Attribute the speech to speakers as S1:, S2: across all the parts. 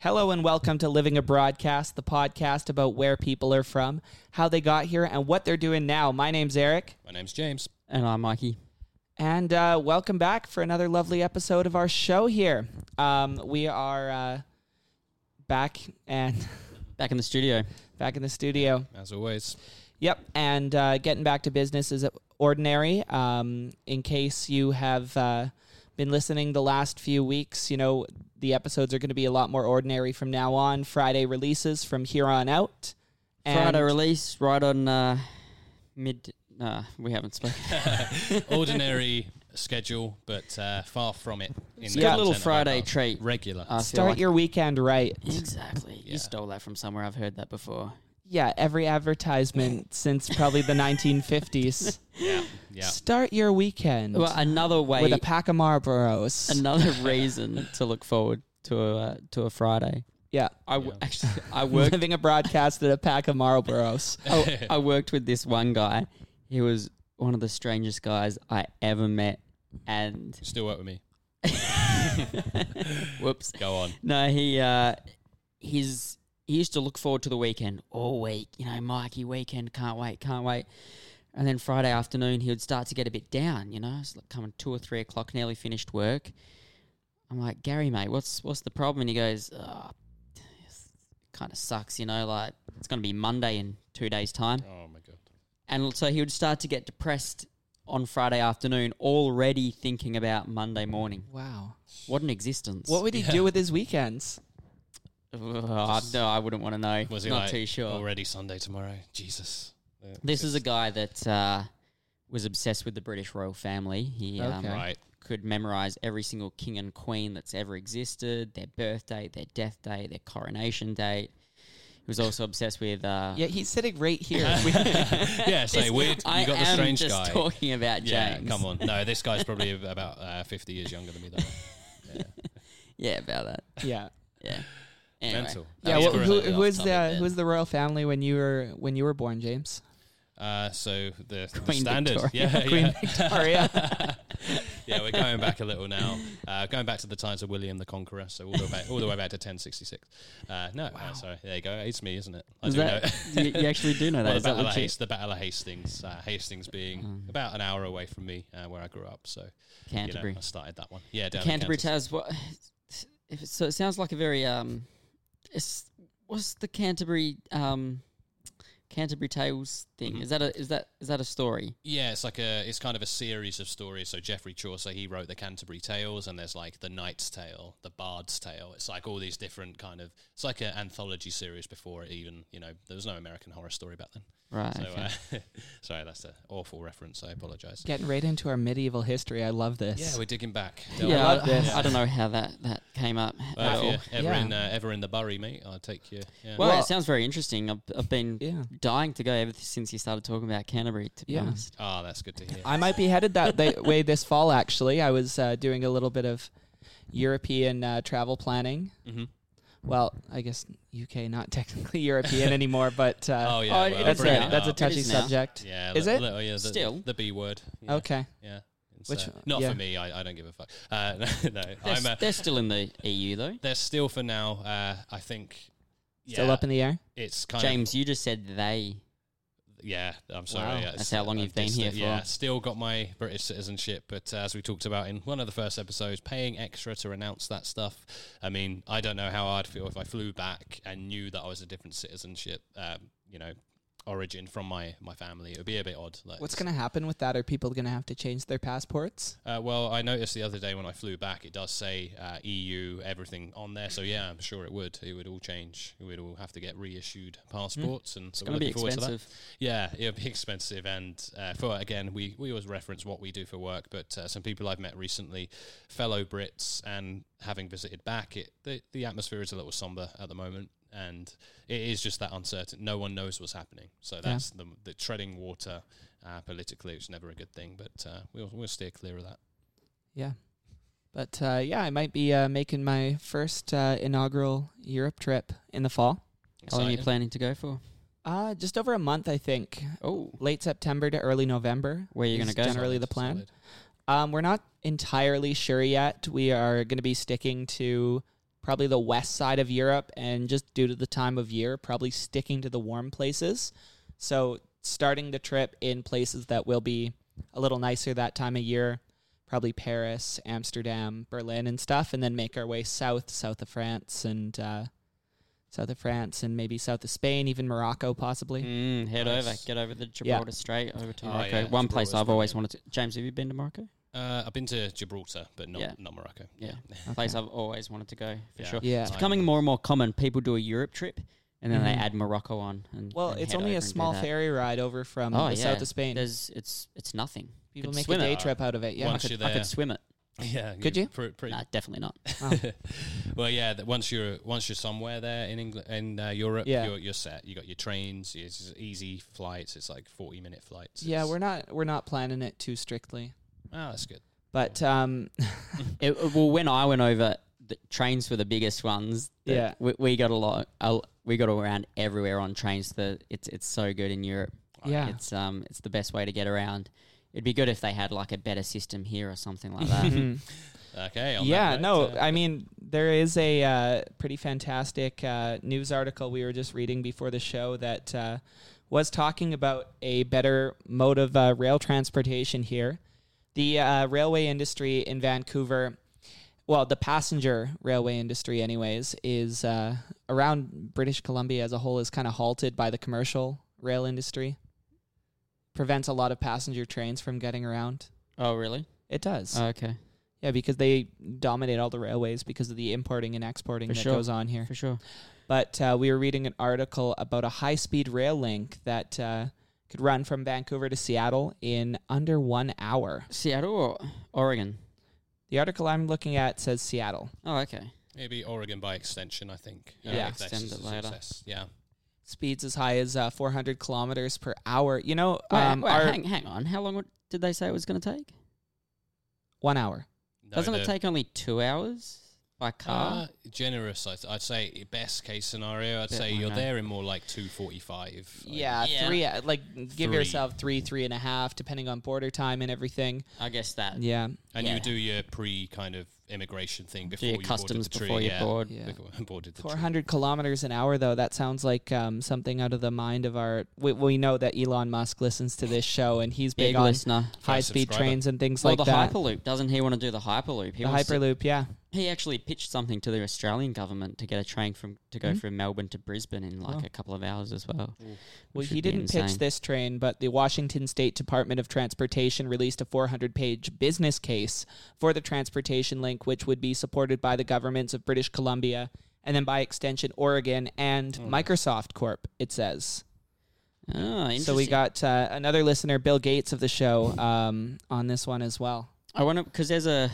S1: Hello and welcome to Living a Broadcast, the podcast about where people are from, how they got here, and what they're doing now. My name's Eric,
S2: My name's James.
S3: And I'm Mikey.
S1: and uh, welcome back for another lovely episode of our show here. Um, we are uh, back and
S3: Back in the studio.
S1: back in the studio.
S2: As always,
S1: Yep, and uh, getting back to business as ordinary. Um, in case you have uh, been listening the last few weeks, you know the episodes are going to be a lot more ordinary from now on. Friday releases from here on out.
S3: Friday release, right on uh, mid. Nah, we haven't spoken.
S2: ordinary schedule, but uh, far from it. In
S3: It's
S2: the
S3: a good little
S2: content of our
S3: Friday Uh,
S2: podcast.
S3: treat.
S2: Regular.
S3: I feel
S1: Start
S3: like-
S1: your weekend right.
S3: Exactly.
S2: Yeah.
S3: You stole that from somewhere. I've heard that before.
S1: Yeah, every advertisement since probably the 1950s.
S2: yeah, yeah.
S1: Start your weekend
S3: Well, another way,
S1: with a pack of Marlboros.
S3: another reason to look forward to a uh, to a Friday.
S1: yeah,
S3: I w-
S2: Yeah.
S3: actually I worked
S1: living a broadcast at a pack of Marlboros.
S3: I, I worked with this one guy. He was one of the strangest guys I ever met, and
S2: Still work with me.
S3: whoops.
S2: Go on.
S3: No, he uh, his he used to look forward to the weekend all week. You know, Mikey weekend, can't wait, can't wait. And then Friday afternoon, he would start to get a bit down. You know, it's like coming two or three o'clock, nearly finished work. I'm like, Gary, mate, what's what's the problem? And he goes, oh, kind of sucks. You know, like it's gonna be Monday in two days' time.
S2: Oh my god.
S3: And so he would start to get depressed on Friday afternoon, already thinking about Monday morning.
S1: Wow.
S3: What an existence!
S1: What would he do with his weekends?
S3: Ugh, I- Uh, no, I wouldn't want to know.
S2: Was he
S3: Not
S2: like,
S3: too sure.
S2: Already Sunday tomorrow. Jesus. Yeah,
S3: This is a
S2: it's-
S3: guy that uh, was obsessed with the British royal family. He um,
S1: Okay.
S2: right.
S3: could memorize every single king and queen that's ever existed, their birth date, their death date, their coronation date. He was also obsessed with. Uh,
S1: Yeah, he's sitting right here.
S2: yeah. Say weird. You
S3: I
S2: got the
S3: am
S2: strange
S3: just
S2: guy.
S3: talking about
S2: yeah.
S3: James.
S2: Come on. No, this guy's probably ab- about uh, fifty years younger than me. Though.
S3: Yeah, about that.
S1: yeah.
S3: Yeah. Anyway.
S2: Mental.
S1: Yeah,
S2: He's
S1: well,
S3: what-
S2: brilliant.
S1: who, who
S3: really off
S1: was
S3: topic
S1: the
S3: then.
S1: who was the royal family when you were when you were born, James?
S2: Uh, so the, the
S3: Queen
S2: standard,
S3: Victoria.
S2: yeah,
S1: Queen
S3: Oh,
S2: yeah. Victoria. yeah, we're going back a little now, uh, going back to the times of William the Conqueror. So all the way back, all the way back to 1066. Uh, no, uh, sorry, there you go. It's me, isn't it? I
S3: Is
S2: do know.
S3: that, you, you actually do know that?
S2: Well, the
S3: Is that
S2: Battle of
S3: legit? Mm.
S2: Hastings, the Battle of Hastings, uh, Hastings being about an hour away from me, uh, where I grew up. So you know,
S3: Canterbury.
S2: I started that one. Yeah, down in
S3: Canterbury
S2: Kansas.
S3: Taz. What? If it, so it sounds like a very um, it's, what's the Canterbury um, Canterbury Tales thing?
S2: Mm-hmm.
S3: Is that a is that is that a story?
S2: Yeah, it's like a it's kind of a series of stories. So Geoffrey Chaucer he wrote the Canterbury Tales, and there's like the Knight's Tale, the Bard's Tale. It's like all these different kind of it's like an anthology series before it even you know there was no American Horror Story back then.
S3: Right.
S2: So
S3: okay.
S2: uh, sorry, that's an awful reference. I apologize.
S1: Getting right into our medieval history. I love this.
S2: Yeah, we're digging back.
S3: yeah,
S1: I
S3: I,
S1: love this.
S3: I don't know how that that came up.
S2: Well,
S3: at
S2: if
S3: all.
S2: you're ever
S1: Yeah.
S2: in uh, ever in the Bury, mate, I'll take you. Yeah.
S3: Well,
S1: Well-
S3: it sounds very interesting. I've, I've been
S1: Yeah.
S3: dying to go ever since you started talking about Canterbury. To be
S1: Yeah.
S3: honest,
S2: Ah, that's good to hear.
S1: I might be headed that they, way this fall. Actually, I was uh, doing a little bit of European uh, travel planning.
S2: Mhm.
S1: Well, I guess UK not technically European anymore, but uh,
S2: Oh yeah,
S3: oh,
S2: well,
S1: that's
S3: That's
S2: bring
S1: a
S2: it
S1: that's a
S2: up.
S1: touchy
S3: It is now.
S1: subject.
S2: Yeah,
S1: Is
S2: the-
S1: it?
S2: the- yeah, the,
S3: Still?
S2: the B word? Yeah.
S1: Okay.
S2: Yeah. It's,
S1: Which-
S2: uh, not
S1: yeah.
S2: for me. I, I don't give a fuck. Uh, no,
S3: they're,
S2: I'm.
S3: s-
S2: Uh,
S3: they're still in the EU though.
S2: they're still for now. Uh, I think. Yeah,
S1: Still up in the air.
S2: it's kind
S3: James, you just said they.
S2: of yeah. I'm sorry.
S1: Wow.
S2: yeah,
S3: That's
S2: it's-
S3: how long
S2: I'm
S3: you've been
S2: just-
S3: here
S2: Yeah,
S3: for.
S2: still got my British citizenship, but uh, as we talked about in one of the first episodes, paying extra to renounce that stuff. I mean, I don't know how I'd feel if I flew back and knew that I was a different citizenship. Um, you know, origin from my my family. It would be a bit odd. Like,
S1: What's
S2: it's-
S1: going to happen with that? Are people going to have to change their passports?
S2: Uh, well, I noticed the other day when I flew back, it does say uh, EU everything on there. So yeah, I'm sure it would. It would all change. We'd all have to get reissued passports, and so
S3: It's going to be
S2: forward to that.
S3: expensive.
S2: Yeah, it'll be expensive, and uh, for again, we we always reference what we do for work, but uh, some people I've met recently, fellow Brits, and having visited back, it the, the atmosphere is a little somber at the moment. And it is just that uncertain. No one knows what's happening, so that's the, the treading water uh, politically. It's never a good thing, but uh, we'll we'll steer clear of that.
S1: But uh, yeah, I might be uh, making my first uh, inaugural Europe trip in the fall.
S3: How long are Oh, you
S2: Exciting.
S3: planning to go for?
S1: Uh, just over a month, I think.
S3: Oh,
S1: Late September to early November.
S3: Where you
S1: is
S3: gonna go?
S1: Generally, the plan. Um, we're not entirely sure yet. We are going to be sticking to probably the west side of Europe, and just due to the time of year, probably sticking to the warm places. So starting the trip in places that will be a little nicer that time of year, probably Paris, Amsterdam, Berlin, and stuff, and then make our way south, south of France, and uh, south of France, and maybe south of Spain, even Morocco, possibly.
S3: Mm, head
S2: Nice.
S3: over, get over the Gibraltar Strait, over to
S2: Oh,
S3: Morocco.
S2: yeah,
S3: One place
S2: Gibraltar's
S3: I've always
S2: brilliant.
S3: wanted to. James, have you been to Morocco?
S2: Uh, I've been to Gibraltar, but not
S3: Yeah.
S2: not Morocco.
S3: Yeah. Place I've always wanted to go for
S2: Yeah.
S3: sure.
S1: Yeah.
S3: It's
S2: Like-
S3: becoming more and more common. People do a Europe trip and then they
S1: Mhm.
S3: add Morocco on. And,
S1: Well,
S3: and
S1: it's
S3: head
S1: only a
S3: over and do
S1: small
S3: that.
S1: ferry ride over from
S3: Oh,
S1: the
S3: yeah.
S1: south of Spain.
S3: There's it's it's nothing.
S1: People
S3: could
S1: make a
S3: swim it.
S1: day
S2: Oh.
S1: trip out of it. Yeah.
S2: Once
S3: I could,
S2: you're
S3: I
S2: there-
S3: could swim it.
S2: Yeah,
S1: Could you?
S2: Pre- pretty-
S3: Nah, definitely not.
S2: well, yeah. That once you're once you're somewhere there in England in uh, Europe,
S1: Yeah.
S2: you're, you're set. You got your trains. It's just easy flights. It's like forty minute flights.
S1: yeah,
S2: It's-
S1: we're not we're not planning it too strictly.
S2: Oh, that's good.
S1: But um,
S3: It, well, when I went over, the trains were the biggest ones. that
S1: Yeah.
S3: we, we got a lot. a l- we got around everywhere on trains. The it's it's so good in Europe.
S1: yeah,
S3: It's um it's the best way to get around. It'd be good if they had like a better system here or something like that.
S1: Mhm.
S2: Okay. on that
S1: yeah.
S2: note,
S1: No,
S2: uh,
S1: I mean there is a uh, pretty fantastic uh, news article we were just reading before the show that uh, was talking about a better mode of uh, rail transportation here. The uh, railway industry in Vancouver, well, the passenger railway industry, anyways, is uh, around British Columbia as a whole is kind of halted by the commercial rail industry. Prevents a lot of passenger trains from getting around.
S3: oh really?
S1: It does.
S3: Oh, okay,
S1: Yeah, because they dominate all the railways because of the importing and exporting
S3: For
S1: that
S3: sure.
S1: goes on here.
S3: for sure.
S1: But uh, we were reading an article about a high speed rail link that uh, could run from Vancouver to Seattle in under one hour.
S3: Seattle or Oregon?
S1: The article I'm looking at says Seattle.
S3: Oh okay.
S2: maybe Oregon by extension. I think. Uh,
S1: Yeah.
S2: if that's
S3: Extend
S2: just
S3: it
S2: a
S3: later.
S2: success. Yeah.
S1: Speeds as high as uh, 400 kilometers per hour. You know,
S3: Wait,
S1: um,
S3: wait,
S1: our-
S3: hang hang on. How long would- did they say it was going to take?
S1: one hour.
S2: No,
S3: Doesn't
S2: the-
S3: it take only two hours by car?
S2: Uh, generous. I'd, I'd say best case scenario. I'd
S3: Bit
S2: say
S3: like
S2: you're
S3: that.
S2: there in more like two forty five.
S1: yeah,
S3: Yeah.
S1: three. uh, Like, give
S2: Three.
S1: yourself three, three and a half, depending on border time and everything.
S3: I guess that.
S1: Yeah.
S2: And
S3: Yeah.
S2: you do your pre kind of immigration thing before
S3: Do your
S2: you
S3: customs
S2: boarded the
S3: before
S2: tree.
S3: you
S2: yeah,
S3: board.
S1: Yeah.
S2: Before I boarded the
S1: Four
S2: tree.
S1: hundred kilometers an hour, though, that sounds like um, something out of the mind of our. We, we know that Elon Musk listens to this show, and he's big
S3: Big
S1: on
S3: listener.
S1: high speed
S2: subscriber.
S1: trains and things
S3: Well,
S1: like
S3: the
S1: that.
S3: Hyperloop. Doesn't he want to do the Hyperloop? He
S1: the
S3: wants to-
S1: Hyperloop, yeah,
S3: he actually pitched something to the Australian government to get a train from to go
S1: Mhm.
S3: from Melbourne to Brisbane in like
S1: Wow.
S3: a couple of hours as well.
S1: Oh. Well,
S3: Which
S1: he
S3: would be
S1: didn't pitch
S3: insane.
S1: this train, but the Washington State Department of Transportation released a 400 page business case for the transportation link, which would be supported by the governments of British Columbia and then by extension, Oregon and
S3: Hmm.
S1: Microsoft Corp, it says.
S3: Ah, interesting.
S1: So we got uh, another listener, Bill Gates of the show, um, on this one as well.
S3: I want to because there's a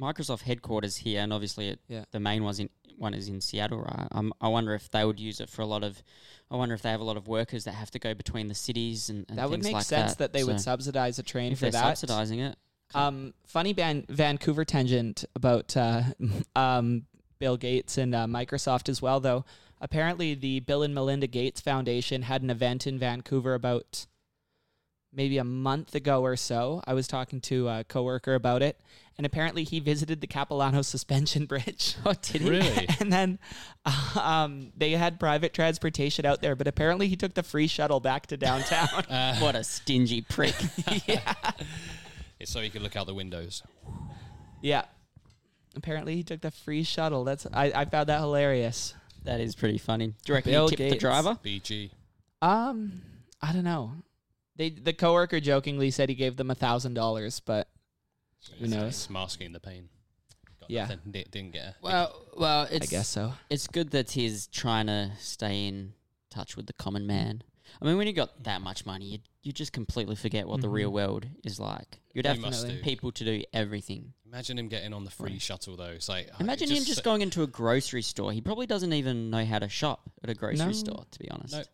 S3: Microsoft headquarters here, and obviously it,
S1: Yeah.
S3: the main one's in one is in Seattle. Right? Um, I wonder if they would use it for a lot of. I wonder if they have a lot of workers that have to go between the cities and, and
S1: That would
S3: things
S1: make
S3: like
S1: sense that, they would
S3: So
S1: subsidize a train
S3: if
S1: for
S3: they're
S1: that.
S3: subsidizing it.
S1: Um, funny ban- Vancouver tangent about uh, um, Bill Gates and uh, Microsoft as well, though. Apparently, the Bill and Melinda Gates Foundation had an event in Vancouver about maybe a month ago or so. I was talking to a coworker about it, and apparently, he visited the Capilano Suspension Bridge.
S3: Oh, did he?
S2: Really?
S1: and then um, they had private transportation out there, but apparently, he took the free shuttle back to downtown.
S3: what a stingy prick!
S2: It's so you can look out the windows.
S1: Yeah. Apparently he took the free shuttle. That's I, I found that hilarious.
S3: that is pretty funny. Do you reckon
S1: Bill
S3: he tipped the
S1: Gates.
S3: driver?
S2: BG.
S1: Um, I don't know. They the coworker jokingly said he gave them a thousand dollars, but Who
S2: It's-
S1: knows?
S2: It's masking the pain. Got
S1: Yeah.
S2: nothing. Di- Didn't get. A,
S3: Well, well, it's
S1: I guess so.
S3: it's good that he's trying to stay in touch with the common man. I mean, when you got that much money, you you just completely forget what the
S1: Mhm.
S3: real world is like. You'd
S2: You
S3: have
S2: must do.
S3: people to do everything.
S2: Imagine him getting on the free
S3: Right.
S2: shuttle though. It's like oh, it
S3: Imagine him just
S2: so-
S3: going into a grocery store. He probably doesn't even know how to shop at a grocery
S1: No.
S3: store, to be honest.
S2: No.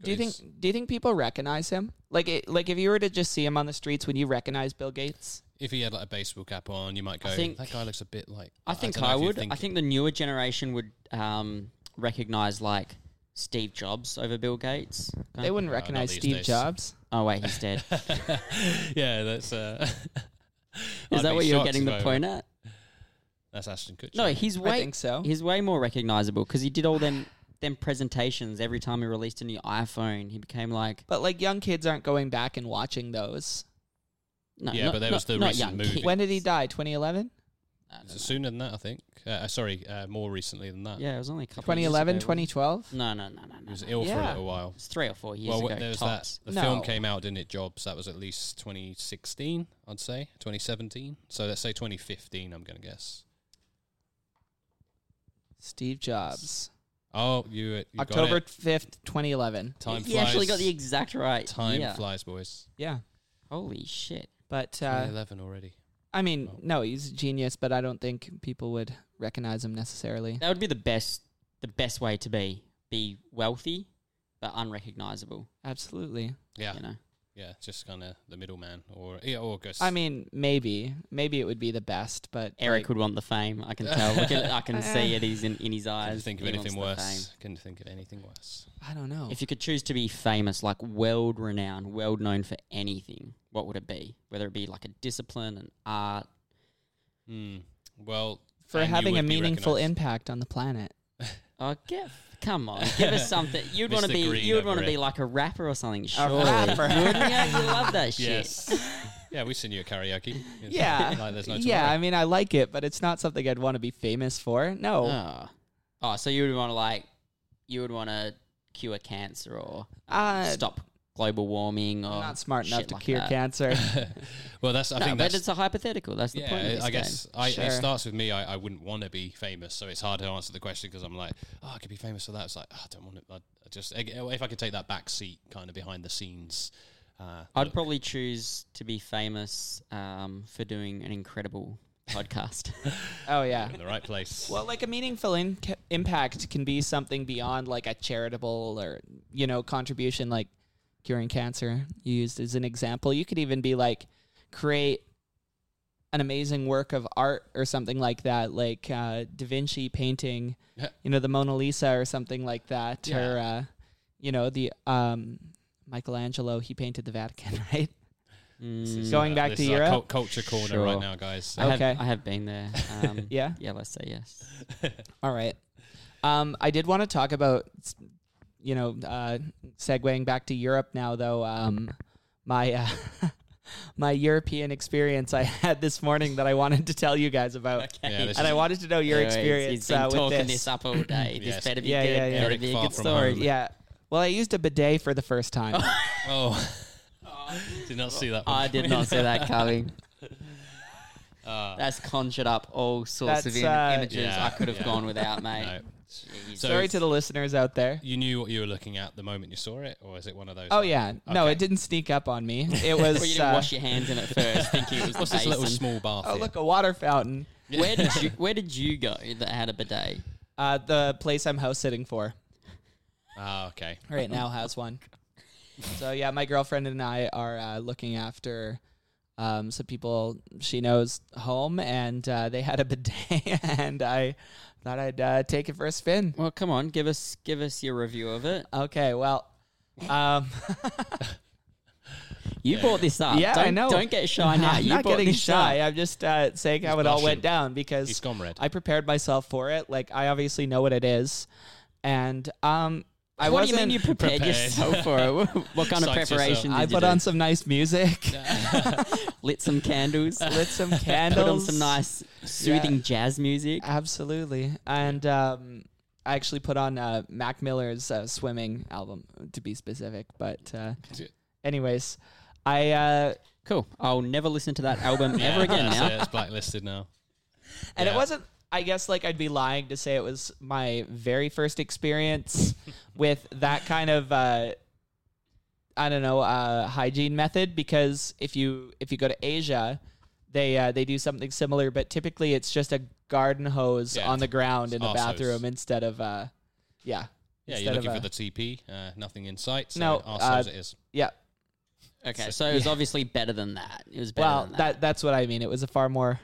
S1: Do you think
S2: goes-
S1: do you think people recognize him? Like it, like if you were to just see him on the streets, would you recognize Bill Gates?
S2: if he had like a baseball cap on, you might go.
S3: I think-
S2: that guy looks a bit like.
S3: I think
S2: dunno
S3: I,
S2: if you
S3: would. I think the newer generation would um, recognize like Steve Jobs over Bill Gates.
S1: They wouldn't
S2: not
S1: recognize
S2: these
S1: Steve
S2: days.
S1: Jobs.
S3: Oh wait, he's dead.
S2: yeah, that's. Uh,
S3: Is
S2: I'd
S3: that
S2: be
S3: what you're
S2: shocked
S3: getting
S2: if
S3: the
S2: I-
S3: point at?
S2: That's Ashton Kutcher.
S3: No, he's way
S1: I think so.
S3: Oh. he's way more recognizable because he did all them them presentations every time he released a new iPhone. He became like
S1: But like young kids aren't going back and watching those.
S3: no,
S2: Yeah,
S3: not-
S2: but that
S3: not-
S2: was the
S3: not
S2: recent
S3: young
S2: movie.
S3: kid.
S1: When did he die? 2011?
S3: I don't know.
S2: sooner than that, I think. Uh, uh, sorry, uh, more recently than that.
S3: Yeah, it was only a couple. of years
S1: 2011,
S3: ago, wasn't
S1: 2012?
S3: it? No, no, no, no,
S2: He
S3: no.
S2: was
S3: no.
S2: ill for a
S1: Yeah.
S2: little while.
S3: It was three or four years
S2: well,
S3: ago.
S2: there was
S3: tops.
S2: that. The
S1: No.
S2: film came out, didn't it, Jobs? That was at least 2016, I'd say, 2017. So let's say 2015, I'm going to guess.
S1: Steve Jobs.
S2: Oh, you, you got
S1: October
S2: it.
S1: 5th, 2011.
S2: Time
S3: he
S2: flies.
S3: actually got the exact right
S2: Time
S3: year.
S2: flies, boys.
S1: Yeah.
S3: Holy shit!
S1: But uh,
S2: 2011 already.
S1: I mean,
S2: Oh.
S1: no, he's a genius, but I don't think people would recognize him necessarily.
S3: That would be the best the best way to be be wealthy but unrecognizable.
S1: Absolutely.
S2: Yeah,
S3: You know,
S2: yeah. Just kind of the middleman, or yeah, or goes-
S1: I mean, maybe, maybe it would be the best, but
S3: Eric
S1: like,
S3: would want the fame. I can tell. Look at, I can see it. He's in, in his
S2: Can you
S3: eyes.
S2: think of
S3: He
S2: anything
S3: wants the fame.
S2: worse? Can you think of anything worse?
S1: I don't know.
S3: If you could choose to be famous, like world renowned, world known for anything, what would it be? Whether it be like a discipline, an art.
S2: Hmm. Well,
S1: For
S2: and you
S1: having a
S2: would be
S1: meaningful
S2: recognised.
S1: impact on the planet.
S3: Oh, give, come on, give us something. You'd want to
S2: Mr.
S3: be,
S2: Green
S3: you'd
S2: over
S3: want to be
S2: it.
S3: like a rapper or something. Surely.
S1: rapper.
S3: wouldn't you? You love that shit.
S2: Yes. yeah, we sing you a karaoke. It's
S1: Yeah.
S2: Like there's no
S1: yeah, I
S2: tomorrow.
S1: mean, I like it, but it's not something I'd want to be famous for. No.
S3: Oh. oh, so you would want to like, you would want to cure cancer or
S1: Uh,
S3: Ah. stop global warming or
S1: I'm not smart enough
S3: shit
S1: to
S3: like
S1: cure
S3: that.
S1: cancer.
S2: well, that's. I
S3: No,
S2: think
S3: but
S2: that's.
S3: it's a hypothetical. That's the
S2: yeah,
S3: point. Of
S2: I-
S3: this
S2: I
S3: game.
S2: guess I,
S1: Sure.
S2: it starts with me. I, I wouldn't want to be famous, so it's hard to answer the question because I'm like, oh, I could be famous for that. It's like, oh, I don't want to. I, I just ag- if I could take that back seat, kind of behind the scenes. Uh,
S3: I'd
S2: look.
S3: probably choose to be famous um, for doing an incredible podcast.
S1: oh, yeah.
S2: in the right place.
S1: Well, like a meaningful in- impact can be something beyond like a charitable or, you know, contribution like curing cancer you used as an example. You could even be like create an amazing work of art or something like that, like uh, Da Vinci painting,
S2: Yeah.
S1: you know, the Mona Lisa or something like that, or, uh, you know, the um, Michelangelo, he painted the Vatican, right?
S2: This is, uh,
S3: Mm,
S1: Going back
S2: this
S1: to
S2: is our
S1: Europe?
S2: cult- culture corner right
S3: Sure.
S2: now, guys.
S3: I, have,
S1: Okay.
S3: I have been there. Um, yeah.
S1: Yeah.
S3: let's say yes.
S1: All right. Um, I did want to talk about, s- you know, uh, segueing back to Europe now, though. Um, my uh, my European experience I had this morning that I wanted to tell you guys about,
S2: Yeah, this
S1: and I
S2: is
S1: wanted to know your
S3: Anyway, he's-
S1: experience
S3: He's been
S1: uh, with
S3: talking
S1: this.
S3: this. up all day.
S2: Yes.
S3: This better be
S1: Yeah,
S3: good.
S1: yeah, yeah.
S3: Better
S2: Eric
S3: be a
S2: far
S3: good
S2: from
S3: story.
S2: home.
S1: Yeah. Well, I used a bidet for the first time.
S2: oh, did not see that. One.
S3: I did not see that coming.
S2: Uh,
S3: That's conjured up all sorts of
S1: That's,
S3: im-
S1: uh,
S3: images
S2: Yeah,
S3: I could have
S2: yeah.
S3: gone without, mate.
S2: no.
S3: Jeez.
S2: So
S1: Sorry to the listeners out there.
S2: you knew what you were looking at the moment you saw it, or is it one of those?
S1: Oh
S2: like,
S1: yeah, no,
S2: Okay.
S1: it didn't sneak up on me. It was
S3: well, you didn't
S1: uh,
S3: wash your hands in it first, thinking it was
S2: What's
S3: the
S2: this
S3: basin.
S2: little small bath?
S1: oh
S2: here?
S1: look a water fountain.
S3: where did you Where did you go that had a bidet?
S1: Uh, the place I'm house sitting for.
S2: Ah, okay.
S1: right now has one. So yeah, my girlfriend and I are uh, looking after um, some people she knows home, and uh, they had a bidet, and I thought I'd uh, take it for a spin.
S3: Well, come on, give us give us your review of it.
S1: Okay, well, um,
S3: You
S2: Yeah.
S3: brought this up.
S1: Yeah,
S3: don't,
S1: I know.
S3: Don't get shy now.
S1: I'm
S3: you
S1: not
S3: brought
S1: getting
S3: this
S1: shy.
S3: Up.
S1: I'm just uh, saying how
S2: He's
S1: it all
S2: blushing.
S1: went down because
S2: He's gone red.
S1: I prepared myself for it. Like I obviously know what it is, and um, I
S3: what do
S1: wasn't.
S3: you mean you prepared,
S2: prepared.
S3: yourself for it? What kind of
S2: Psyched yourself.
S3: preparation did
S1: I
S3: you
S1: put
S3: do?
S1: on some nice music,
S3: Lit some candles.
S1: lit some
S3: put on
S1: candles,
S3: some nice soothing jazz music.
S1: Absolutely. And um, I actually put on uh, Mac Miller's uh, swimming album, to be specific. But, uh, anyways, I uh,
S3: Cool. I'll never listen to that album
S2: Yeah,
S3: ever again
S2: that's
S3: now.
S2: it, It's blacklisted now.
S1: and
S2: Yeah.
S1: it wasn't. I guess like I'd be lying to say it was my very first experience with that kind of. Uh, I don't know uh, hygiene method because if you if you go to Asia, they uh, they do something similar, but typically it's just a garden hose
S2: Yeah,
S1: on the ground in the
S2: arse hose.
S1: bathroom instead of uh, yeah
S2: Yeah,
S1: instead
S2: you're
S1: of
S2: looking
S1: a-
S2: for the TP. Uh, nothing in sight. So
S1: No,
S2: arseholes
S1: uh,
S2: it is.
S1: yeah
S3: Okay, so it was obviously better than that. It was better
S1: Well,
S3: than
S1: that.
S3: that.
S1: that's what I mean. It was a far more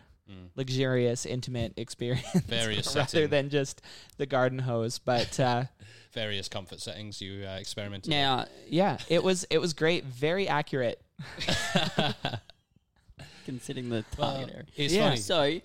S1: luxurious, intimate experience
S2: Various
S1: rather
S2: setting.
S1: than just the garden hose. But uh,
S2: Various comfort settings you uh, experimented. with.
S3: Now,
S1: yeah, it was it was great, very accurate.
S3: considering the
S2: Well,
S3: target area.
S2: it's
S1: Yeah.
S2: funny.
S3: So,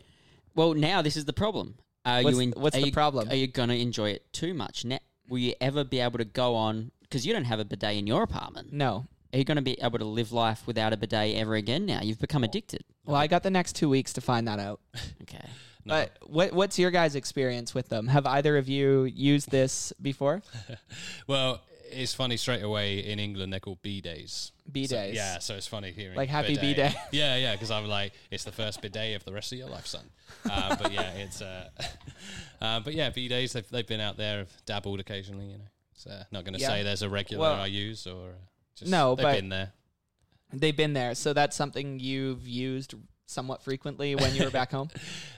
S3: Well, now this is the problem. Are
S1: What's-
S3: you in,
S1: what's
S3: are
S1: the
S3: you-
S1: problem?
S3: Are you going to enjoy it too much? Ne- will you ever be able to go on? Because you don't have a bidet in your apartment.
S1: No.
S3: Are you going to be able to live life without a bidet ever again? Now you've become addicted.
S1: Well, I got the next two weeks to find that out.
S3: Okay.
S2: No.
S1: But what what's your guys' experience with them? Have either of you used this before?
S2: Well, it's funny straight away in England they're called B days.
S1: B
S2: So-
S1: days.
S2: yeah, so it's funny hearing
S1: Like happy
S2: bidet.
S1: bidet.
S2: Yeah, yeah, because I'm like it's the first bidet of the rest of your life, son. Uh, but yeah, it's uh, uh, but yeah, B days they've they've been out there, have dabbled occasionally, you know. So not going to
S1: Yeah.
S2: say there's a regular
S1: Well-
S2: I use or uh, just
S1: No,
S2: they've
S1: but-
S2: been there.
S1: They've been there, so that's something you've used somewhat frequently when you were back home.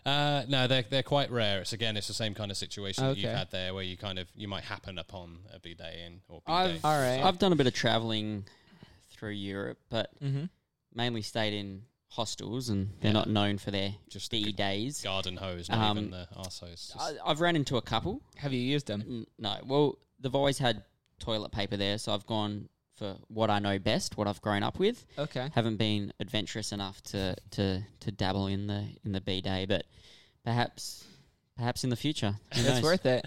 S2: Uh, no, they're they're quite rare. It's again, it's the same kind of situation that you've
S1: Okay.
S2: had there, where you kind of you might happen upon a bidet in or bidet.
S3: I've
S1: All right.
S3: I've done a bit of traveling through Europe, but
S1: Mm-hmm.
S3: mainly stayed in hostels, and they're
S2: Yeah.
S3: not known for their
S2: Just
S3: B
S2: good
S3: days.
S2: garden hose, not
S3: Um, uh,
S2: even the arse hose. just-
S3: I, I've ran into a couple.
S1: Have you used them?
S3: N- No, well, they've always had toilet paper there, so I've gone for what I know best, what I've grown up with.
S1: Okay.
S3: haven't been adventurous enough to, to, to dabble in the in the B day, but perhaps perhaps in the future. who
S1: It's
S3: knows?
S1: worth it.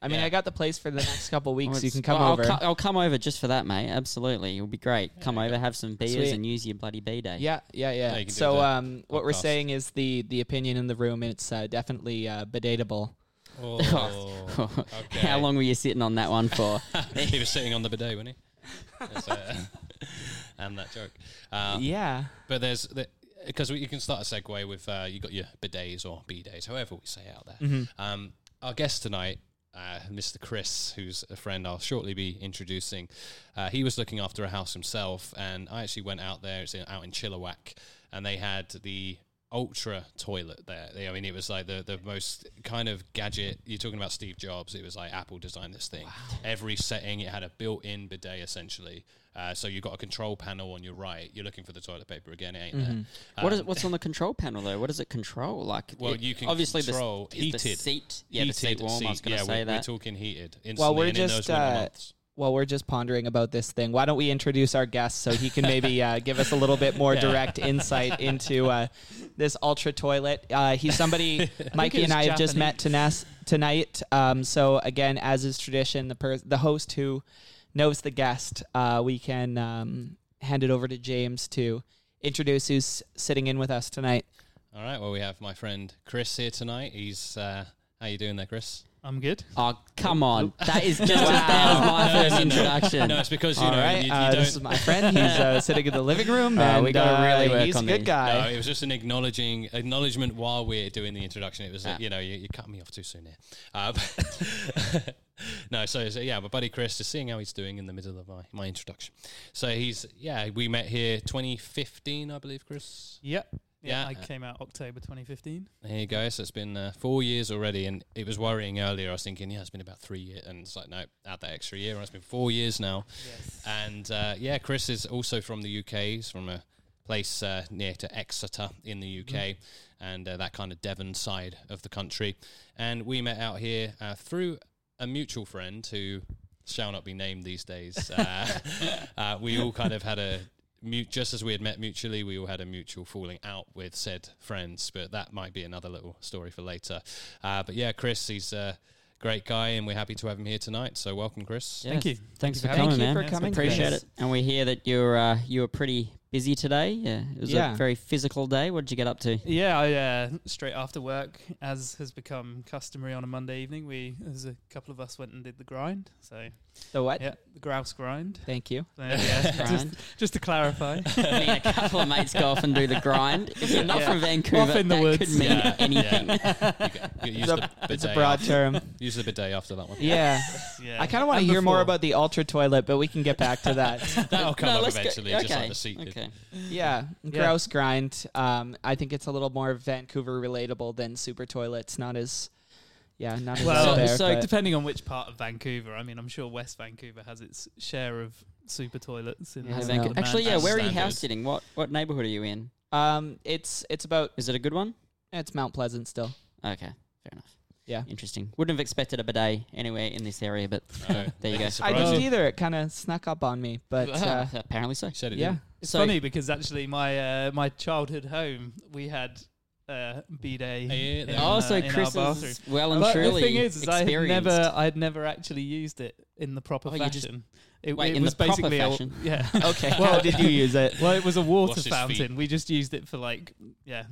S1: I mean,
S2: Yeah.
S1: I got the place for the next couple
S3: Oh,
S1: weeks. you
S3: it's-
S1: can come
S3: oh, I'll
S1: over.
S3: co- I'll, come over just for that, mate. Absolutely, it'll be great. come
S2: Yeah,
S3: over, have some beers,
S1: Sweet.
S3: and use your bloody B day.
S1: Yeah, yeah, yeah.
S2: Yeah, you can do
S1: so
S2: the
S1: um, what we're
S2: podcast.
S1: saying is the the opinion in the room. It's uh, definitely uh, bedatable.
S2: Oh, okay.
S3: How long were you sitting on that one for?
S2: he was sitting on the bidet, wasn't he? That's, uh, and that joke. Uh,
S1: yeah.
S2: But there's because you can start a segue with uh, you got your bidets or b days, however we say it out there. Um, our guest tonight, uh, Mr. Chris, who's a friend I'll shortly be introducing, uh, he was looking after a house himself, and I actually went out there. It's in, out in Chilliwack, and they had the ultra toilet there. They, I mean, it was like the, the most kind of gadget. You're talking about Steve Jobs. It was like Apple designed this thing. Every setting, it had a built-in bidet essentially. Uh, so you've got a control panel on your right. You're looking for the toilet paper again. It ain't
S1: Mm-hmm.
S2: there.
S3: What
S2: Um,
S3: is what's on the control panel though? What does it control? Like,
S2: Well,
S3: it-
S2: you can
S3: obviously
S2: control
S3: the, s- is the
S2: heated-
S3: seat. Yeah, the seat warm. I was going to
S2: yeah,
S3: say
S2: we're,
S3: that.
S2: we're talking heated. Instantly,
S1: Well, we're
S2: and in
S1: just
S2: those winter
S1: uh,
S2: months.
S1: well, we're just pondering about this thing. Why don't we introduce our guest so he can maybe uh, give us a little bit more direct insight into uh, this ultra toilet? Uh, he's somebody Mikey
S4: it
S1: and
S4: was
S1: I have just met tonas- tonight. Um, so again, as is tradition, the per- the host who knows the guest, uh, we can um, hand it over to James to introduce who's sitting in with us tonight.
S2: All right. Well, we have my friend Chris here tonight. He's uh, how you doing there, Chris?
S4: I'm good.
S3: oh, come on! That is just as
S1: Wow.
S3: bad as my
S2: No, no,
S3: first
S2: no.
S3: introduction.
S2: No, it's because you
S1: All
S2: know
S1: right,
S2: you, you
S1: uh,
S2: don't.
S1: this is my friend. He's uh, sitting in the living room,
S3: Uh,
S1: and
S3: we gotta
S1: uh,
S3: really work
S1: he's
S3: on
S1: a good
S3: these.
S1: guy.
S2: no, it was just an acknowledging acknowledgement while we're doing the introduction. It was uh, you know you, you cut me off too soon here. Uh, but- no, so, so yeah, my buddy Chris, just seeing how he's doing in the middle of my, my introduction. So he's yeah, we met here 2015, I believe, Chris.
S4: Yep.
S2: Yeah.
S4: Yeah, I came out October 2015.
S2: There you go. So it's been uh, four years already, and it was worrying earlier. I was thinking, yeah, it's been about three years, and it's like, no, add that extra year, and it's been four years now.
S4: Yes.
S2: And uh, yeah, Chris is also from the UK. He's from a place uh, near to Exeter in the UK, and uh, that kind of Devon side of the country. And we met out here uh, through a mutual friend who shall not be named these days. Uh, uh, we all kind of had a mute, just as we had met mutually, we all had a mutual falling out with said friends. But that might be another little story for later. Uh, but yeah, Chris, he's a great guy, and we're happy to have him here tonight. So welcome, Chris.
S3: Yeah,
S4: Thank you.
S3: Thanks
S4: Thank
S3: for
S4: you for
S3: coming,
S4: having me.
S3: man.
S4: Thank you for coming,
S3: Appreciate
S4: Chris.
S3: it. And we hear that you're uh, you were pretty busy today. Yeah, it was
S1: Yeah.
S3: a very physical day. What did you get up to?
S4: Yeah, I, uh, straight after work, as has become customary on a Monday evening, we, as a couple of us, went and did the grind. So,
S1: The what?
S4: yeah, the grouse grind.
S1: Thank you.
S4: So, yeah, just,
S3: Grind.
S4: just to clarify.
S3: Me and a couple of mates go off and do the grind. If you're not
S4: Yeah.
S3: from Vancouver,
S4: Off in the
S3: that
S4: woods.
S3: could mean
S2: Yeah,
S3: anything.
S2: yeah. You, you use
S1: It's a-
S2: the
S1: It's a
S2: bidet
S1: broad
S2: after-
S1: term.
S2: Use the bidet after that one.
S1: Yeah.
S4: yeah.
S1: I kind of want to
S4: And
S1: hear more
S4: before.
S1: about the ultra toilet, but we can get back to that.
S2: That'll come
S3: No,
S2: up
S3: let's go-
S2: eventually, just like the seat did.
S3: Okay.
S1: yeah. Grouse grind. Um, I think it's a little more Vancouver relatable than super toilets. Not as, yeah, not as
S4: Well,
S1: out there.
S4: so
S1: but-
S4: depending on which part of Vancouver, I mean, I'm sure West Vancouver has its share of super toilets. In
S1: Yeah,
S4: the
S1: Vanco-
S4: amount of
S3: Actually,
S4: man-
S3: yeah.
S2: That's
S3: Where are you
S2: standard.
S3: house sitting? What what neighborhood are you in?
S1: um, it's it's about
S3: Is it a good one?
S1: it's Mount Pleasant still.
S3: Okay, fair enough.
S1: Yeah.
S3: interesting. Wouldn't have expected a bidet anywhere in this area, but
S2: No,
S3: there you go.
S2: it's
S1: I
S2: Surprising.
S1: didn't either. It kind of snuck up on me, but
S4: Uh-huh.
S1: uh,
S3: apparently so.
S2: You said it
S1: yeah.
S2: didn't.
S4: It's
S3: So-
S4: funny because actually, my uh, my childhood home, we had uh, b day.
S2: Yeah,
S4: in,
S2: there
S3: Oh,
S4: uh,
S3: so
S4: in our
S3: Chris
S4: bathroom.
S3: is well and
S4: but
S3: truly
S4: the thing is, is I had
S3: experienced.
S4: never, I had never actually used it in the proper
S3: Oh, you just-
S4: fashion. It,
S3: Wait,
S4: it
S3: in the
S4: was
S3: proper
S4: basically a-
S3: fashion?
S4: yeah.
S3: Okay,
S4: Well-
S3: how did you use it?
S4: well, it was a water
S2: Wash his
S4: fountain. We just used it for like, yeah,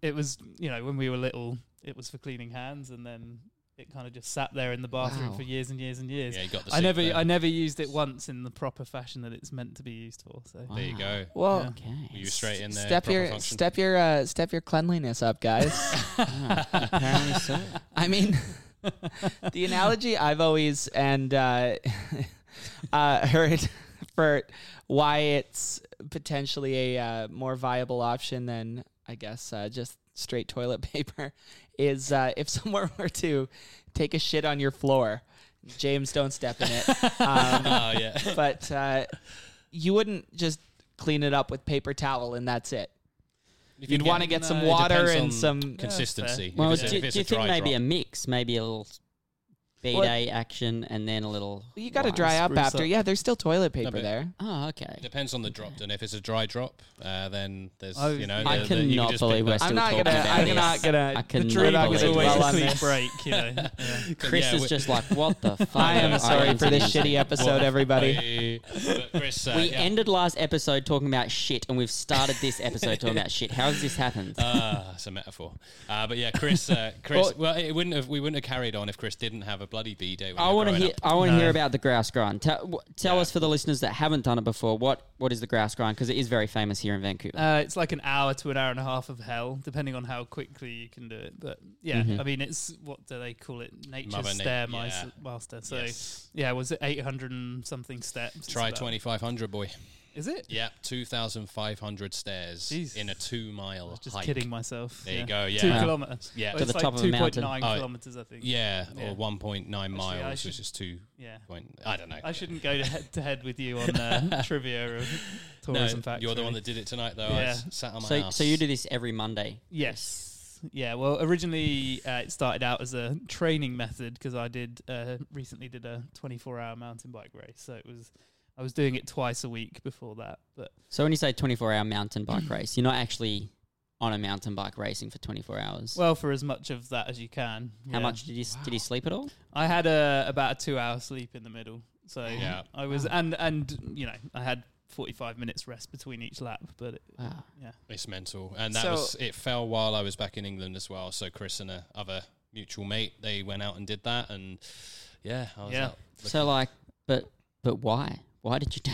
S4: it was you know when we were little, it was for cleaning hands, and then it kind of just sat there in the bathroom
S3: Wow.
S4: for years and years and years.
S2: Yeah, you got the
S4: I
S2: sink
S4: never,
S2: there.
S4: I never used it once in the proper fashion that it's meant to be used for. So
S3: Wow.
S2: there you go.
S1: Well,
S4: Yeah.
S3: Okay.
S2: Were you straight in there?
S1: step
S2: proper
S1: your
S2: function?
S1: step your uh, step your cleanliness up, guys.
S3: Oh, apparently so.
S1: I mean, the analogy I've always and uh, uh, heard for why it's potentially a uh, more viable option than I guess uh, just straight toilet paper is uh, if someone were to take a shit on your floor. James, don't step in it. Um,
S2: oh yeah.
S1: but uh, you wouldn't just clean it up with paper towel and that's it.
S2: If you
S1: You'd
S2: get-
S1: want to get some
S4: no, it
S1: water
S2: depends on
S1: and some.
S2: consistency. If
S3: Well,
S2: it's a-
S3: do,
S2: if
S3: do
S2: it's
S3: you
S2: a
S3: think
S2: dry
S3: maybe
S2: drop.
S3: a mix, maybe a little B
S1: Well,
S3: day action and then a little.
S1: You got to
S3: wine.
S1: dry up
S4: spruce
S1: after.
S4: up.
S1: Yeah, there's still toilet paper
S2: but-
S1: there.
S3: Oh, okay.
S2: Depends on the drop, and if it's a dry drop, uh, then there's
S4: I-
S2: you know.
S4: I
S2: the- the- you
S3: Oh, cannot
S2: can just pick
S3: believe
S2: that
S3: we're
S2: up.
S3: still
S1: I'm not
S3: talking
S1: gonna.
S3: about
S1: I'm
S3: this.
S1: not gonna.
S3: I could
S4: the
S1: dream
S3: not
S1: is
S4: is
S3: believe
S1: always well
S4: always
S3: this.
S1: on
S4: a
S1: this.
S4: clean break, you know. Yeah.
S3: Chris
S2: Yeah,
S3: is
S2: we-
S3: just like, what the fuck?
S1: I am
S3: am
S1: sorry for this
S3: into
S1: shitty episode, everybody.
S2: But Chris, uh,
S3: We
S2: yeah.
S3: ended last episode talking about shit, and we've started this episode talking about shit. How has this happened?
S4: Uh,
S2: Ah, it's a metaphor. Uh, but yeah, Chris, uh, Chris. well, it wouldn't have. We wouldn't have carried on if Chris didn't have a bloody b day.
S3: I want to hear.
S2: Up.
S3: I want to
S4: No.
S3: hear about the grouse grind. Tell, wh- tell
S2: Yeah.
S3: us for the listeners that haven't done it before. What what is the grouse grind? Because it is very famous here in Vancouver.
S4: Uh, it's like an hour to an hour and a half of hell, depending on how quickly you can do it. But yeah,
S3: Mm-hmm.
S4: I mean, it's what do they call it? Nature's
S2: Mother Na-
S4: stairmaster.
S2: yeah.
S4: master. So
S2: Yes.
S4: yeah, was it eight hundred and something steps? It's
S2: Try
S4: about-
S2: twenty five hundred, boy.
S4: Is it?
S2: Yeah, two thousand five hundred stairs
S4: Jeez.
S2: in a two mile.
S4: I was just
S2: hike.
S4: kidding myself.
S2: There
S4: yeah.
S2: you go. Yeah. Um,
S4: Two
S3: Wow.
S4: kilometers.
S2: Yeah.
S4: Well,
S3: To
S4: it's
S3: the
S4: like
S3: top of a mountain.
S4: 2.9
S2: Oh,
S4: kilometers, I think.
S2: Yeah,
S4: Yeah.
S2: or one point nine
S4: Actually, I
S2: miles,
S4: should-
S2: which is two
S4: Yeah.
S2: point. I don't know.
S4: I shouldn't go to head to head with you on uh, trivia of
S2: No,
S4: tourism facts.
S2: you're the one
S4: really.
S2: that did it tonight, though. I
S4: Yeah.
S2: s- sat on my
S3: so
S2: ass.
S3: so you do this every Monday.
S4: Yes. Yeah. Well, originally uh, it started out as a training method because I did uh, recently did a 24-hour mountain bike race, so it was I was doing it twice a week before that. But
S3: So when you say twenty four hour mountain bike race, you're not actually on a mountain bike racing for twenty four hours.
S4: well, for as much of that as you can.
S3: How
S4: yeah.
S3: much did you s did you sleep at all?
S4: I had a about a two-hour sleep in the middle, so
S2: Yeah.
S4: I was
S3: Wow.
S4: and and you know I had 45 minutes rest between each lap, but it,
S3: Wow.
S2: It's mental, and that
S1: So-
S2: was it. Fell while I was back in England as well. So Chris and a other mutual mate, they went out and did that, and yeah, I was
S4: Yeah.
S2: out
S3: So like, but but why? Why did you do?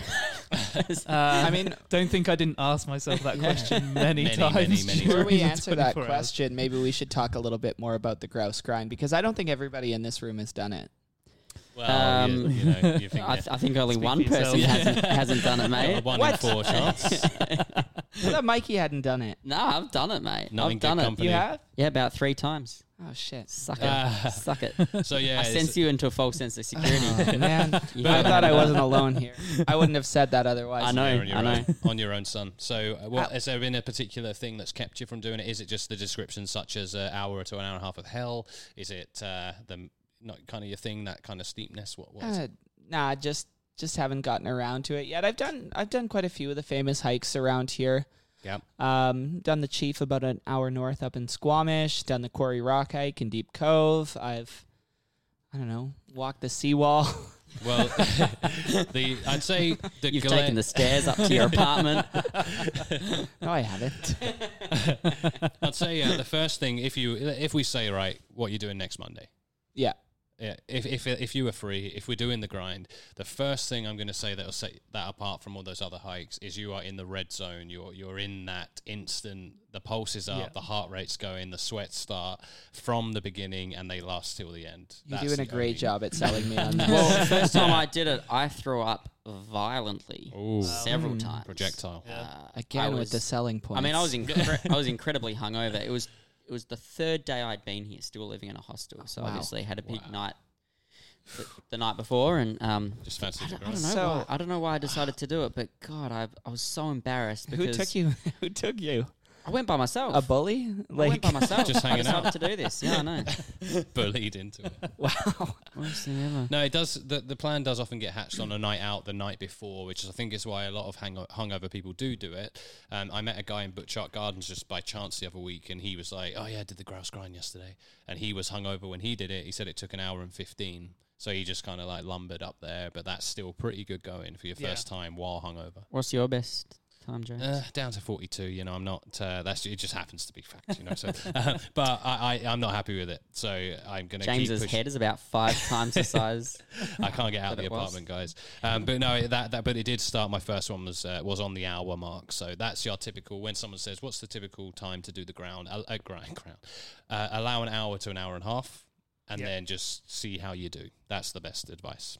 S4: uh, I mean, don't think I didn't ask myself that question many,
S2: Many,
S4: times.
S2: many, many
S4: during
S1: Before we
S4: the
S1: answer that
S4: 24 hours.
S1: question, maybe we should talk a little bit more about the grouse grind because I don't think everybody in this room has done it.
S2: Well, you-
S3: Um,
S2: you, know, you think
S3: I,
S2: that-
S3: th- I think only
S4: Speak
S3: one
S4: for yourself.
S3: person hasn't, hasn't done
S2: well,
S3: it, mate.
S2: a one in
S1: What?
S2: four chance.
S1: I thought Mikey hadn't done it.
S3: No, I've done it, mate.
S2: Not in good
S3: I've done it.
S2: company.
S1: You have?
S3: Yeah, about three times.
S1: Oh shit!
S3: Suck it.
S2: Ah.
S3: Suck it.
S2: So yeah,
S3: I
S2: it's-
S3: sense you into a false sense of security.
S1: Oh, man, I
S3: You haven't
S1: thought I
S3: done it.
S1: wasn't alone here. I wouldn't have said that otherwise.
S3: I know.
S2: you're on your
S3: I know.
S2: own- on your own, son. So, uh, what,
S1: Ow.
S2: has there been a particular thing that's kept you from doing it? Is it just the description, such as an hour to an hour and a half of hell? Is it uh, the not kind of your thing, that kind of steepness? What? what is it?
S1: Uh, nah, just just haven't gotten around to it yet. I've done I've done quite a few of the famous hikes around here.
S2: Yep.
S1: Um, done the Chief about an hour north up in Squamish. Done the Quarry Rock hike in Deep Cove. I've I don't know walked the seawall.
S2: Well, the I'd say the
S3: You've
S2: Glen-
S3: taken the stairs up to your apartment.
S1: no, I haven't.
S2: I'd say uh, the first thing if you if we say right, what you're doing next Monday.
S1: Yeah.
S2: Yeah, if, if if you were free, if we're doing the grind, the first thing I'm going to say that'll set that apart from all those other hikes is you are in the red zone. You're you're in that instant. The pulse is up,
S4: Yeah.
S2: the heart rate's going, the sweats start from the beginning, and they last till the end.
S1: You're
S2: That's
S1: doing
S2: the
S1: a great
S2: only-
S1: job at selling me on this.
S3: well, the first time I did it, I threw up violently
S2: Ooh.
S3: several
S1: Mm.
S3: times.
S2: Projectile.
S3: Uh,
S1: Again
S3: I
S1: with the
S3: was-
S1: selling point.
S3: I mean, I was incre- I was incredibly hungover. It was it was the third day I'd been here, still living in a hostel. So
S1: Wow.
S3: obviously had a big
S2: Wow.
S3: night the, the night before, and um,
S2: Just fancy
S3: I
S2: the
S3: don't, I
S2: grind.
S3: don't know.
S1: So-
S3: why, I don't know why I decided to do it, but God, I I was so embarrassed.
S1: who
S3: Because
S1: took you? Who took you?
S3: I went by myself.
S1: a bully?
S3: I
S1: Like
S3: went by myself.
S2: Just hanging
S3: I decided
S2: out.
S3: to do this. Yeah, I know.
S2: bullied into it.
S1: wow.
S3: Worst thing ever.
S2: No, it does. The, the plan does often get hatched on a night out the night before, which is, I think is why a lot of hang- hungover people do do it. Um, I met a guy in Butchart Gardens just by chance the other week, and he was like, "Oh yeah, I did the grouse grind yesterday," and he was hungover when he did it. He said it took an hour and fifteen, so he just kind of like lumbered up there, but that's still pretty good going for your
S4: Yeah.
S2: first time while hungover.
S3: What's your best time, James?
S2: Uh, down to 42 you know i'm not uh, that's it just happens to be fact you know so uh, but I, I i'm not happy with it so i'm gonna
S3: James's
S2: keep pushing.
S3: head is about five times the size.
S2: I can't get out of
S3: that
S2: the
S3: it was.
S2: apartment, guys. Um, but no, that, that but it did start. My first one was uh, was on the hour mark, so that's your typical. When someone says, "What's the typical time to do the ground?" Uh, uh, grind ground, uh, allow an hour to an hour and a half, and
S4: Yeah.
S2: then just see how you do. That's the best advice.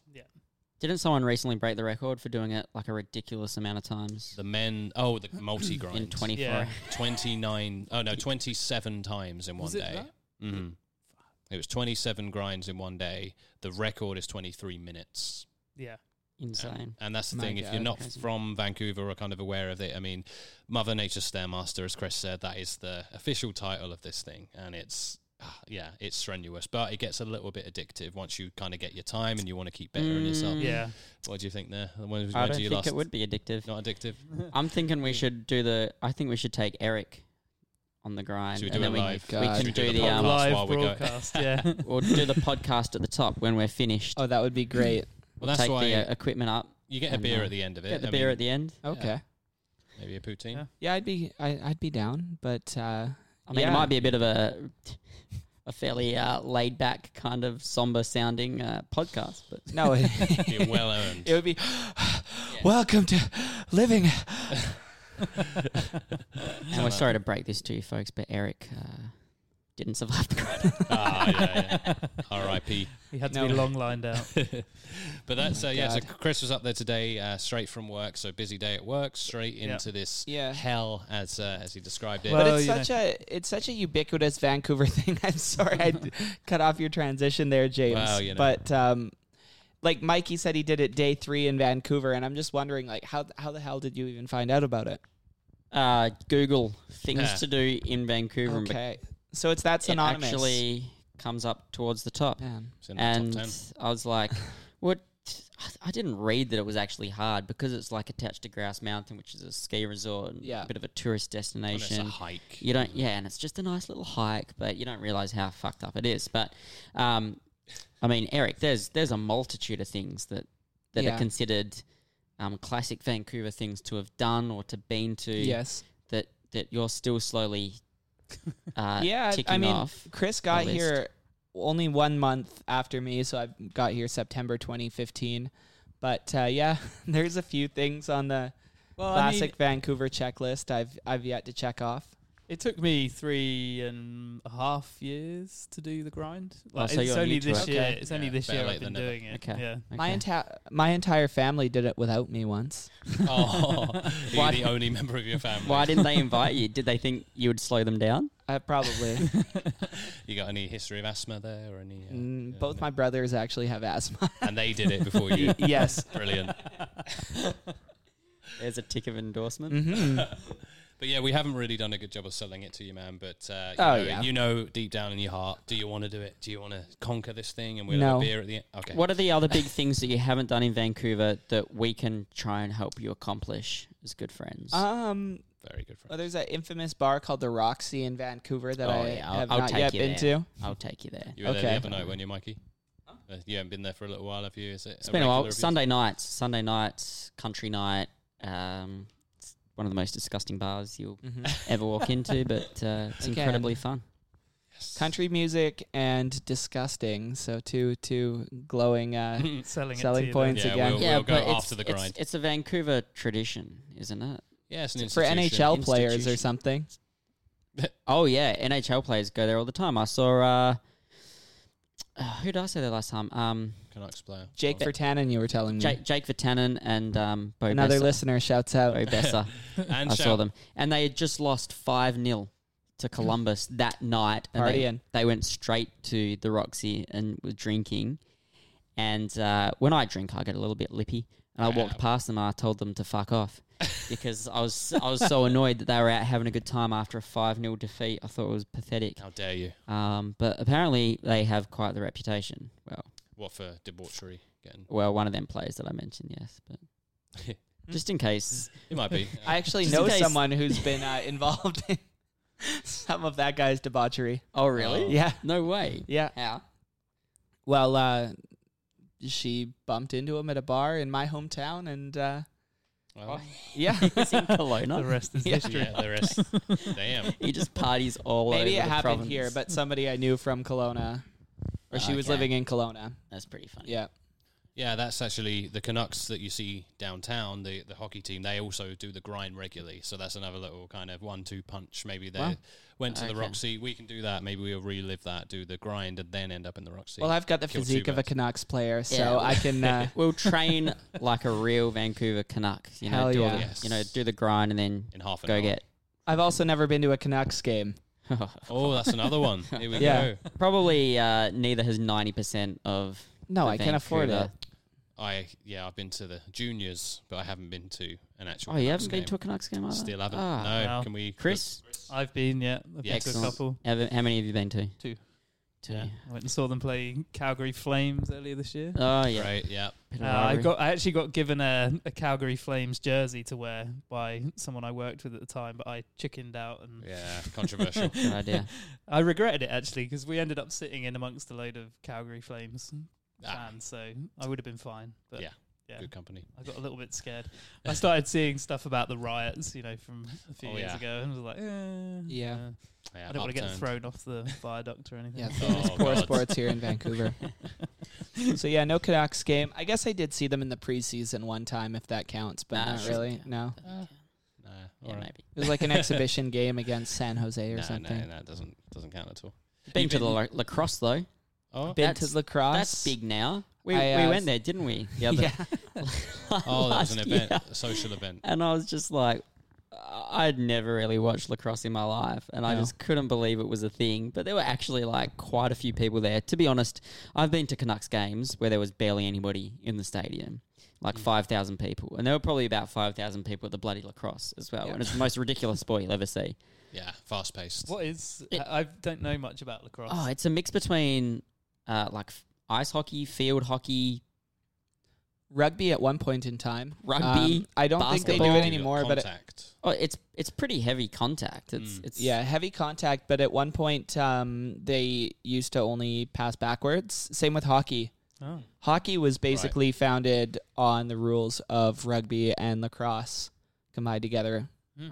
S3: Didn't someone recently break the record for doing it like a ridiculous amount of times
S2: The men, oh, the multi
S3: in
S2: grind,
S3: 24
S4: Yeah.
S3: hours?
S2: 29, oh no, twenty seven times in one
S4: Was it
S2: day.
S4: that?
S2: Mhm. It was twenty seven grinds in one day. The record is twenty three minutes.
S4: Yeah.
S3: Insane.
S2: And that's the
S3: My
S2: thing. If you're
S3: God,
S2: not
S3: crazy.
S2: from Vancouver or kind of aware of it, I mean, Mother Nature Stairmaster, as Chris said, that is the official title of this thing, and it's ah, yeah, it's strenuous, but it gets a little bit addictive once you kind of get your time and you want to keep bettering yourself.
S3: Mm.
S4: Yeah.
S2: What do you think there? When, when
S3: I
S2: do
S3: don't
S2: you
S3: think
S2: last?
S3: it would be addictive.
S2: Not addictive.
S3: I'm thinking we should do the. I think we should take Eric on the grind.
S2: Should we do
S3: and
S2: it
S3: then we,
S2: live?
S3: we
S1: God.
S3: can
S1: Should
S2: we
S3: do,
S2: do the
S3: the.
S2: podcast?
S3: Um,
S2: while
S4: Live
S2: we go.
S4: broadcast. Yeah.
S3: we'll do the podcast at the top when we're finished.
S1: Oh, that would be great.
S2: Well, that's
S3: take
S2: why
S3: the uh, equipment up.
S2: you get a
S3: and,
S2: beer
S3: uh,
S2: at the end of it.
S3: Get the
S2: I
S3: beer
S2: mean,
S3: at the end.
S1: Okay.
S2: Yeah.
S1: Yeah,
S2: maybe a poutine.
S4: Yeah.
S1: I'd be I, I'd be down, but uh,
S3: I mean,
S1: Yeah.
S3: it might be a bit of a a fairly uh, laid back kind of somber sounding uh, podcast, but
S1: no, it,
S2: Be well earned.
S1: it would be. Welcome to living.
S3: and we're sorry to break this to you folks, but Eric uh, didn't survive the grind.
S2: ah, yeah, yeah. R.I.P.
S4: He had to
S1: No.
S4: be long lined out.
S2: But that's uh, yeah. So
S1: God.
S2: Chris was up there today, uh, straight from work. So busy day at work, straight
S4: Yeah.
S2: into this
S1: Yeah.
S2: hell as uh, as he described it.
S4: Well-
S1: But
S4: Oh,
S1: it's
S4: you know.
S1: such a it's such a ubiquitous Vancouver thing. I'm sorry I d- cut off your transition there, James.
S2: Well, you know.
S1: But um, like Mikey said, he did it day three in Vancouver, and I'm just wondering like how how the hell did you even find out about it?
S3: Uh, Google things
S2: Yeah.
S3: to do in Vancouver, and
S1: Okay, so it's that
S3: it
S1: synonymous.
S3: actually comes up towards the top.
S1: Man.
S2: It's in the top
S3: and
S2: 10.
S3: I was like, "What?" I- I didn't read that it was actually hard because it's like attached to Grouse Mountain, which is a ski resort, and
S1: Yeah.
S3: a bit of a tourist
S2: And it's a
S3: destination.
S2: hike.
S3: You don't, yeah, and it's just a nice little hike, but you don't realize how fucked up it is. But, um, I mean, Eric, there's there's a multitude of things that that
S1: Yeah.
S3: are considered um, classic Vancouver things to have done or to been to
S1: Yes.
S3: that that you're still slowly, uh,
S1: Yeah, I
S3: ticking
S1: mean,
S3: off.
S1: Chris got
S3: list.
S1: here only one month after me, so I got here September 2015. But uh, yeah, there's a few things on the
S4: Well,
S1: classic Vancouver checklist I've I've yet to check off.
S4: It took me three and a half years to do the grind.
S3: Oh,
S4: Like,
S3: so
S4: it's
S3: you're
S4: only
S3: new to
S4: this
S1: it.
S4: year.
S1: Okay.
S4: It's
S2: Yeah,
S4: only this
S2: better
S4: year
S2: late
S4: I've been
S2: than never.
S4: doing it.
S3: Okay.
S4: Yeah.
S1: My
S3: Okay.
S1: entire my entire family did it without me once.
S2: oh, you're
S3: Why-
S2: the only member of your family.
S3: Why didn't they invite you? Did they think you would slow them down?
S1: I probably
S2: You got any history of asthma there or any? Uh,
S1: Mm,
S2: yeah,
S1: both
S2: no.
S1: my brothers actually have asthma.
S2: and they did it before you.
S1: yes.
S2: Brilliant.
S3: There's a tick of endorsement.
S1: hmm
S2: But yeah, we haven't really done a good job of selling it to you, man. But uh, you,
S1: Oh,
S2: know,
S1: yeah.
S2: you know deep down in your heart, do you want to do it? Do you want to conquer this thing? And we'll have
S1: No.
S2: a beer at the end. Okay.
S3: What are the other big things that you haven't done in Vancouver that we can try and help you accomplish as good friends?
S1: Um.
S2: Very good. Friend.
S1: Well, there's that infamous bar called the Roxy in Vancouver that
S3: Oh,
S1: I
S3: yeah, I'll-
S1: have
S3: I'll
S1: not
S3: take
S1: yet
S3: you
S1: been
S3: there.
S1: to.
S3: I'll take you there.
S2: You were there
S1: okay.
S2: the other night, weren't you, Mikey? Uh, you haven't been there for a little while, have you? Is it?
S3: It's been a
S2: regular
S3: while.
S2: of yours?
S3: Sunday nights, Sunday nights, country night. Um, it's one of the most disgusting bars you'll ever walk into, but uh, it's
S1: Again.
S3: incredibly fun.
S1: Country music and disgusting. So two two glowing. Uh,
S4: Selling,
S1: Selling
S4: it to
S1: points
S4: You
S2: Yeah,
S4: then.
S1: again.
S2: we'll, we'll go
S3: it's,
S2: after the
S3: it's-
S2: grind.
S3: It's, a Vancouver tradition, isn't it?
S2: Yeah, it's an
S1: for
S2: institution.
S1: NHL players or
S3: Institution.
S1: something.
S3: Oh yeah, NHL players go there all the time. I saw. Uh, uh, who did I say there last time? Um,
S2: Canucks player.
S1: Jake
S2: Oh.
S1: Vertanen, you were telling me.
S3: Jake, Jake Vatanen and um, Bo
S1: Another
S3: Besser.
S1: listener shouts out.
S3: Bo Besser.
S2: and
S3: I
S2: shout,
S3: saw them, and they had just lost five 0 to Columbus that night, and they,
S1: Partying.
S3: they went straight to the Roxy and were drinking. And uh, when I drink, I get a little bit lippy. and I walked past them and I told them to fuck off because I was I was so annoyed that they were out having a good time after a five 0 defeat. I thought it was pathetic.
S2: How dare you?
S3: Um, but apparently they have quite the reputation. Well,
S2: What for debauchery? Getting
S3: well, one of them players that I mentioned, yes, but just in case,
S2: it might be.
S1: I actually
S3: Just in
S1: know
S3: case.
S1: someone who's been uh, involved in some of that guy's debauchery.
S3: Oh, really?
S2: Oh.
S1: Yeah,
S3: No way.
S1: yeah.
S3: How?
S1: Well, uh, she bumped into him at a bar in my hometown, and uh,
S2: Well,
S1: yeah,
S3: He was in
S4: The
S3: Kelowna.
S4: rest is
S1: Yeah.
S4: history.
S2: yeah, the rest. Damn.
S3: He just parties all over
S1: maybe it
S3: the
S1: happened
S3: province.
S1: here, but somebody I knew from Kelowna, or she was
S3: Okay.
S1: living in Kelowna.
S3: that's pretty funny.
S1: Yeah,
S2: Yeah, that's actually the Canucks that you see downtown. The the hockey team they also do the grind regularly, so that's another little kind of one-two punch. Maybe they
S1: Wow.
S2: went to
S3: Okay.
S2: the Roxy. We can do that. Maybe we'll relive that, do the grind, and then end up in the Roxy.
S1: well, I've got the
S2: Killed two
S1: physique of a
S2: birds.
S1: Canucks player, so
S3: Yeah.
S1: I can. Uh,
S3: We'll train like a real Vancouver Canuck. You know,
S1: Hell
S3: do all
S1: yeah.
S3: the,
S2: Yes.
S3: you know, do the grind and then
S2: in half an
S3: go
S2: hour.
S3: get.
S1: I've also never been to a Canucks game.
S2: Oh, that's another one. Here we
S1: Yeah.
S2: go.
S3: Probably uh, neither has ninety percent of.
S1: No,
S3: the
S1: Oh, I can't afford it.
S3: Vancouver-
S2: I yeah, I've been to the juniors, but I haven't been to an actual.
S3: Oh, you
S2: Canucks
S3: haven't
S2: game.
S3: been to a Canucks game either.
S2: Still haven't.
S3: Ah.
S2: no.
S4: Wow.
S2: Can we?
S3: Chris,
S4: I've been, yeah. I've
S2: Yeah,
S4: been to a
S3: excellent.
S4: couple.
S3: have- how many have you been to?
S4: Two.
S3: Two.
S4: Yeah. I went and saw them play Calgary Flames earlier this year.
S3: Oh yeah.
S2: Right. Yeah.
S3: Bit
S4: Uh,
S3: of
S4: I
S3: rivalry.
S4: got I actually got given a, a Calgary Flames jersey to wear by someone I worked with at the time, but I chickened out and
S2: Yeah. Controversial.
S3: Good idea.
S4: I regretted it actually because we ended up sitting in amongst a load of Calgary Flames
S2: Ah,
S4: fans, so I would have been fine. But
S2: Yeah.
S4: yeah,
S2: good company.
S4: I got a little bit scared. I started seeing stuff about the riots, you know, from a few
S2: Oh,
S4: years
S2: yeah.
S4: ago, and I was like, eh,
S1: Yeah.
S4: uh,
S2: Yeah,
S4: I don't want to get
S2: upturned.
S4: thrown off the viaduct or anything.
S1: Yeah,
S2: Oh,
S1: it's poor
S2: God.
S1: sports here in Vancouver. so yeah, no Canucks game. I guess I did see them in the preseason one time, if that counts, but
S3: Nah,
S1: not
S3: sure.
S1: really.
S3: Yeah.
S1: No,
S2: Uh, Nah,
S3: yeah,
S2: alright.
S3: maybe.
S1: it was like an exhibition game against San Jose or
S2: Nah,
S1: something.
S2: nah, nah, doesn't doesn't count at all.
S3: Been
S2: You
S3: to the
S2: been-
S3: la- lacrosse though.
S2: Oh,
S1: Been
S3: That's-
S1: to lacrosse.
S3: That's big now. We,
S1: I, uh,
S3: we went there, didn't we? The other
S1: Yeah,
S2: oh, that was an
S3: last
S2: event,
S3: year.
S2: a social event.
S3: And I was just like, I'd never really watched lacrosse in my life, and I
S1: No.
S3: just couldn't believe it was a thing. But there were actually like quite a few people there. To be honest, I've been to Canucks games where there was barely anybody in the stadium, like five thousand people, and there were probably about five thousand people at the bloody lacrosse as well.
S1: Yeah.
S3: And it's the most ridiculous sport you'll ever see.
S2: Yeah, fast paced.
S4: What is?
S3: It-
S4: I I don't know much about lacrosse.
S3: Oh, it's a mix between uh, like f- ice hockey, field hockey.
S1: rugby at one point in time. Um,
S3: Rugby,
S1: I don't think they do
S3: basketball.
S1: it anymore, but it,
S2: contact.
S3: Oh, it's it's pretty heavy contact. It's
S2: Mm.
S3: it's
S1: yeah, heavy contact. But at one point, um, they used to only pass backwards. Same with hockey.
S4: Oh.
S1: Hockey was basically founded on the rules of rugby and lacrosse combined together.
S3: Right.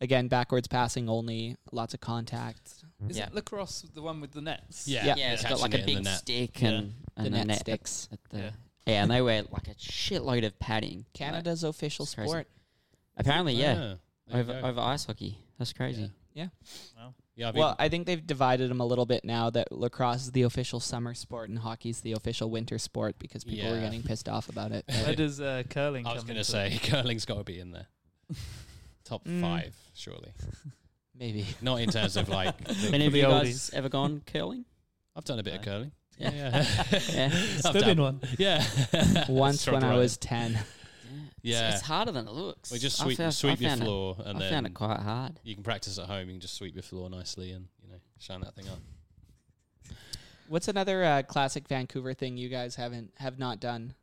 S1: again backwards passing only lots of contact
S4: Is
S3: Yeah.
S4: it lacrosse the one with the nets?
S2: Hmm. Yeah,
S1: Yeah,
S3: yeah, it's got
S2: catching
S3: like a
S2: it in
S3: big
S2: the net.
S3: stick
S4: Yeah.
S3: and, and
S1: the
S3: a
S1: net,
S3: net
S1: sticks
S3: At the, yeah.
S4: Yeah.
S3: and they wear like a shitload of padding. Like,
S1: canada's official
S3: it's crazy.
S1: sport
S3: apparently, yeah,
S2: Ah, there you
S3: over
S2: go.
S3: over ice hockey. That's crazy.
S2: yeah, I've
S1: well
S2: been-
S1: i think they've divided them a little bit now that lacrosse is the official summer sport and hockey's the official winter sport because people were
S2: Yeah.
S1: getting pissed off about it
S4: Where does uh, curling?
S2: I was
S4: come
S2: going to say
S4: into
S2: curling's got to be in there. Top
S1: Mm.
S2: five, surely.
S1: maybe
S2: Not in terms of like.
S3: Have
S2: the-
S3: Any of
S4: the
S3: you guys
S4: oldies.
S3: ever gone curling?
S2: I've done a bit of
S4: No.
S2: curling.
S3: Yeah. Yeah.
S2: I've
S4: Stood in
S2: dabbled.
S4: one.
S2: Yeah.
S1: once
S2: Tried
S1: when
S2: to
S1: i
S2: run
S1: was
S2: it.
S1: 10
S2: Yeah.
S3: it's, it's harder than it looks.
S2: We just
S3: I
S2: sweep,
S3: found- I
S2: sweep your
S3: found it-
S2: floor, and
S3: I found
S2: then
S3: it quite hard.
S2: you can practice at home. You can just sweep your floor nicely, and you know, shine that thing up.
S1: what's another uh, classic vancouver thing you guys haven't have not done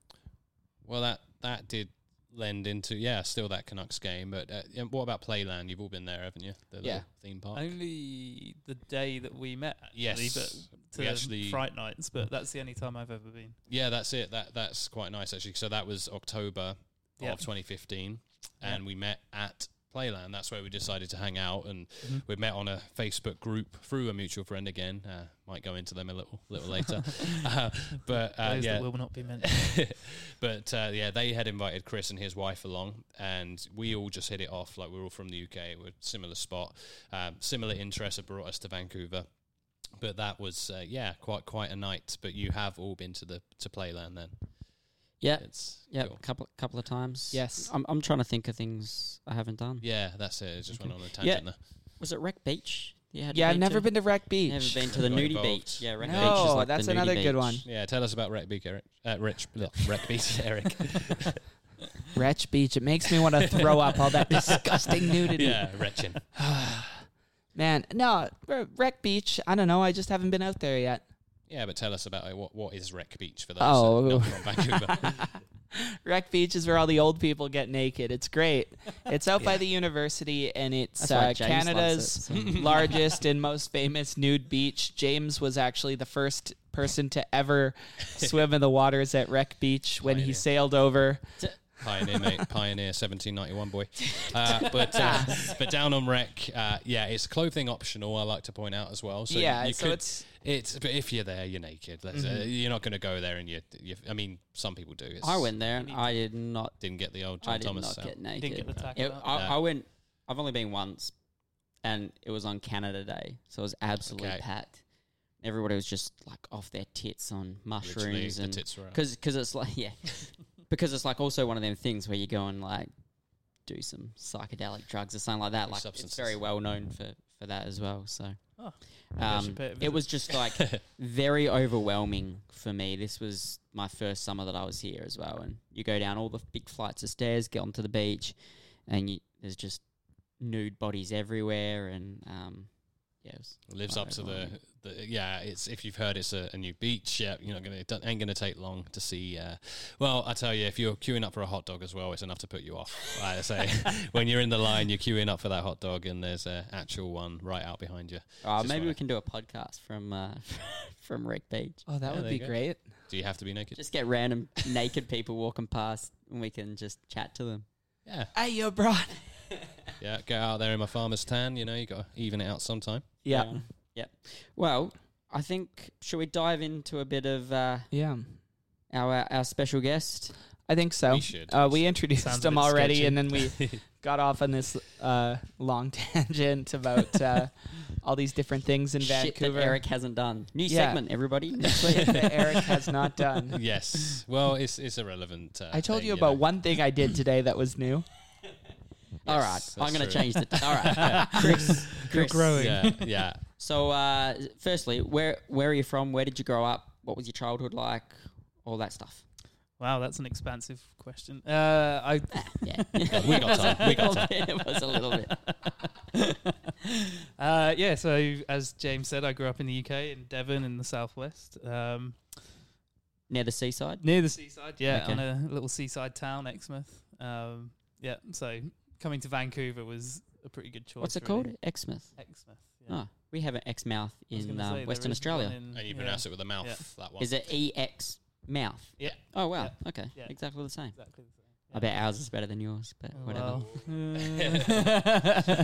S2: Well, that that did lend into yeah, still that Canucks game. But uh, yeah, what about Playland? You've all been there, haven't you? The
S1: Yeah.
S2: little theme park.
S4: Only the day that we met. Actually,
S2: Yes,
S4: but
S2: we
S4: to
S2: actually- Mm.
S4: fright nights. But that's the only time I've ever been.
S2: Yeah, that's it. That that's quite nice actually. So that was October
S4: Yeah.
S2: of 2015, and
S4: Yeah.
S2: we met at Playland. That's where we decided to hang out, and
S4: Mhm.
S2: we met on a Facebook group through a mutual friend again. Uh, might go into them a little little later, uh, but uh,
S4: Those
S2: yeah,
S4: that will not be mentioned.
S2: but uh, yeah, they had invited Chris and his wife along, and we all just hit it off. Like we're all from the UK, we're similar spot, um, similar interests have brought us to Vancouver. But that was uh, yeah, quite quite a night. But you have all been to the to Playland then.
S3: Yeah,
S2: It's
S3: yeah,
S2: cool.
S3: couple couple of times.
S1: Yes.
S3: I'm I'm trying to think of things I haven't done.
S2: yeah, that's it. It just went on a
S3: Yeah.
S2: tangent there.
S3: Was it Wreck Beach Yeah, had
S1: Yeah, I've
S3: been
S1: never
S3: to-
S1: been to Wreck Beach.
S3: Never been to the
S2: Got
S3: nudie
S2: involved.
S3: beach. Yeah, Wreck Beach is
S1: no,
S3: like the
S1: that's
S3: nudie
S1: another
S3: beach.
S1: good one.
S2: Yeah, tell us about Wreck Beach, Eric. Uh, Rich, look, Wreck Beach, Eric.
S1: Wretch Beach. It makes me want to throw up all that disgusting nudity.
S2: yeah, Retchin.
S1: Man, no, Wre- Wreck Beach. I don't know. I just haven't been out there yet.
S2: Yeah, but tell us about it. What, what is Wreck Beach for those
S1: Oh.
S2: that are not from Vancouver?
S1: Wreck Beach is where all the old people get naked. It's great. It's out by the university, and it's
S3: That's why
S1: uh,
S3: James loves it,
S1: Canada's
S3: so.
S1: largest and most famous nude beach. James was actually the first person to ever swim in the waters at Wreck Beach when he
S2: Pioneer.
S1: sailed over.
S2: Pioneer, mate. Pioneer 1791, boy. Uh, but uh, but down on Wreck, uh, yeah, it's clothing optional, I like to point out as well. So
S1: yeah,
S2: you
S1: so
S2: could,
S1: it's
S2: It's but if you're there, you're naked. Let's, uh, you're not going to go there and you, you. I mean, some people do. It's,
S3: Mm-hmm. I went there and I did not.
S2: Didn't get the old John
S3: I did
S2: Thomas.
S3: not
S2: out.
S3: get naked.
S4: Didn't get the tackle.
S3: It-
S4: out.
S3: I,
S2: No.
S3: I went. I've only been once, and it was on Canada Day, so it was absolutely
S2: Okay.
S3: packed. Everybody was just like off their tits on
S2: Literally,
S3: mushrooms
S2: the
S3: and
S2: tits were out.
S3: because because it's like yeah, because it's like also one of them things where you go and like do some psychedelic drugs or something like that.
S2: Or
S3: Like it's
S2: substances.
S3: very well known for for that as well. So
S4: Oh, I should
S3: um,
S4: pay it a
S3: it
S4: visit.
S3: was just like very overwhelming for me. This was my first summer that I was here as well, and you go down all the big flights of stairs, get onto the beach, and you, there's just nude bodies everywhere, and um, yeah, it was
S2: lives
S3: quite
S2: up to the,
S3: overwhelming.
S2: the yeah it's if you've heard it's a, a new beach yeah you're not gonna it don't- ain't gonna take long to see uh, well i tell you if you're queuing up for a hot dog as well it's enough to put you off i say when you're in the line you're queuing up for that hot dog and there's a actual one right out behind you
S3: Uh,
S2: Just
S3: maybe
S2: wanna-
S3: we can do a podcast from uh, from Wreck Beach.
S1: oh, that
S2: Yeah,
S1: would
S2: there
S1: be
S2: you go.
S1: great.
S2: do you have to be naked
S3: Just get random naked people walking past and we can just chat to them.
S2: yeah
S1: Hey, you brought.
S2: yeah go out there in my farmer's tan you know you gotta even it out sometime
S1: Yeah,
S3: Um, Yep. Well, I think, should we dive into a bit of uh,
S1: yeah.
S3: our, our special guest?
S1: I think so.
S2: We should.
S1: Uh, we introduced
S4: Sounds a
S1: him
S4: bit
S1: already,
S4: sketchy.
S1: and then we got off on this uh, long tangent about uh, all these different things in
S3: Shit
S1: Vancouver.
S3: that Eric hasn't done. New
S1: Yeah.
S3: segment, everybody. Next week.
S1: that Eric has not done.
S2: yes well it's it's irrelevant uh,
S1: I told
S2: thing,
S1: you about
S2: know.
S1: one thing I did today that was new.
S3: All right.
S2: Yes,
S3: I'm
S2: that's
S3: going to
S2: true.
S3: change the. All right. Chris.
S4: You're
S3: Chris.
S4: growing.
S2: yeah yeah
S3: So, uh, firstly, where, where are you from? Where did you grow up? What was your childhood like? All that stuff.
S4: Wow, that's an expansive question. Uh, I
S3: Yeah.
S2: we got time we got time
S3: it was a little bit.
S4: Uh, yeah, so as James said, I grew up in the UK in Devon in the southwest, um,
S3: Near the seaside?
S4: near the seaside. Yeah,
S3: Okay.
S4: on a little seaside town, Exmouth. Um, yeah, so coming to Vancouver was a pretty good choice.
S3: What's it
S4: really.
S3: called? Exmouth.
S4: Exmouth. Yeah.
S3: Oh, we have an X mouth
S4: I was
S3: in
S4: gonna say,
S3: uh,
S4: there
S3: Western
S4: is one
S3: Australia.
S4: in-
S2: and Oh, you
S4: yeah,
S2: pronounce it with a mouth
S4: Yeah.
S2: that one
S3: Is it EX mouth?
S4: Yeah.
S3: Oh, wow.
S4: Yeah.
S3: Okay.
S4: Yeah.
S3: Exactly the same.
S4: Exactly the same.
S3: I bet ours is better than yours, but
S4: Oh,
S3: whatever.
S4: well. uh,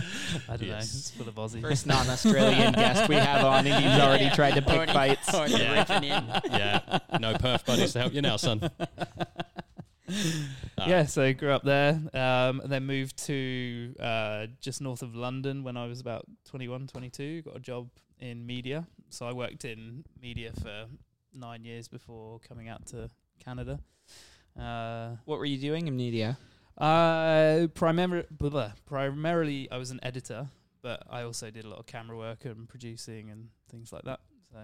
S4: I don't know.
S2: Yes.
S4: It's full of Aussie.
S1: First non-Australian guest we have on, and he's already tried to pick
S3: Already-
S1: fights.
S3: already
S2: Yeah.
S3: ripping in.
S2: yeah. No perf buddies to help you now, son. Ah.
S4: yeah, so grew up there, um, and then moved to uh, just north of London when I was about 21, 22. Got a job in media, so I worked in media for nine years before coming out to Canada. Uh,
S1: What were you doing in media?
S4: uh, primar- blah, blah. primarily, I was an editor, but I also did a lot of camera work and producing and things like that. So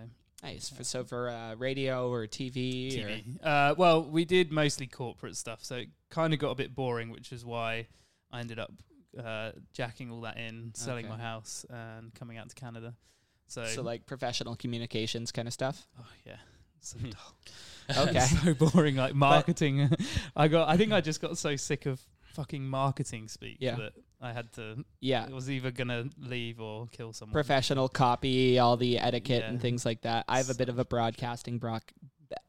S1: Nice. For, so for uh, radio or TV, or
S4: TV. Uh, well, we did mostly corporate stuff, so it kind of got a bit boring, which is why I ended up uh, jacking all that in, selling
S1: Okay.
S4: my house, and coming out to Canada. So,
S1: so like professional communications kind of stuff.
S4: oh yeah, so
S2: Hmm.
S4: dull.
S1: Okay.
S4: so boring. Like marketing, I got. I think I just got so sick of fucking marketing speak
S1: Yeah.
S4: that I had to.
S1: Yeah.
S4: I was either gonna leave or kill someone.
S1: Professional copy, all the etiquette
S4: Mm-hmm. Yeah.
S1: and things like that. I have a bit of a broadcasting broc-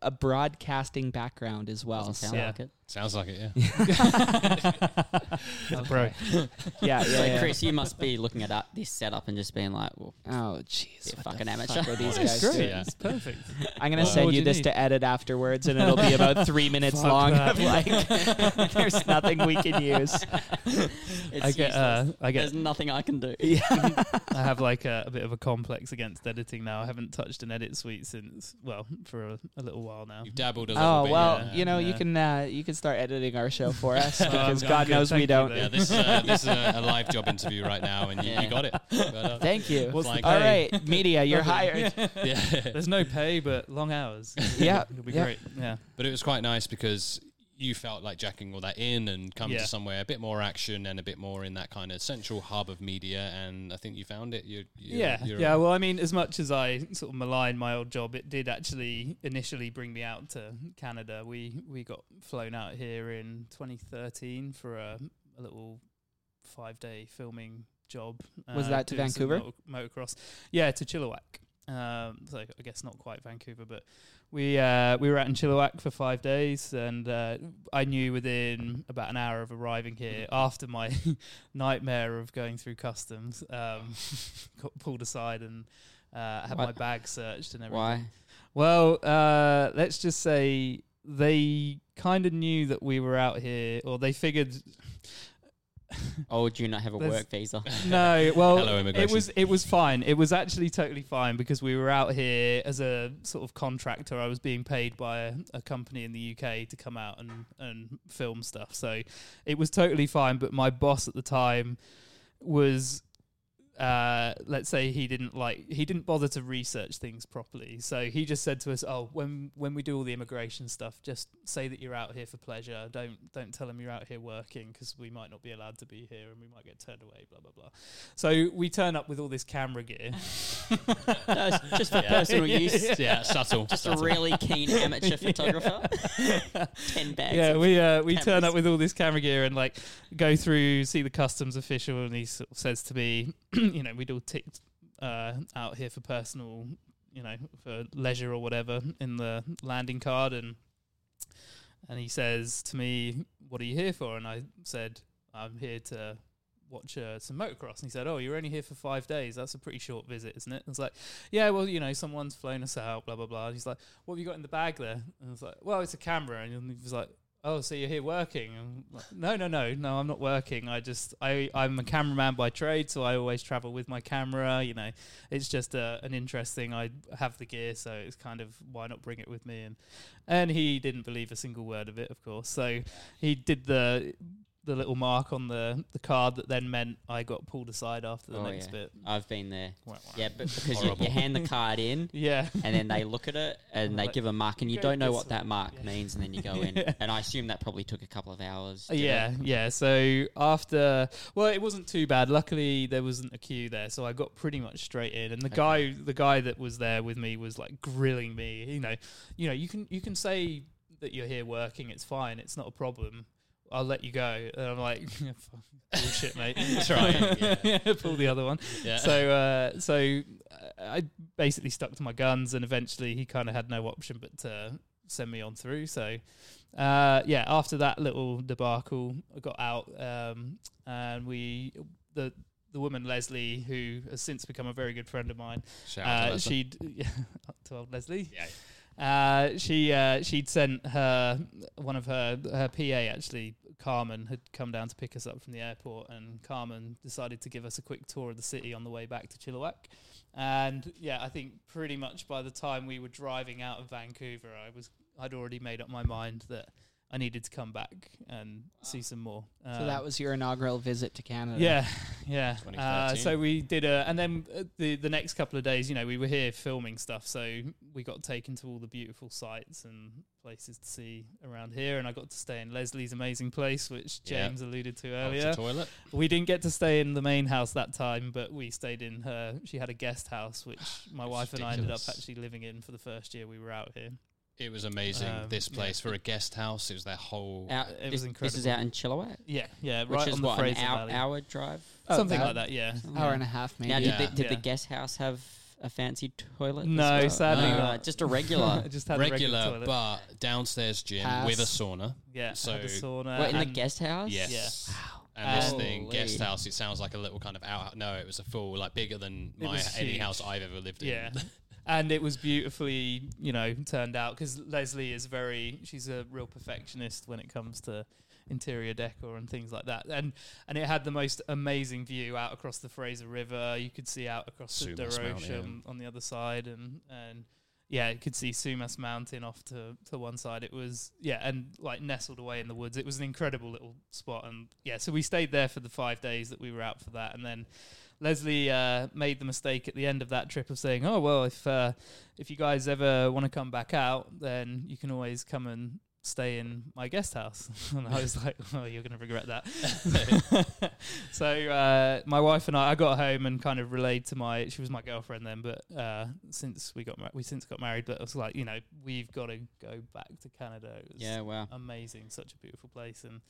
S1: a broadcasting background as well.
S3: Doesn't sound
S4: Yeah.
S3: like it.
S2: Sounds like it, yeah.
S4: That's broke.
S1: yeah, yeah,
S3: so,
S1: yeah.
S3: Chris, you must be looking at up this setup and just being like, well,
S1: Oh, jeez.
S3: Yeah,
S1: what
S3: fucking
S1: the
S3: amateur.
S1: fuck are these
S2: Yeah,
S1: guys
S4: It's
S2: great.
S1: doing?
S4: great.
S2: Yeah.
S4: It's perfect.
S1: I'm gonna
S2: Well,
S1: send
S4: what
S1: you
S4: do you
S1: this
S4: need?
S1: to edit afterwards, and it'll be about three minutes
S4: Fuck
S1: long.
S4: that.
S1: Of like, there's nothing we can use.
S3: it's
S4: I get. Uh, I get
S3: There's nothing I can do.
S4: I have like a, a bit of a complex against editing now. I haven't touched an edit suite since well for a, a little while now.
S2: You've dabbled a little
S1: Oh
S2: bit.
S1: well,
S2: yeah.
S1: you know you
S4: yeah.
S1: can uh, you can start editing our show for us because
S4: I'm
S1: God
S4: good,
S1: knows
S4: thank
S1: we
S4: you,
S1: don't.
S4: though.
S2: Yeah, this is, a, this is a, a live job interview right now, and you, you got it. But, uh,
S1: Thank you.
S4: What's
S2: Flying
S4: the
S1: All
S4: pay?
S1: right, media, you're hired.
S2: yeah.
S4: There's no pay, but long hours.
S1: Yeah,
S4: It'll be
S1: yeah.
S4: great. Yeah.
S2: But it was quite nice because you felt like jacking all that in and coming
S4: Yeah.
S2: to somewhere a bit more action and a bit more in that kind of central hub of media. And I think you found it. You, you
S4: yeah.
S2: you're-
S4: yeah. Well, I mean, as much as I sort of malign my old job, it did actually initially bring me out to Canada. We we got flown out here in 2013 for a, a little five day filming job. uh,
S1: Was that to
S4: doing some
S1: Vancouver?
S4: moto- motocross. Yeah, to Chilliwack. Um, so I guess not quite Vancouver, but we uh, we were out in Chilliwack for five days, and uh, I knew within about an hour of arriving here, after my nightmare of going through customs, um, got pulled aside and uh, had
S3: Why-
S4: my bag searched and everything.
S3: Why?
S4: Well, uh, let's just say they kind of knew that we were out here, or they figured
S3: Oh, do you not have a
S4: There's-
S3: work visa?
S4: no, well,
S2: Hello,
S4: it
S2: immigration.
S4: was it was fine. It was actually totally fine because we were out here as a sort of contractor. I was being paid by a, a company in the UK to come out and and film stuff, so it was totally fine. But my boss at the time was. Uh, let's say he didn't like he didn't bother to research things properly, so he just said to us, "Oh, when when we do all the immigration stuff, just say that you're out here for pleasure. Don't don't tell them you're out here working because we might not be allowed to be here and we might get turned away." Blah blah blah. So we turn up with all this camera gear.
S3: That's just for
S2: Yeah.
S3: personal use.
S2: yeah, subtle.
S3: Just a
S2: subtle.
S3: really keen amateur photographer. Ten bags.
S4: yeah,
S3: of-
S4: we uh, we turn
S3: cameras.
S4: up with all this camera gear and like go through, see the customs official, and he sort of says to me, you know, we'd all ticked uh, out here for personal, you know, for leisure or whatever in the landing card, and and he says to me, "What are you here for?" And I said, "I'm here to." Watch uh, some motocross, and he said, "Oh, you're only here for five days. That's a pretty short visit, isn't it?" And it's like, "Yeah, well, you know, someone's flown us out, blah blah blah." And he's like, "What have you got in the bag there?" And I was like, "Well, it's a camera." And he was like, oh, so you're here working? I'm like, no, no, no, no, I'm not working. I just, I, I'm a cameraman by trade, so I always travel with my camera. You know, it's just a, an interesting. I have the gear, so it's kind of why not bring it with me? And and he didn't believe a single word of it, of course. So he did the the little mark on the the card that then meant I got pulled aside after the
S3: Oh,
S4: next
S3: yeah.
S4: bit.
S3: I've been there.
S4: Wah, wah.
S3: Yeah, but because you,
S2: Horrible.
S3: you hand the card in,
S4: Yeah.
S3: and then they look at it and they
S4: Like,
S3: give a mark, and you
S4: go
S3: don't know
S4: this
S3: what that
S4: way.
S3: mark
S4: Yeah.
S3: means, and then you go in. And I assume that probably took a couple of hours. did it?
S4: Yeah, yeah. So after, well, it wasn't too bad. Luckily, there wasn't a queue there, so I got pretty much straight in. And the guy, the guy that was there with me, was like grilling me. You know, you know, you can you can say that you're here working. It's fine. It's not a problem. I'll let you go. And I'm like, "Fuck, bullshit, mate.
S2: Trying, yeah.
S4: Pull the other one.
S2: Yeah.
S4: So, uh, so uh, I basically stuck to my guns, and eventually he kind of had no option but to send me on through. So, uh, yeah, after that little debacle, I got out, um, and we the the woman Leslie, who has since become a very good friend of mine,
S2: Shout out to
S4: uh,
S2: Leslie.
S4: she'd to old Leslie.
S2: Yeah.
S4: Uh, she uh, she'd sent her one of her her PA actually Carmen had come down to pick us up from the airport, and Carmen decided to give us a quick tour of the city on the way back to Chilliwack. And yeah, I think pretty much by the time we were driving out of Vancouver, I was I'd already made up my mind that I needed to come back and see some more.
S1: So that was your inaugural visit to
S3: Uh,
S1: Canada.
S4: Yeah, yeah. Uh,
S2: 2013.
S4: so we did a, and then uh, the the next couple of days, you know, we were here filming stuff, so we got taken to all the beautiful sites and places to see around here, and I got to stay in Leslie's amazing place, which
S2: Yeah.
S4: James alluded to
S2: Out to
S4: earlier.
S2: toilet.
S4: We didn't get to stay in the main house that time, but we stayed in her. She had a guest house, which my wife and I ended up
S2: Ridiculous.
S4: actually living in for the first year we were out here.
S2: It was amazing.
S4: Um,
S2: this
S4: yeah.
S2: place for a guest house. It was their whole.
S3: Out,
S4: It
S3: this,
S4: was
S3: This is out in Chilliwack,
S4: Yeah, yeah,
S3: which
S4: right
S3: is
S4: on the
S3: what an
S4: Fraser
S3: hour,
S4: Valley,
S3: hour Uh, drive.
S1: Oh,
S4: something
S1: that-
S4: like that. Yeah,
S1: hour and a half maybe.
S3: Now,
S2: Yeah.
S3: did, the, did the
S4: Yeah.
S3: guest house have a fancy toilet? as
S4: No,
S3: well? Uh,
S4: sadly
S2: No.
S4: not.
S3: Just a regular.
S4: I just had
S2: regular,
S4: a regular toilet.
S2: but downstairs gym
S1: Pass.
S2: with a sauna.
S4: Yeah,
S2: So-
S4: had a sauna.
S3: What, in the
S4: and-
S3: guest house?
S2: Yes. And
S4: And-
S2: this thing, guest
S3: Holy.
S2: house, it sounds like a little kind of out. No, it was a full, like bigger than
S4: It
S2: my
S4: was
S2: any
S4: huge.
S2: house I've ever lived in.
S4: Yeah. And it was beautifully, you know, turned out because Leslie is very, she's a real perfectionist when it comes to interior decor and things like that. And and it had the most amazing view out across the Fraser River. You could see out across
S2: Sumas
S4: the
S2: Mountain.
S4: Darosham on the other side, and and yeah, you could see Sumas Mountain off to, to one side. It was yeah, and like nestled away in the woods. It was an incredible little spot, and yeah, so we stayed there for the five days that we were out for that, and then Leslie uh, made the mistake at the end of that trip of saying, "Oh well, if uh, if you guys ever want to come back out, then you can always come and." Stay in my guest house, and I was like, "Oh, you're going to regret that." so uh, my wife and I, I got home and kind of relayed to my. She was my girlfriend then, but uh, since we got mar- we since got married, but it was like you know we've got to go back to Canada. It was
S3: Yeah, wow.
S4: amazing, such a beautiful place. And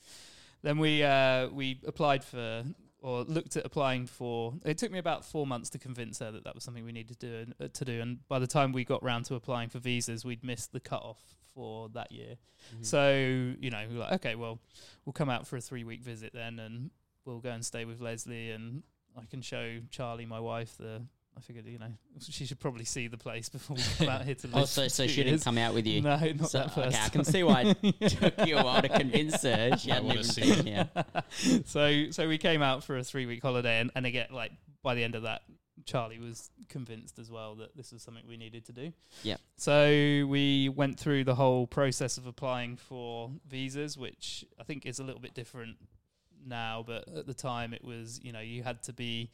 S4: then we uh, we applied for or looked at applying for. It took me about four months to convince her that that was something we needed to do. And, uh, to do, and by the time we got round to applying for visas, we'd missed the cutoff for that year.
S3: Hmm.
S4: So you know, we were like, okay, well, we'll come out for a three week visit then, and we'll go and stay with Leslie, and I can show Charlie, my wife, the. I figured, you know, she should probably see the place before we come out here to live.
S3: Oh, so,
S4: for
S3: so
S4: two
S3: she didn't
S4: years.
S3: come out with you.
S4: No, not
S3: So,
S4: that first.
S3: okay, I
S4: time.
S3: can see why it took you a while to convince her. She
S2: I
S3: hadn't
S2: wanna
S3: even
S2: see
S3: been here.
S4: so so we came out for a three week holiday and, and again like by the end of that charlie was convinced as well that this was something we needed to do
S3: Yep.
S4: so we went through the whole process of applying for visas which i think is a little bit different now but at the time it was you know you had to be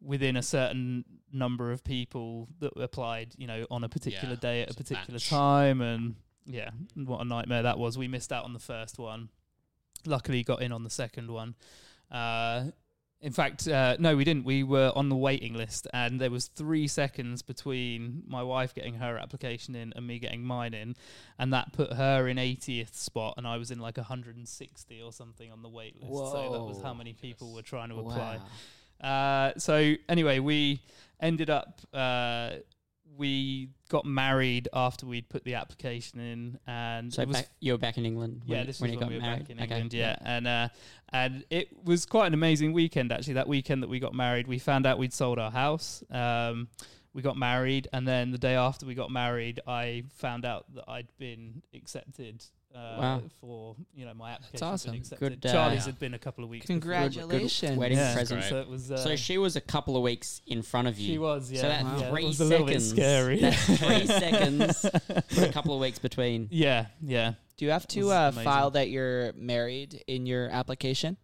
S4: within a certain number of people that applied you know on a particular
S2: Yeah,
S4: day at a
S2: it's a
S4: particular
S2: batch.
S4: time and yeah what a nightmare that was we missed out on the first one luckily got in on the second one. Uh, in fact, uh, no, we didn't. We were on the waiting list, and there was three seconds between my wife getting her application in and me getting mine in, and that put her in 80th spot, and I was in like 160 or something on the wait list. So that was
S3: Whoa.
S4: how many people were trying to apply.
S3: Wow.
S4: Uh, so anyway, we ended up uh, we got married after we'd put the application in, and
S3: So
S4: it was
S3: back, you were back in England when,
S4: yeah, this
S3: when
S4: was
S3: you
S4: when
S3: got
S4: we were
S3: married.
S4: back in
S3: Okay,
S4: England, yeah, and uh, and it was quite an amazing weekend actually. That weekend that we got married, we found out we'd sold our house. Um, we got married, and then the day after we got married, I found out that I'd been accepted. Uh,
S3: Wow.
S4: for you know my application.
S1: awesome.
S4: Been accepted.
S3: Good, uh,
S4: Charlie's had been a couple of weeks. before.
S1: Congratulations.
S3: Wedding
S4: Yeah.
S3: present.
S2: Great.
S4: So it was. Uh,
S3: So she was a couple of weeks in front of you.
S4: she was. Yeah.
S3: So that
S4: yeah,
S3: three
S4: it was a little bit
S3: seconds.
S4: scary.
S3: That three seconds with a couple of weeks between.
S4: yeah. Yeah.
S1: Do you have
S4: This
S1: to
S4: is
S1: uh,
S4: amazing.
S1: file that you're married in your application?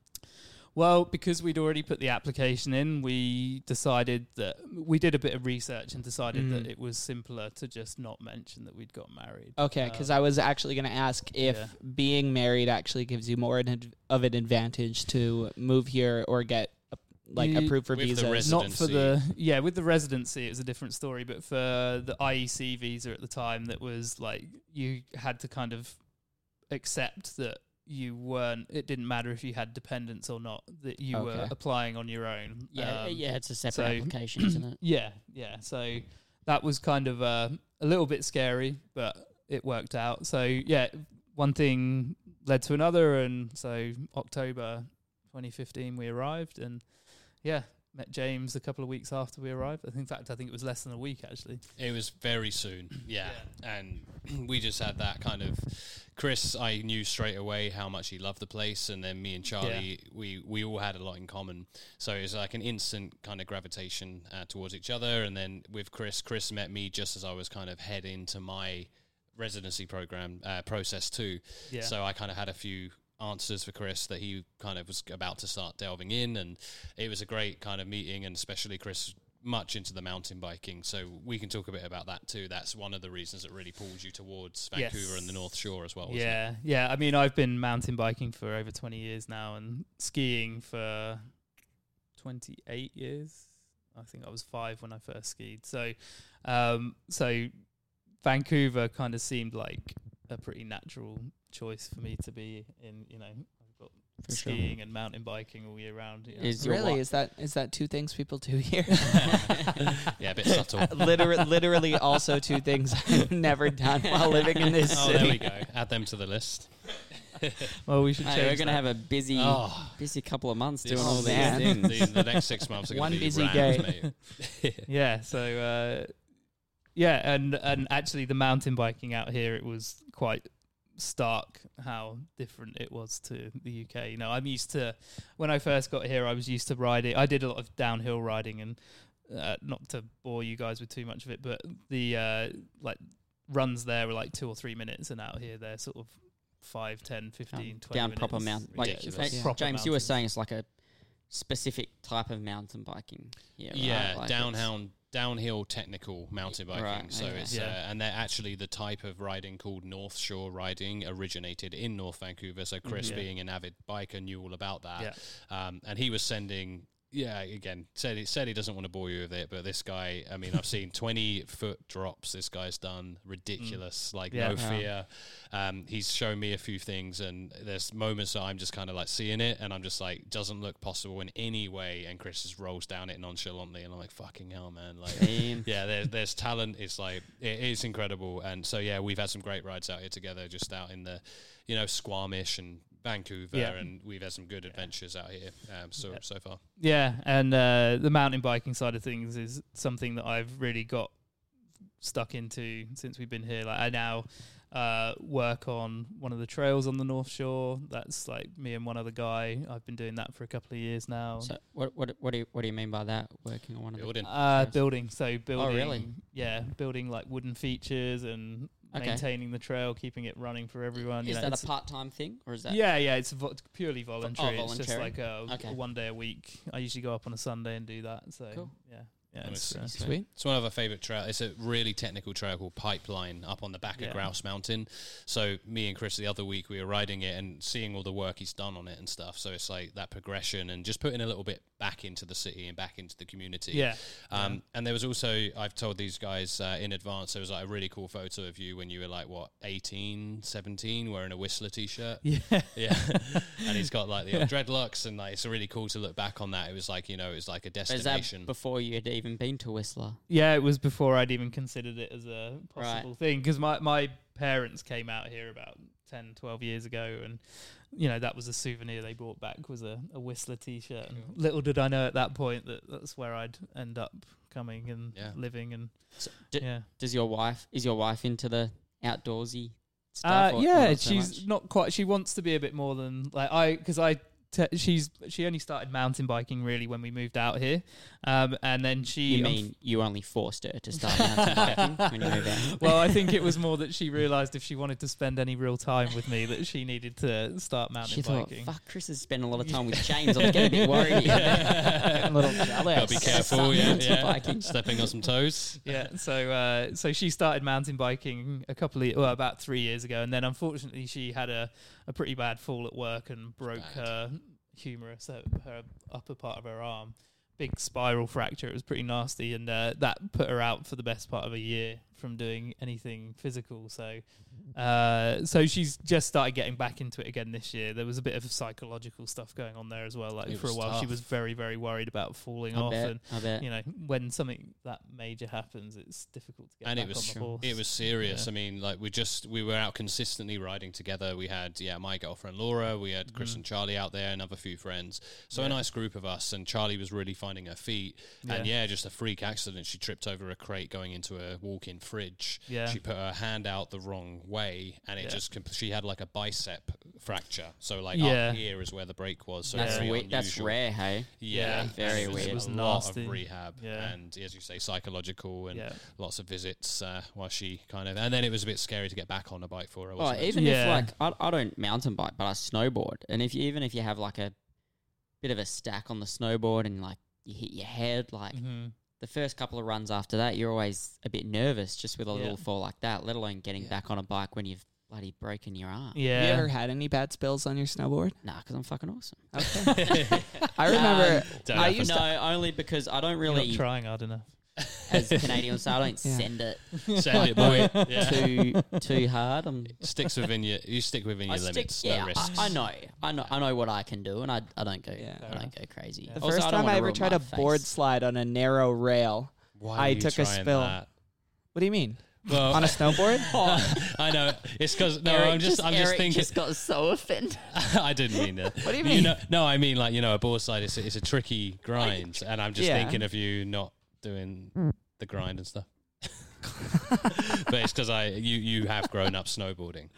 S4: Well, because we'd already put the application in, we decided that we did a bit of research and decided that
S1: Mm.
S4: it was simpler to just not mention that we'd got married.
S3: Oh,
S1: Okay,
S2: Uh,
S1: because I was actually going to ask if
S4: yeah.
S1: being married actually gives you more an ad- of an advantage to move here or get uh, like
S4: You-
S1: approved for
S2: With the
S1: visas.
S2: res-
S4: not for
S2: residency.
S4: the yeah with the residency it was a different story but for the IEC visa at the time that was like you had to kind of accept that you weren't it didn't matter if you had dependents or not that you were
S1: Okay.
S4: applying on your own
S3: Yeah,
S4: Um,
S3: yeah, it's a separate
S4: so-
S3: application, isn't it?
S4: Yeah, yeah. So that was kind of uh, a little bit scary, but it worked out. So yeah, one thing led to another, and so October 2015 we arrived, and yeah, met James a couple of weeks after we arrived. I think, in fact, I think it was less than a week actually.
S2: It was very soon, yeah. And we just had that kind of. Chris, I knew straight away how much he loved the place, and then me and Charlie, we we all had a lot in common. So it was like an instant kind of gravitation uh, towards each other. And then with Chris, Chris met me just as I was kind of heading to my residency program uh, process too.
S4: Yeah.
S2: So I kind of had a few answers for Chris that he kind of was about to start delving in, and it was a great kind of meeting, and especially Chris much into the mountain biking, so we can talk a bit about that too. That's one of the reasons that really pulled you towards
S4: Yes.
S2: Vancouver and the North Shore as well. wasn't it?
S4: yeah, yeah. I mean, I've been mountain biking for over 20 years now, and skiing for 28 years. I think I was five when I first skied. So, um, so Vancouver kind of seemed like a pretty natural choice for me to be in. You know, I've got
S3: For sure.
S4: skiing and mountain biking all year round. You know.
S3: Is your
S1: really
S3: wi-
S1: is that is that two things people do here?
S2: yeah, a bit subtle.
S1: literally, literally, also two things I've never done while living in this
S2: Oh, there
S1: city.
S2: we go. Add them to the list.
S4: well, we should.
S3: Hey,
S4: change
S3: we're going to have
S4: that.
S3: a busy,
S2: Oh,
S3: busy couple of months doing
S2: this-
S3: all these
S1: man.
S3: things.
S2: the, the next six months are going
S1: One
S2: to be
S1: busy
S2: rammed, mate.
S4: yeah so uh yeah and and actually the mountain biking out here it was quite stark how different it was to the UK you know I'm used to when I first got here I was used to riding I did a lot of downhill riding and uh, not to bore you guys with too much of it, but the uh, like runs there were like two or three minutes, and out here they're sort of five, ten,
S3: down,
S4: fifteen, twenty
S3: down
S4: minutes.
S3: proper mountain. Like
S2: Ridiculous.
S3: like
S4: Yeah.
S3: James,
S4: Proper
S3: you were
S4: mountains.
S3: saying it's like a specific type of mountain biking. Yeah, right?
S2: Yeah,
S3: Like it's-
S2: downhound, downhill technical mountain biking.
S3: Right,
S2: so
S3: okay.
S2: it's
S4: Yeah.
S2: uh, and they're actually the type of riding called North Shore riding originated in North Vancouver. So Chris,
S4: Yeah.
S2: being an avid biker, knew all about that. Um, and he was sending. Yeah, again, said he said he doesn't want to bore you with it, but this guy, I mean, I've seen twenty foot drops. This guy's done ridiculous, like
S4: Yeah.
S2: no
S3: Wow.
S2: fear. Um, he's shown me a few things, and there's moments that I'm just kind of like seeing it, and I'm just like, doesn't look possible in any way. And Chris just rolls down it nonchalantly, and I'm like, fucking hell, man! Like,
S3: Damn.
S2: yeah, there's there's talent. It's like it is incredible, and so yeah, we've had some great rides out here together, just out in the, you know, Squamish and Vancouver,
S4: Yeah.
S2: and we've had some good adventures out here. Um, so
S4: Yeah.
S2: so far,
S4: Yeah, and uh, the mountain biking side of things is something that I've really got stuck into since we've been here. Like I now uh, work on one of the trails on the North Shore. That's like me and one other guy. I've been doing that for a couple of years now.
S3: So what what what do you, what do you mean by that? Working on one of the
S2: building.
S4: uh,
S3: Yes.
S4: building, so
S3: Oh,
S4: building.
S3: really?
S4: Yeah, building like wooden features and
S3: Okay.
S4: maintaining the trail, keeping it running for everyone. you
S3: Is
S4: know,
S3: that
S4: it's-
S3: a part time thing or is that Oh,
S4: yeah, yeah, it's vo- purely voluntary. It's just
S3: voluntary.
S4: like a,
S3: Okay.
S4: a one day a week. I usually go up on a Sunday and do that. So
S3: Cool.
S4: yeah, yeah,
S2: Nice.
S4: it's, uh,
S1: Sweet.
S2: It's one of our favorite trail. It's a really technical trail called Pipeline up on the back
S4: Yeah.
S2: of Grouse Mountain. So me and Chris the other week we were riding it and seeing all the work he's done on it and stuff. So it's like that progression and just putting a little bit back into the city and back into the community.
S4: uh, yeah,
S2: Um, And there was also, I've told these guys uh, in advance, there was like a really cool photo of you when you were like, what, 18, 17, wearing a Whistler t shirt.
S4: yeah,
S2: Yeah. and he's got like the old dreadlocks, and like, it's really cool to look back on that. It was like, you know, it was like a
S3: Is that
S2: destination.
S3: before you had even been to Whistler?
S4: yeah. It was before I'd even considered it as a
S3: Right.
S4: possible thing because my my parents came out here about 10, 12 years ago, and you know that was a souvenir they brought back was a, a Whistler T-shirt. And little did I know at that point that that's where I'd end up coming and
S2: Yeah.
S4: living and
S3: So d-
S4: yeah.
S3: Does your wife is your wife into the outdoorsy
S4: Uh,
S3: stuff? or- or
S4: yeah,
S3: not so
S4: she's
S3: much?
S4: not quite. She wants to be a bit more than like I, because I, te- she's she only started mountain biking really when we moved out here, um, and then she.
S3: You mean you only forced her to start mountain biking when you moved out?
S4: well, I think it was more that she realised if she wanted to spend any real time with me, that she needed to start mountain
S3: She thought,
S4: biking.
S3: "Fuck, Chris has spent a lot of time with James. I'm getting a bit worried."
S2: Yeah.
S3: a little jealous.
S2: Gotta be careful,
S3: Start
S2: yeah.
S3: mountain
S2: yeah.
S3: biking.
S2: Stepping on some toes.
S4: yeah so uh so she started mountain biking a couple of well, about three years ago and then unfortunately she had a a pretty bad fall at work and broke
S2: Bad.
S4: her humerus her, her upper part of her arm big spiral fracture it was pretty nasty and uh, that put her out for the best part of a year from doing anything physical so uh so she's just started getting back into it again this year there was a bit of psychological stuff going on there as well like
S2: It
S4: for a
S2: was
S4: while she
S2: tough.
S4: was very very worried about falling
S3: I
S4: off
S3: bet.
S4: and
S3: I bet.
S4: you know, when something that major happens, it's difficult to get
S2: And it
S4: back
S2: was-
S4: on the horse.
S2: It was serious.
S4: Yeah.
S2: I mean, like we just we were out consistently riding together. We had yeah, my girlfriend Laura, we had Chris
S4: Mhm.
S2: and Charlie out there, another few friends. So a
S4: Yeah.
S2: nice group of us. And Charlie was really finding her feet. And yeah, just a freak accident. She tripped over a crate going into a walk-in fridge.
S4: yeah,
S2: She put her hand out the wrong way, and it
S4: Yeah.
S2: just comp- she had like a bicep fracture. So like
S4: Yeah.
S2: up here is where the break was. So
S3: that's
S2: very
S3: weird. That's
S2: unusual.
S3: rare, hey.
S2: Yeah,
S4: Yeah.
S3: Very
S2: and
S3: weird.
S2: It
S3: It
S2: was a
S4: was
S2: lot
S4: nasty.
S2: of rehab,
S4: Yeah.
S2: and as you say, psychological, and
S4: yeah,
S2: lots of visits uh, while she kind of, and then it was a bit scary to get back on a bike for her.
S3: Oh,
S2: Wasn't it?
S3: even
S4: Yeah.
S3: if like I, I don't mountain bike, but I snowboard, and if you, even if you have like a bit of a stack on the snowboard and like you hit your head, like
S4: Mhm.
S3: the first couple of runs after that, you're always a bit nervous just with a
S4: Yeah.
S3: little fall like that. Let alone getting
S1: Yeah.
S3: back on a bike when you've bloody broken your arm.
S4: yeah.
S1: Have you ever had any bad spills on your snowboard?
S3: Nah, because I'm fucking awesome.
S1: Okay. I remember.
S2: Don't
S1: I
S2: have
S1: used
S2: to-
S1: to-
S3: no, only because I don't
S4: You're not
S3: really,
S4: trying hard enough.
S3: as Canadian, so I don't
S1: Yeah.
S3: send it
S2: Send it, boy. Yeah.
S3: too too hard. I'm
S2: Sticks within your, you stick within your
S3: I stick-
S2: limits,
S3: yeah,
S2: no
S3: I-
S2: risks.
S3: I, know, I know, I know what I can do, and I, I don't go,
S1: Yeah.
S3: I don't go crazy.
S4: Yeah.
S1: The
S3: Also,
S1: first
S3: don't
S1: time
S3: wanna
S1: I ever
S3: ruin
S1: tried
S3: my
S1: a board
S3: face.
S1: slide on a narrow rail.
S2: Why
S1: I
S2: are you
S1: took a
S2: trying
S1: spill.
S2: that?
S1: What do you mean?
S2: Well,
S1: on a snowboard?
S2: I know it's because no,
S3: Eric
S2: I'm just, I'm just
S3: Eric
S2: thinking.
S3: Just got so offended.
S2: I didn't mean that.
S1: What do you mean?
S2: know, no, I mean like you know, a board slide is a, it's a tricky grind, and I'm just
S1: Yeah. Mm.
S2: thinking of you not doing the grind and stuff. but it's because I you you have grown up snowboarding.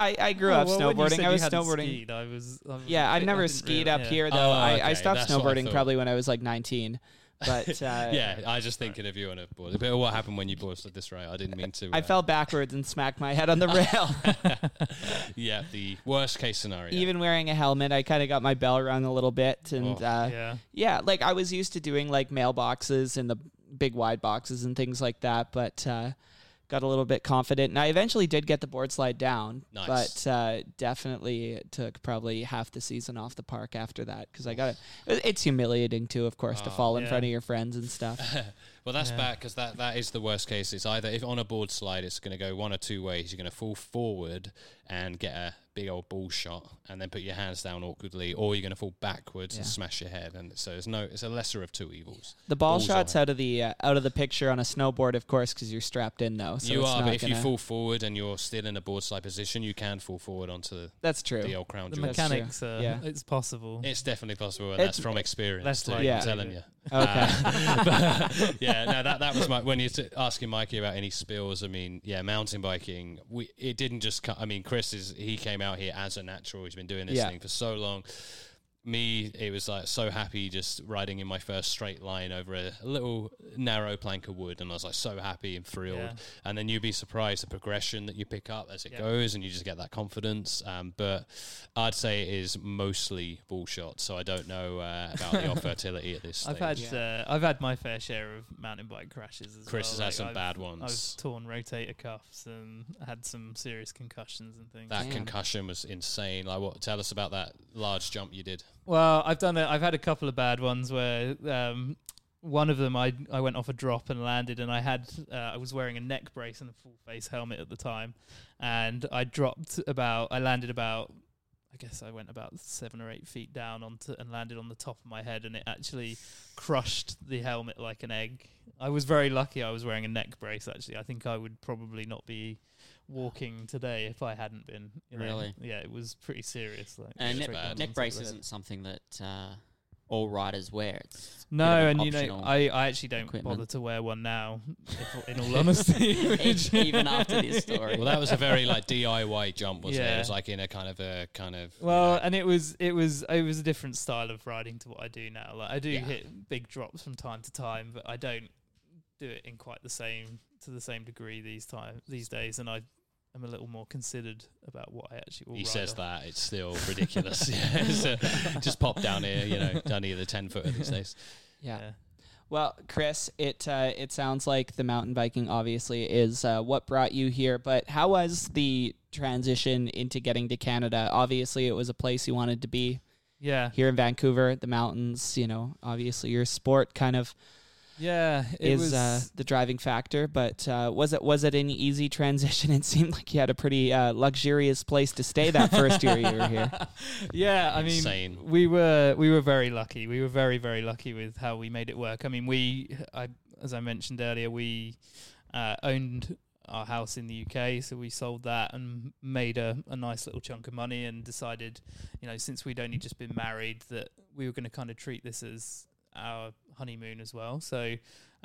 S1: I, I
S2: Oh,
S1: grew up snowboarding. I was snowboarding.
S4: I was.
S1: Yeah, I've never skied up here though.
S2: Oh,
S1: I, I
S2: okay,
S1: stopped
S2: that's what I
S1: snowboarding
S2: thought.
S1: probably when I was like 19. But uh,
S2: yeah, I was just thinking of you on a board. A bit of what happened when you boards at this right. I didn't mean to.
S1: I
S2: uh,
S1: fell backwards and smacked my head on the rail.
S2: Yeah, the worst case scenario.
S1: Even wearing a helmet, I kind of got my bell rung a little bit, and
S2: Oh.
S1: uh,
S4: yeah.
S1: yeah, like I was used to doing like mailboxes and the big wide boxes and things like that, but uh, got a little bit confident. And I eventually did get the board slide down,
S2: Nice.
S1: but uh, definitely it took probably half the season off the park after that because I got it. It's humiliating too, of course, to
S2: Oh,
S1: fall in
S4: yeah.
S1: front of your friends and stuff.
S2: well, that's bad because that, that is the worst case. It's either if on a board slide, it's going to go one or two ways. You're going to fall forward and get a big old ball shot, and then put your hands down awkwardly, or you're going to fall backwards and
S1: Yeah.
S2: smash your head. And so it's no, it's a lesser of two evils.
S1: The ball
S2: Bullseye.
S1: shots out of the uh, out of the picture on a snowboard, of course, because you're strapped in though. So
S2: you
S1: it's
S2: are,
S1: not
S2: but if you
S1: gonna-
S2: fall forward and you're still in a board slide position, you can fall forward onto the,
S1: that's true.
S2: the old crown
S4: The
S2: jewel.
S1: That's true.
S4: mechanics are,
S1: Yeah.
S4: it's possible.
S2: It's definitely possible, and
S1: It's-
S2: that's from experience.
S4: That's
S2: too,
S4: like-
S1: Yeah.
S2: I'm telling you.
S1: Okay.
S2: Uh, but, yeah, no, that, that was my when you're asking Mikey about any spills. I mean, yeah, mountain biking. We it didn't just. Come, I mean, Chris is he came out here as a natural. He's been doing this
S1: Yeah.
S2: thing for so long. Me, it was like so happy just riding in my first straight line over a, little narrow plank of wood, and I was like so happy and thrilled.
S4: Yeah.
S2: And then you'd be surprised the progression that you pick up as it
S4: Yeah.
S2: goes, and you just get that confidence. Um, but I'd say it is mostly ball shots, so I don't know uh, about your fertility at this stage.
S4: I've had
S1: Yeah.
S4: uh, I've had my fair share of mountain bike crashes. As
S2: Chris
S4: well.
S2: has had some
S4: I've,
S2: bad
S4: I've
S2: ones.
S4: torn rotator cuffs and had some serious concussions and things.
S2: That
S1: Damn.
S2: concussion was insane. Like, what? Tell us about that large jump you did.
S4: Well, I've done it. I've had a couple of bad ones where um, one of them I I went off a drop and landed, and I had uh, I was wearing a neck brace and a full face helmet at the time, and I dropped about I landed about I guess I went about seven or eight feet down onto and landed on the top of my head, and it actually crushed the helmet like an egg. I was very lucky. I was wearing a neck brace. Actually, I think I would probably not be walking today if I hadn't been. you know.
S3: Really?
S4: Yeah, it was pretty serious. Like
S3: And
S2: It's
S3: neck,
S2: bad.
S3: neck brace isn't something that uh, all riders wear. It's a bit of
S4: No,
S3: an
S4: and you know,
S3: optional-
S4: I, I actually don't
S3: equipment.
S4: bother to wear one now. if- In all honesty,
S3: E- even after this story.
S2: Well, that was a very like DIY jump, wasn't it? It
S4: Yeah.
S2: was like in a kind of a kind of you
S4: well, uh,
S2: know,
S4: and it was it was it was a different style of riding to what I do now. Like I do
S2: Yeah.
S4: hit big drops from time to time, but I don't do it in quite the same to the same degree these time these days, and I am a little more considered about what I actually. Will
S2: he
S4: ride
S2: says
S4: on.
S2: that it's still ridiculous. yeah, so just pop down here, you know, down here the ten footer these days.
S1: yeah. Well, Chris, it uh, it sounds like the mountain biking obviously is uh, what brought you here. But how was the transition into getting to Canada? Obviously, it was a place you wanted to be
S4: Yeah,
S1: here in Vancouver, the mountains. You know, obviously your sport kind of
S4: yeah. It
S1: is
S4: was
S1: uh, the driving factor. But uh, was it was it an easy transition? It seemed like you had a pretty uh, luxurious place to stay that first year you were here.
S4: yeah, I mean,
S2: Insane.
S4: we were we were very lucky. We were very very lucky with how we made it work. I mean, we I as I mentioned earlier, we uh, owned our house in the UK, so we sold that and made a, a nice little chunk of money and decided, you know, since we'd only just been married, that we were going to kind of treat this as our honeymoon as well. So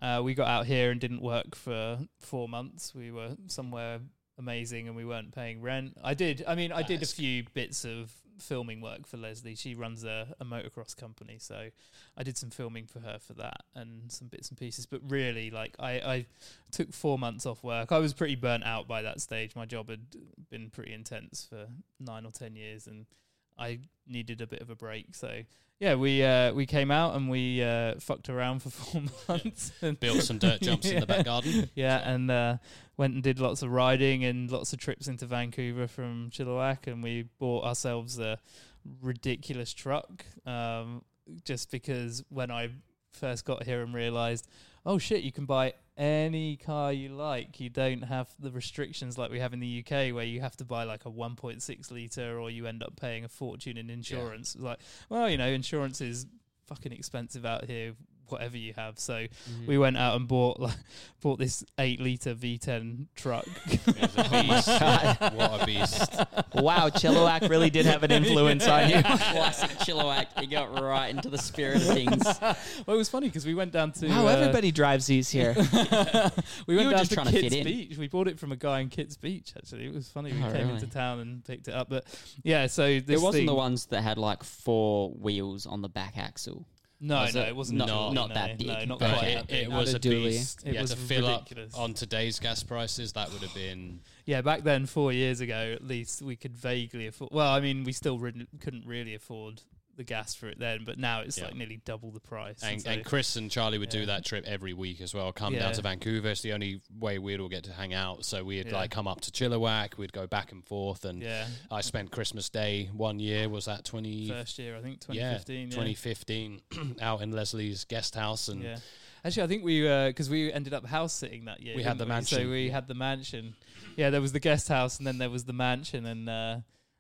S4: uh, we got out here and didn't work for four months. We were somewhere amazing and we weren't paying rent. I did, I mean, I did a
S2: Nice.
S4: few bits of filming work for Leslie. She runs a, a motocross company. So I did some filming for her for that and some bits and pieces. But really, like, I, I took four months off work. I was pretty burnt out by that stage. My job had been pretty intense for nine or ten years, and I needed a bit of a break. So yeah, we uh, we came out and we uh, fucked around for four months. and
S2: Built some dirt jumps in the back garden.
S4: yeah, and uh, went and did lots of riding and lots of trips into Vancouver from Chilliwack, and we bought ourselves a ridiculous truck. Um, just because when I first got here and realised, oh shit, you can buy any car you like. You don't have the restrictions like we have in the UK, where you have to buy like a 1.6 liter, or you end up paying a fortune in insurance. It's Like, well, you know, insurance is fucking expensive out here. Whatever you have, so
S2: Mm-hmm.
S4: we went out and bought like, bought this eight liter V10 truck.
S2: It was a
S4: Oh
S2: beast. what a beast!
S1: Wow, Chilliwack really did have an influence on you.
S3: Classic Chilliwack. He got right into the spirit of things.
S4: well, it was funny because we went down to
S1: Wow,
S4: uh,
S1: everybody drives these here.
S4: we
S3: You
S4: went
S3: were
S4: down
S3: just
S4: to
S3: trying to
S4: Kitts
S3: fit in.
S4: Beach. We bought it from a guy in Kitts Beach. Actually, it was funny. We
S3: Oh,
S4: came
S3: really?
S4: into town and picked it up, but yeah. So
S3: it
S4: this
S3: wasn't
S4: thing,
S3: the ones that had like four wheels on the back axle.
S4: No,
S3: Was
S4: no,
S3: it?
S4: it wasn't.
S3: Not-
S4: no,
S3: not
S4: no,
S3: that big.
S4: No, not
S2: But
S4: quite.
S2: it,
S4: that
S2: it
S4: big.
S1: Not
S2: was
S1: a
S2: a
S1: dually.
S2: beast.
S4: It
S2: yeah,
S4: was
S2: to fill
S4: ridiculous.
S2: up on today's gas prices, that would have been
S4: Yeah, back then, four years ago, at least we could vaguely afford. Well, I mean, we still rid- couldn't really afford the gas for it then, but now it's
S2: Yeah.
S4: like nearly double the price.
S2: and,
S4: so-
S2: and Chris and Charlie would
S4: Yeah.
S2: do that trip every week as well. Come down
S4: Yeah.
S2: to Vancouver. It's the only way we'd all get to hang out. So we'd
S4: Yeah.
S2: like come up to Chilliwack. We'd go back and forth. And
S4: yeah,
S2: I spent Christmas Day one year. Was that 20,
S4: first year I think
S2: yeah,
S4: 2015. Yeah,
S2: 2015 out in Leslie's guest house? And
S4: Yeah. Actually, I think we because we ended up house sitting that year.
S2: We had
S4: didn't
S2: the mansion,
S4: so we
S2: yeah.
S4: had the mansion. Yeah, there was the guest house, and then there was the mansion, and uh,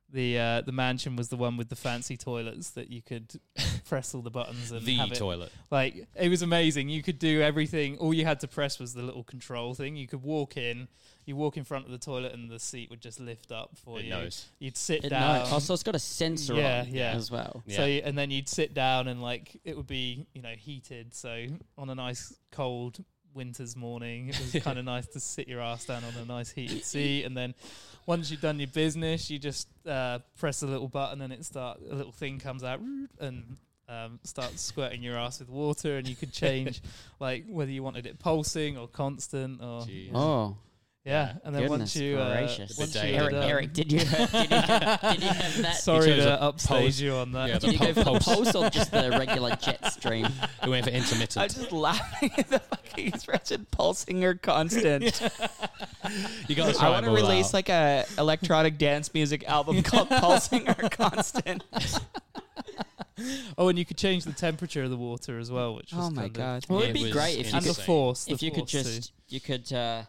S4: the uh, the mansion was the one with the fancy toilets that you could press all the buttons and
S2: the
S4: have it
S2: toilet.
S4: Like it was amazing. You could do everything. All you had to press was the little control thing. You could walk in. You walk in front of the toilet, and the seat would just lift up for
S2: It
S4: you.
S2: knows.
S4: You'd sit
S3: It
S4: down.
S3: knows. Also, it's got a sensor
S4: Yeah,
S3: on
S4: yeah.
S3: as well.
S2: Yeah.
S4: So and then you'd sit down, and like it would be you know heated. So on a nice cold winter's morning, it was kind of nice to sit your ass down on a nice heated seat. And then once you've done your business, you just uh, press a little button, and it start a little thing comes out and. Um, starts squirting your ass with water, and you could change like whether you wanted it pulsing or constant, or
S2: Jeez.
S3: Oh,
S4: yeah. And then
S3: Goodness
S4: once you, uh,
S3: gracious.
S4: once you
S2: Bidet.
S4: had,
S3: Eric,
S2: Eric-
S4: um,
S3: Eric, did you, did you, have, did you have that?
S4: sorry
S2: chose
S4: to
S2: a
S4: upstage
S2: pulse.
S4: you on that.
S2: Yeah,
S3: Did you go
S2: the
S3: for the
S2: pulse.
S3: pulse or just the regular jet stream?
S2: We went for intermittent.
S1: I'm just laughing at the fucking expression pulsing or constant.
S2: you got to
S1: I want to release like a electronic dance music album called Pulsing or Constant.
S4: Oh, and you could change the temperature of the water as well, which was
S1: Oh my
S4: kind of-
S1: god.
S3: Well, it'd
S2: It
S3: be
S2: was
S3: great if you
S4: and
S3: could,
S4: the
S2: Insane.
S4: force. the
S3: if you could
S4: force too.
S3: just you could uh,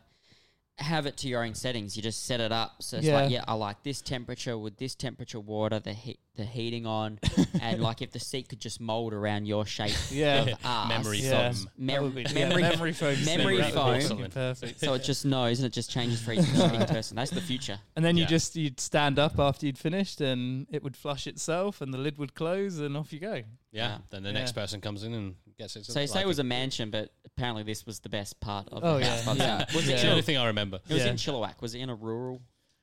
S3: have it to your own settings. You just set it up so it's
S4: Yeah.
S3: like yeah, I like this temperature with this temperature water, the heat, the heating on, and like if the seat could just mold around your shape.
S4: yeah,
S3: of ass.
S2: Memory
S4: Yeah.
S2: foam.
S4: That
S3: Mem-
S4: would be- yeah,
S3: memory,
S4: memory foam,
S3: memory
S4: that would be
S3: foam.
S4: fucking perfect.
S3: so it just knows and it just changes for each individual person. That's the future.
S4: And then you
S2: Yeah.
S4: just you'd stand up after you'd finished, and it would flush itself, and the lid would close, and off you go.
S2: Yeah.
S3: Yeah.
S2: Then the next
S4: Yeah.
S2: person comes in and gets it.
S3: So you say it was a mansion, but apparently this was the best part of
S4: Oh,
S3: the
S4: yeah,
S3: house. by the
S4: yeah.
S3: sound. Was
S2: It's the
S3: it
S4: Yeah.
S2: only
S3: in-
S2: thing I remember.
S3: It was
S4: Yeah.
S3: in Chilliwack. Was it in a rural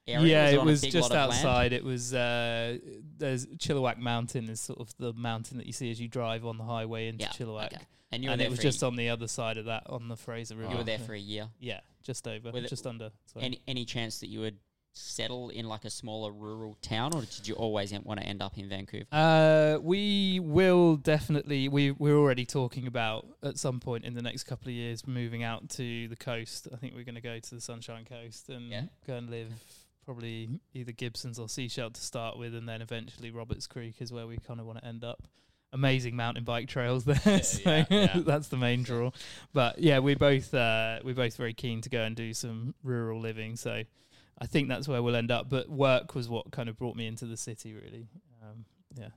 S3: area? on
S4: yeah, it
S3: a
S4: was
S3: big
S4: just
S3: lot of land?
S4: outside. It was uh, there's Chilliwack Mountain is sort of the mountain that you see as you drive on the highway into
S3: Yeah,
S4: Chilliwack,
S3: okay. And you were
S4: and
S3: there
S4: it was
S3: for
S4: just Oh.
S3: a,
S4: on the other side of that on the Fraser River.
S3: you were there for a year.
S4: yeah, just over,
S3: With it-
S4: just under. Sorry.
S3: Any any chance that you would settle in like a smaller rural town, or did you always want to end up in Vancouver?
S4: Uh, we will definitely. We we're already talking about at some point in the next couple of years moving out to the coast. I think we're going to go to the Sunshine Coast and
S3: Yeah.
S4: go and live probably either Gibson's or Seashell to start with, and then eventually Roberts Creek is where we kind of want to end up. Amazing mountain bike trails there, so
S2: yeah, yeah.
S4: that's the main draw. But yeah, we're both uh, we're both very keen to go and do some rural living. So I think that's where we'll end up. But work was what kind of brought me into the city, really. Um, yeah.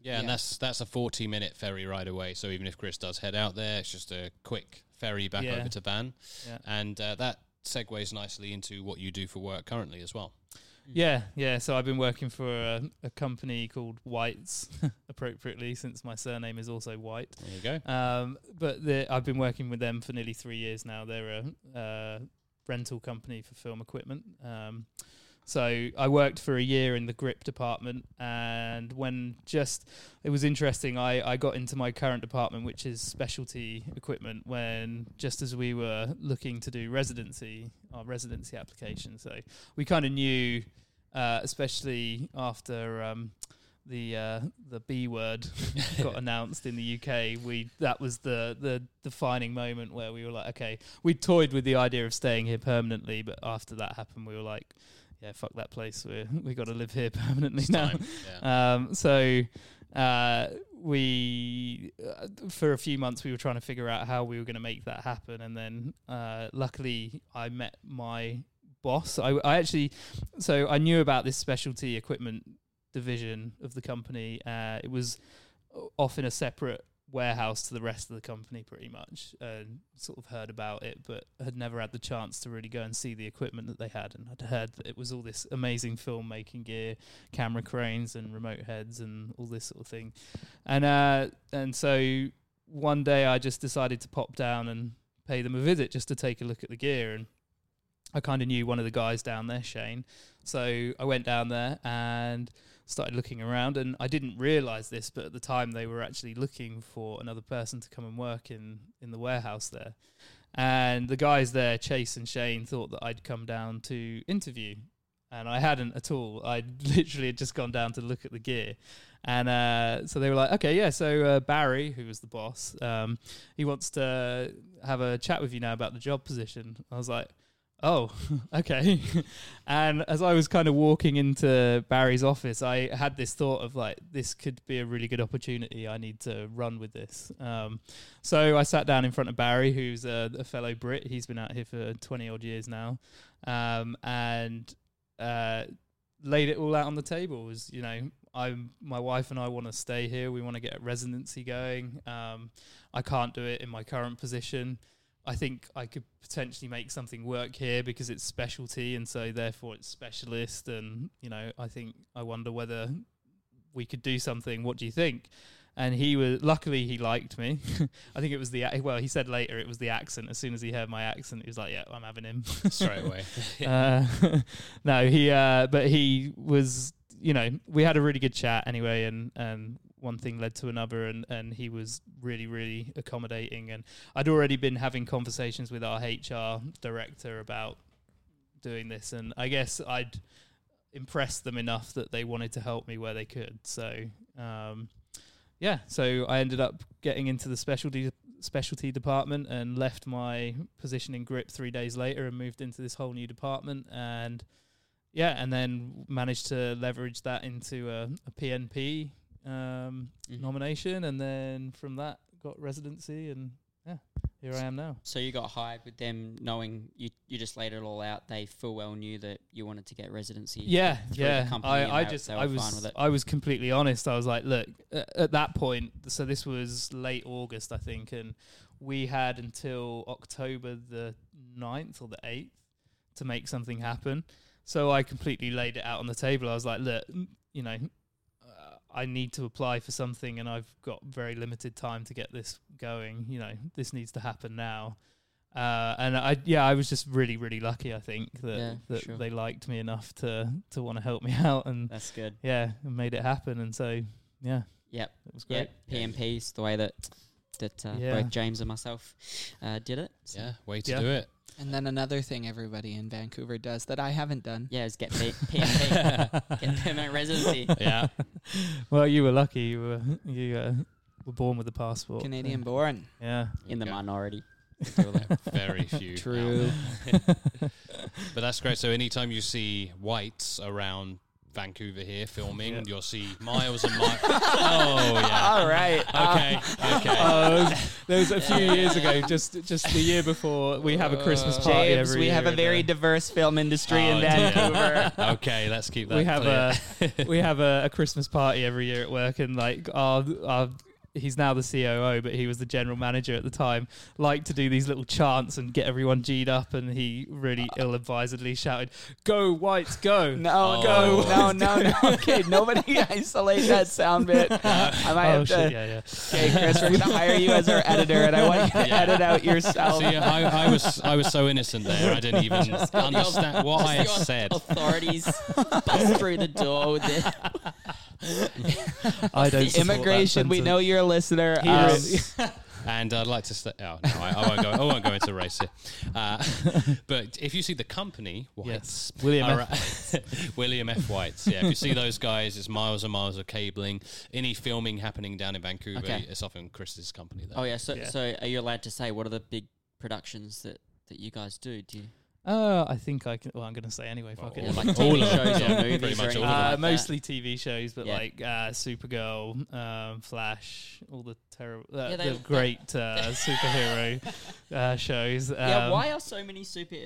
S2: Yeah, and
S3: Yeah.
S2: that's that's a forty-minute ferry ride away. So even if Chris does head out there, it's just a quick ferry back
S4: Yeah.
S2: over to Van,
S4: Yeah.
S2: and uh, that segues nicely into what you do for work currently as well.
S4: Yeah, yeah. So I've been working for a, a company called Whites, appropriately, since my surname is also White.
S2: There you go.
S4: Um, but the, I've been working with them for nearly three years now. They're a uh, rental company for film equipment. Um, so I worked for a year in the grip department, and when just it was interesting, I, I got into my current department, which is specialty equipment. When just as we were looking to do residency, our residency application, so we kind of knew, uh, especially after um, the uh, the B word got announced in the UK, we that was the the defining moment where we were like, okay, we toyed with the idea of staying here permanently, but after that happened, we were like, yeah, fuck that place, we we got to live here permanently now.
S2: Time. Yeah.
S4: Um, so uh, we, uh, for a few months, we were trying to figure out how we were going to make that happen, and then uh, luckily, I met my boss. I, I actually, so I knew about this specialty equipment division of the company. Uh, it was o- off in a separate warehouse to the rest of the company pretty much and sort of heard about it but had never had the chance to really go and see the equipment that they had and I'd heard that it was all this amazing filmmaking gear camera cranes and remote heads and all this sort of thing. And uh, and so one day I just decided to pop down and pay them a visit just to take a look at the gear. And I kind of knew one of the guys down there, Shane. So I went down there and started looking around, and I didn't realize this, but at the time they were actually looking for another person to come and work in in the warehouse there. And the guys there, Chase and Shane, thought that I'd come down to interview, and I hadn't at all. I literally had just gone down to look at the gear, and uh, so they were like, "Okay, yeah." So uh, Barry, who was the boss, um, he wants to have a chat with you now about the job position. I was like, "Oh, okay." and as I was kind of walking into Barry's office, I had this thought of like, "This could be a really good opportunity. I need to run with this." Um, so I sat down in front of Barry, who's a, a fellow Brit. He's been out here for twenty odd years now, um, and uh, laid it all out on the table. It was you know, I'm my wife and I want to stay here. We want to get a residency going. Um, I can't do it in my current position. I think I could potentially make something work here because it's specialty, and so therefore it's specialist. And you know, I think I wonder whether we could do something. What do you think? And he was luckily he liked me. I think it was the a- well. He said later it was the accent. As soon as he heard my accent, he was like, "Yeah, I'm having him."
S2: straight away.
S4: uh, no, he. Uh, but he was. You know, we had a really good chat anyway, and and one thing led to another, and and he was really really accommodating, and I'd already been having conversations with our HR director about doing this, and I guess I'd impressed them enough that they wanted to help me where they could. So, um, yeah, so I ended up getting into the specialty specialty department and left my position in grip three days later and moved into this whole new department and yeah and then managed to leverage that into a, a pnp um,
S3: Mhm.
S4: nomination and then from that got residency and yeah here i am now
S3: So you got hired with them knowing you, you just laid it all out. They full well knew that you wanted to get residency.
S4: yeah
S3: through the
S4: yeah
S3: company and
S4: i, I
S3: they-
S4: just
S3: they were
S4: i
S3: fine
S4: was
S3: with it.
S4: i was completely honest i was like look a- at that point so this was late august i think and we had until october the 9th or the 8th to make something happen so i completely laid it out on the table i was like look n- you know uh, I need to apply for something, and I've got very limited time to get this going. You know, this needs to happen now. Uh, and I, yeah, I was just really, really lucky. I think that
S3: Yeah,
S4: that
S3: sure.
S4: they liked me enough to to want to help me out, and
S3: That's good.
S4: yeah, and made it happen. And so, yeah,
S3: Yep.
S4: it was great.
S3: Yep. PMPs the way that that uh,
S4: Yeah.
S3: both James and myself uh, did it. So,
S2: yeah, way to
S4: Yeah.
S2: do it.
S1: And then another thing everybody in Vancouver does that I haven't done.
S3: Yeah, it's get P- PMP, get permanent residency.
S2: Yeah,
S4: Well, you were lucky. You were you uh, were born with a passport.
S1: Canadian born.
S4: Yeah.
S3: In the
S2: Okay.
S3: minority.
S2: very few. out
S1: True.
S2: there. but that's great. So anytime you see whites around Vancouver here filming,
S4: Yeah.
S2: you'll see miles and miles. oh yeah.
S1: All right. Uh,
S2: Okay. Okay.
S4: Oh, there was a few years ago, just just the year before, we have a Christmas party
S1: James,
S4: every
S1: we have
S4: year
S1: a
S4: in,
S1: very
S4: uh,
S1: diverse film industry
S2: Oh,
S1: in
S2: dear.
S1: Vancouver.
S2: okay, let's keep that.
S4: we have
S2: clear.
S4: a we have a, a Christmas party every year at work, and like our our. He's now the COO, but he was the general manager at the time. Liked to do these little chants and get everyone G'd up, and he really
S2: Uh,
S4: ill-advisedly shouted, "Go whites, go!"
S1: No,
S2: Oh.
S1: no, no, no, no. Okay, nobody isolate that sound bit. I might
S4: oh
S1: have
S4: shit,
S1: to.
S4: yeah, yeah.
S1: Okay, Chris, we're gonna hire you as our editor, and I want you to
S2: Yeah.
S1: edit out yourself.
S2: See, I, I was I was so innocent there. I didn't even understand what I had
S3: Just the
S2: said. Uh,
S3: Authorities bust through the door with their
S4: I don't support that
S1: Immigration, we
S4: sentiment.
S1: know you're a listener.
S4: He
S1: Um,
S4: really-
S2: And I'd like to say, oh no, I, I won't go. I won't go into race here. Uh, but if you see the company, whites,
S4: William
S2: are- William F. Whites. Yeah, if you see those guys, it's miles and miles of cabling. Any filming happening down in Vancouver,
S3: Okay.
S2: it's often Chris's company. Though.
S3: Oh yeah. So
S4: Yeah.
S3: so are you allowed to say what are the big productions that that you guys do? Do you
S4: Uh, I think I can. Well, I'm going to say anyway. Fuck
S2: Well,
S4: it.
S2: all
S3: like
S2: of
S3: TV
S2: them,
S3: shows
S2: yeah,
S3: or movies
S2: pretty
S3: or
S2: much all
S3: anything
S2: of them.
S3: like that.
S4: Uh, mostly TV shows, but
S3: Yeah.
S4: like uh, Supergirl, um, Flash, all the terrible, uh,
S3: Yeah, they-
S4: the great uh, superhero uh, shows. Um,
S3: yeah. Why are so many super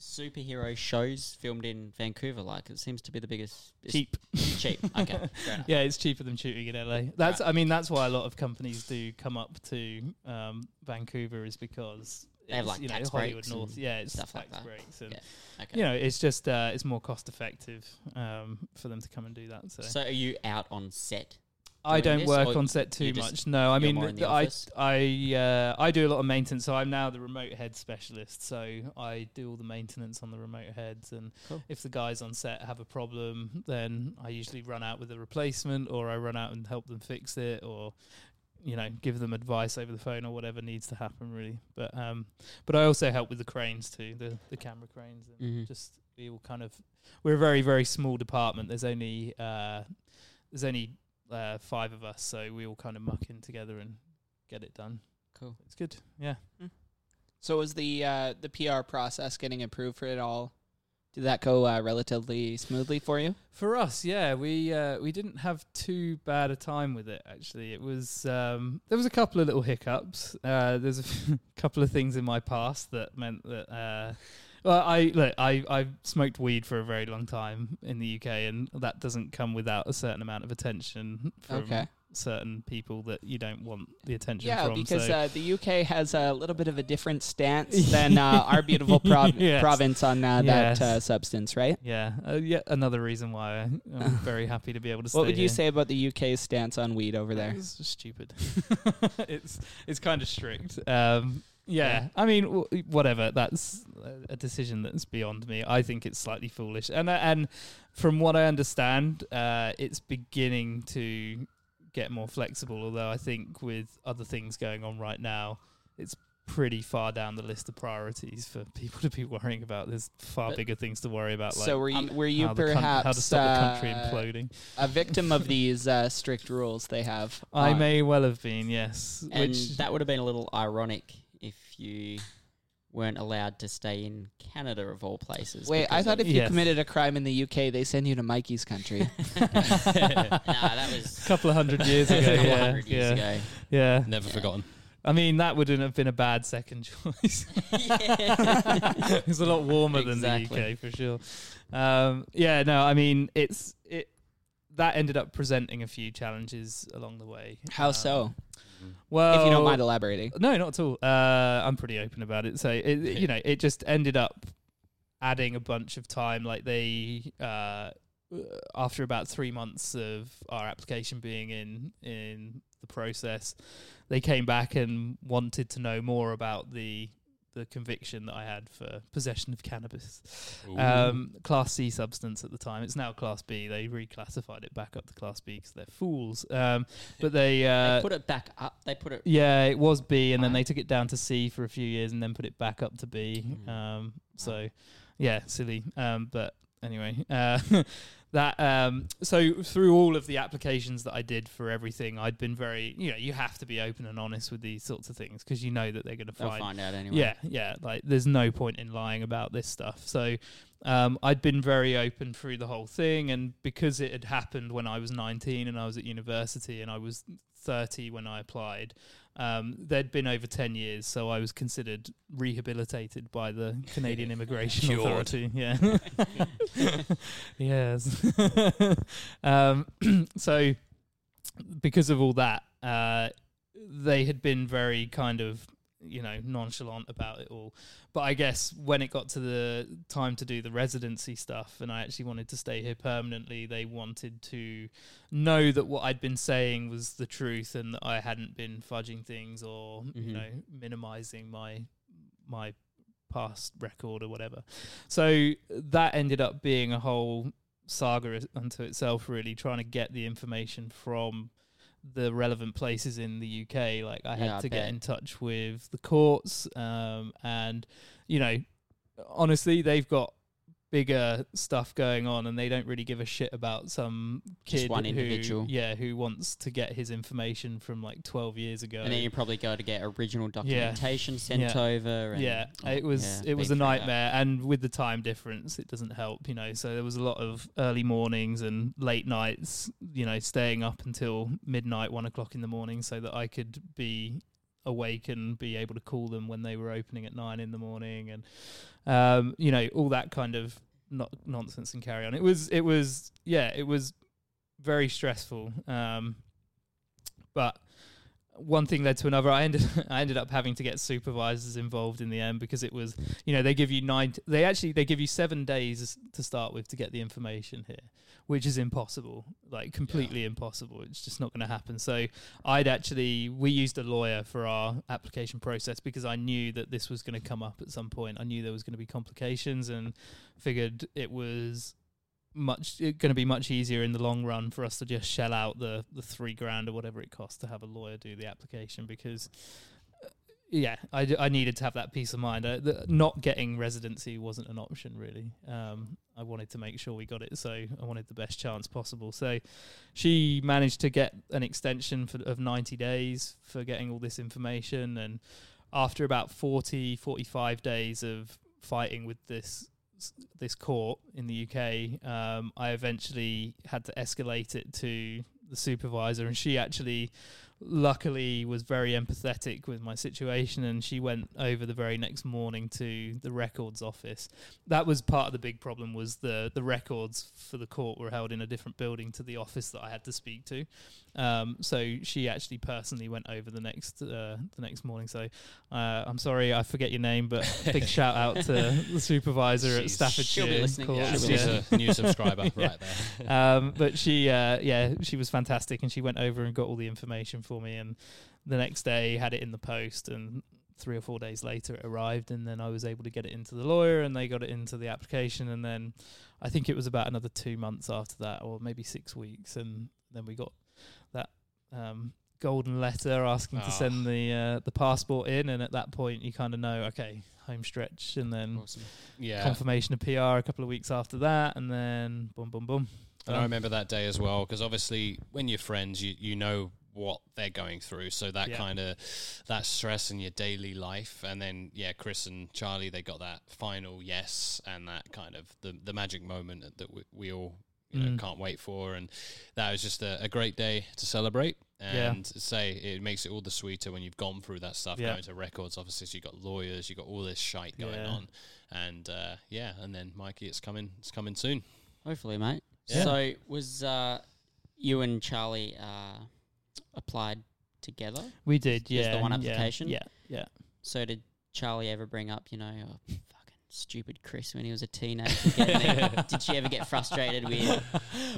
S3: superhero shows filmed in Vancouver? Like it seems to be the biggest it's
S4: cheap?
S3: Cheap. Okay. Fair enough.
S4: Yeah, it's cheaper than shooting in LA. That's, I mean, that's why a lot of companies do come up to um, Vancouver is because
S3: They have,
S4: it's,
S3: like,
S4: you know,
S3: tax
S4: Hollywood
S3: breaks
S4: North.
S3: and
S4: Yeah, it's
S3: stuff like
S4: tax
S3: that.
S4: breaks, and
S3: Okay.
S4: you know, it's just uh, it's more cost effective um, for them to come and do that. So,
S3: So are you out on set?
S4: I
S3: doing
S4: don't
S3: this,
S4: work
S3: or
S4: on set too
S3: you're just-
S4: much. No, I
S3: you're
S4: mean,
S3: more in the
S4: th- I
S3: office?
S4: I uh, I do a lot of maintenance, so I'm now the remote head specialist. So I do all the maintenance on the remote heads, and
S3: Cool.
S4: if the guys on set have a problem, then I usually run out with a replacement, or I run out and help them fix it, or you know, give them advice over the phone or whatever needs to happen, really. But um, but I also help with the cranes too, the the camera cranes, and
S1: Mm-hmm.
S3: Mhm.
S4: just we all kind of we're a very very small department. There's only uh, there's only uh, five of us, so we all kind of muck in together and get it done.
S3: Cool.
S4: It's good. Yeah.
S1: So was the uh, the PR process getting approved for it all? Did that go uh, relatively smoothly for you?
S4: For us, yeah, we uh, we didn't have too bad a time with it. Actually, it was um, there was a couple of little hiccups. Uh, there's a couple of things in my past that meant that. Uh, well, I look, I I smoked weed for a very long time in the UK, and that doesn't come without a certain amount of attention from
S1: Okay.
S4: certain people that you don't want the attention
S1: Yeah,
S4: from.
S1: because
S4: so-
S1: uh, the UK has a little bit of a different stance than uh, our beautiful prov-
S4: Yes.
S1: province on uh,
S4: Yes.
S1: that uh, substance, right?
S4: yeah, uh, yet another reason why I'm very happy to be able to.
S1: What
S4: stay
S1: would you
S4: here.
S1: say about the UK's stance on weed over there?
S4: It's just stupid. it's it's kind of strict. Um, yeah, I mean, w- whatever. That's a- a decision that's beyond me. I think it's slightly foolish, and uh, and from what I understand, uh, it's beginning to get more flexible. Although I think with other things going on right now, it's pretty far down the list of priorities for people to be worrying about. There's far
S1: But-
S4: bigger things to worry about. Like um,
S1: so were you, were you
S4: how, the coun-
S1: perhaps
S4: how to stop the country
S1: uh,
S4: imploding?
S1: a victim of these uh, strict rules they have?
S4: I
S1: on-
S4: may well have been, yes.
S3: And
S4: which
S3: that would have been a little ironic if you weren't allowed to stay in Canada of all places.
S1: Wait, I
S3: because
S1: thought
S3: of-
S1: if you
S4: Yes.
S1: committed a crime in the UK, they send you to Mikey's country.
S3: nah, that was
S4: couple of hundred years
S3: a
S4: ago.
S3: couple
S4: yeah,
S3: hundred years
S4: yeah,
S3: ago.
S4: Oh, yeah.
S2: Never
S3: Yeah.
S2: forgotten.
S4: I mean, that wouldn't have been a bad second choice.
S3: Yeah.
S4: it's a lot warmer
S3: Exactly.
S4: than the UK for sure. Um, yeah, no, I mean, it's it that ended up presenting a few challenges along the way.
S1: How
S4: Um,
S1: so?
S4: Well,
S1: if you don't mind elaborating.
S4: No, not at all. Uh, I'm pretty open about it. So it, you know, it just ended up adding a bunch of time. Like they, uh, after about three months of our application being in in the process, they came back and wanted to know more about the the conviction that I had for possession of cannabis,
S2: Ooh.
S4: um, class C substance at the time. It's now class B. They reclassified it back up to class B because they're fools. Um, but they uh,
S3: they put it back up. They put it.
S4: yeah, it was B, and then
S3: Wow.
S4: they took it down to C for a few years, and then put it back up to B.
S3: Mm.
S4: Um, so, yeah, silly. Um, but anyway, uh, that um, so through all of the applications that I did for everything, I'd been very, you know, you have to be open and honest with these sorts of things because you know that they're going to
S3: They'll
S4: find
S3: find out anyway.
S4: yeah, yeah. Like, there's no point in lying about this stuff. So, um, I'd been very open through the whole thing, and because it had happened when I was 19 and I was at university, and I was 30 when I applied, um, there'd been over 10 years, so I was considered rehabilitated by the Canadian Immigration
S2: Cured.
S4: Authority. Yeah. yes. um, so, because of all that, uh, they had been very kind of you know nonchalant about it all but i guess when it got to the time to do the residency stuff and i actually wanted to stay here permanently they wanted to know that what i'd been saying was the truth and that i hadn't been fudging things or
S3: Mhm.
S4: you know minimizing my my past record or whatever so that ended up being a whole saga is- unto itself really trying to get the information from the relevant places in the UK like I had
S3: Yeah, I
S4: to get
S3: bet.
S4: in touch with the courts um and you know honestly they've got bigger stuff going on and they don't really give a shit about some
S3: Just
S4: kid
S3: one
S4: who-
S3: individual.
S4: yeah who wants to get his information from like 12 years ago
S3: And then you probably go to get original documentation sent
S4: Yeah.
S3: over. And,
S4: yeah, it was
S3: yeah,
S4: it was a
S3: been through that.
S4: nightmare, and with the time difference, it doesn't help, you know. So there was a lot of early mornings and late nights, you know, staying up until midnight, one o'clock in the morning, so that I could be awake and be able to call them when they were opening at nine in the morning, and um, you know, all that kind of not nonsense and carry on. It was it was yeah, it was very stressful. Um, but one thing led to another. I ended I ended up having to get supervisors involved in the end because it was you know they give you nine. They actually they give you seven days to start with to get the information here, which is impossible, like completely impossible. It's just not going to happen. So I'd actually we used a lawyer for our application process because I knew that this was going to come up at some point. I knew there was going to be complications and figured it was much going to be much easier in the long run for us to just shell out the the three grand or whatever it costs to have a lawyer do the application because uh, yeah I, d- I needed to have that peace of mind I, the, not getting residency wasn't an option really um I wanted to make sure we got it so I wanted the best chance possible so she managed to get an extension for, of 90 days for getting all this information and after about 40 45 days of fighting with this this court in the UK, um, I eventually had to escalate it to the supervisor, and she actually, luckily, was very empathetic with my situation, and she went over the very next morning to the records office. That was part of the big problem was the the records for the court were held in a different building to the office that I had to speak to. Um, so she actually personally went over the next uh, the next morning. So uh, I'm sorry, I forget your name, but big shout out to the supervisor at
S2: She's-
S4: Staffordshire
S3: she'll be listening,
S4: Court.
S3: yeah.
S2: She's
S3: She'll be
S4: Yeah.
S2: a new subscriber
S4: Yeah.
S2: right there.
S4: um, but she, uh, yeah, she was fantastic, and she went over and got all the information for me. And the next day, had it in the post, and three or four days later, it arrived, and then I was able to get it into the lawyer, and they got it into the application, and then I think it was about another two months after that, or maybe six weeks, and then we got that. Um, golden letter asking
S2: Ah.
S4: to send the uh, the passport in and at that point you kind of know okay home stretch and then
S3: Awesome.
S2: Yeah.
S4: confirmation of PR a couple of weeks after that, and then boom, boom, boom.
S2: And I remember that day as well because obviously when you're friends, you you know what they're going through. So that
S4: Yeah.
S2: kind of that stress in your daily life, and then yeah, Chris and Charlie they got that final yes, and that kind of the the magic moment that- that we, we all. You know,
S4: Mm.
S2: can't wait for, and that was just a, a great day to celebrate.
S4: Yeah.
S2: And say it makes it all the sweeter when you've gone through that stuff,
S4: Yeah.
S2: going to records offices, you got lawyers, you got all this shite going
S4: Yeah.
S2: on, and uh, yeah, and then Mikey, it's coming, it's coming soon.
S3: Hopefully, mate.
S2: Yeah.
S3: So was uh, you and Charlie uh, applied together?
S4: we did,
S3: Just
S4: yeah.
S3: the one
S4: yeah,
S3: application?
S4: yeah, yeah.
S3: So did Charlie ever bring up, you know, oh, fucking stupid Chris when he was a teenager? getting the- did she ever get frustrated with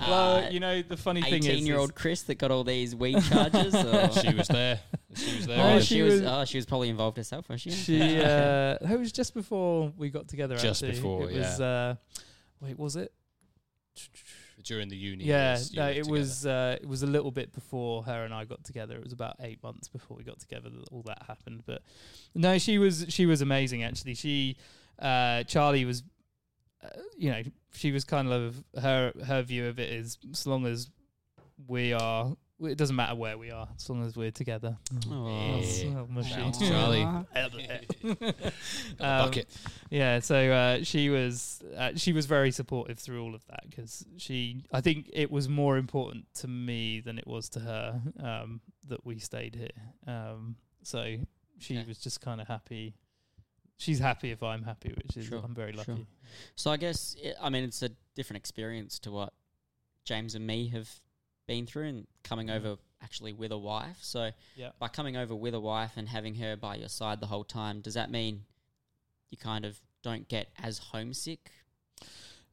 S4: well,
S3: uh,
S4: you know, the funny thing is, is-
S3: eighteen-year-old Chris that got all these weed charges? Or?
S2: she was there. She was there.
S3: Oh,
S4: No,
S2: wasn't
S3: she,
S4: she
S3: was.
S4: was-
S3: Oh, she was probably involved herself, was she?
S4: she uh, that was just before we got together.
S2: Just
S4: actually.
S2: before,
S4: it was.
S2: yeah.
S4: Uh, wait, was it?
S2: she? During the uni.
S4: Yeah,
S2: years, you
S4: no,
S2: were
S4: it
S2: together.
S4: was. Uh, it was a little bit before her and I got together. It was about eight months before we got together that all that happened. But no, she was she was amazing actually. She, uh, Charlie was, uh, you know, she was kind of her her view of it is as long as we are, it doesn't matter where we are, as long as we're together.
S3: Oh.
S2: Yeah.
S4: Oh, machine.
S2: Shout to Charlie. Got the
S4: Um,
S2: bucket.
S4: Yeah, so uh, she was uh, she was very supportive through all of that because she I think it was more important to me than it was to her um, that we stayed here. Um, so she
S3: Okay.
S4: was just kind of happy. She's happy if I'm happy, which is
S3: Sure,
S4: I'm very
S3: sure.
S4: lucky.
S3: So I guess it, I mean it's a different experience to what James and me have been through, and coming over actually with a wife. So
S4: Mm. Yeah.
S3: by coming over with a wife and having her by your side the whole time, does that mean you kind of don't get as homesick?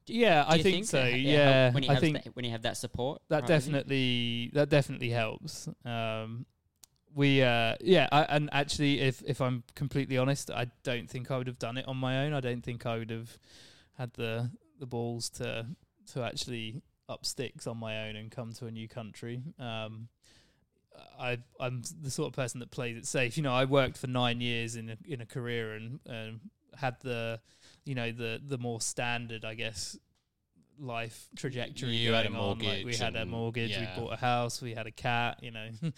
S4: Yeah,
S3: do
S4: I
S3: you
S4: think, so.
S3: Uh,
S4: Yeah,
S3: how- when you
S4: I
S3: have
S4: think
S3: that, when you have that support,
S4: that
S3: right with you?
S4: definitely that definitely helps. Um, we uh, yeah, I, and actually, if if I'm completely honest, I don't think I would have done it on my own. I don't think I would have had the the balls to to actually up sticks on my own and come to a new country. Um, I I'm the sort of person that plays it safe. You know, I worked for nine years in a, in a career and um, had the you know the the more standard, I guess, life trajectory.
S2: You had a
S4: going on. Like, we
S2: mortgage
S4: had a
S2: and-
S4: mortgage.
S2: yeah.
S4: We bought a house. We had a cat. You know. Uh,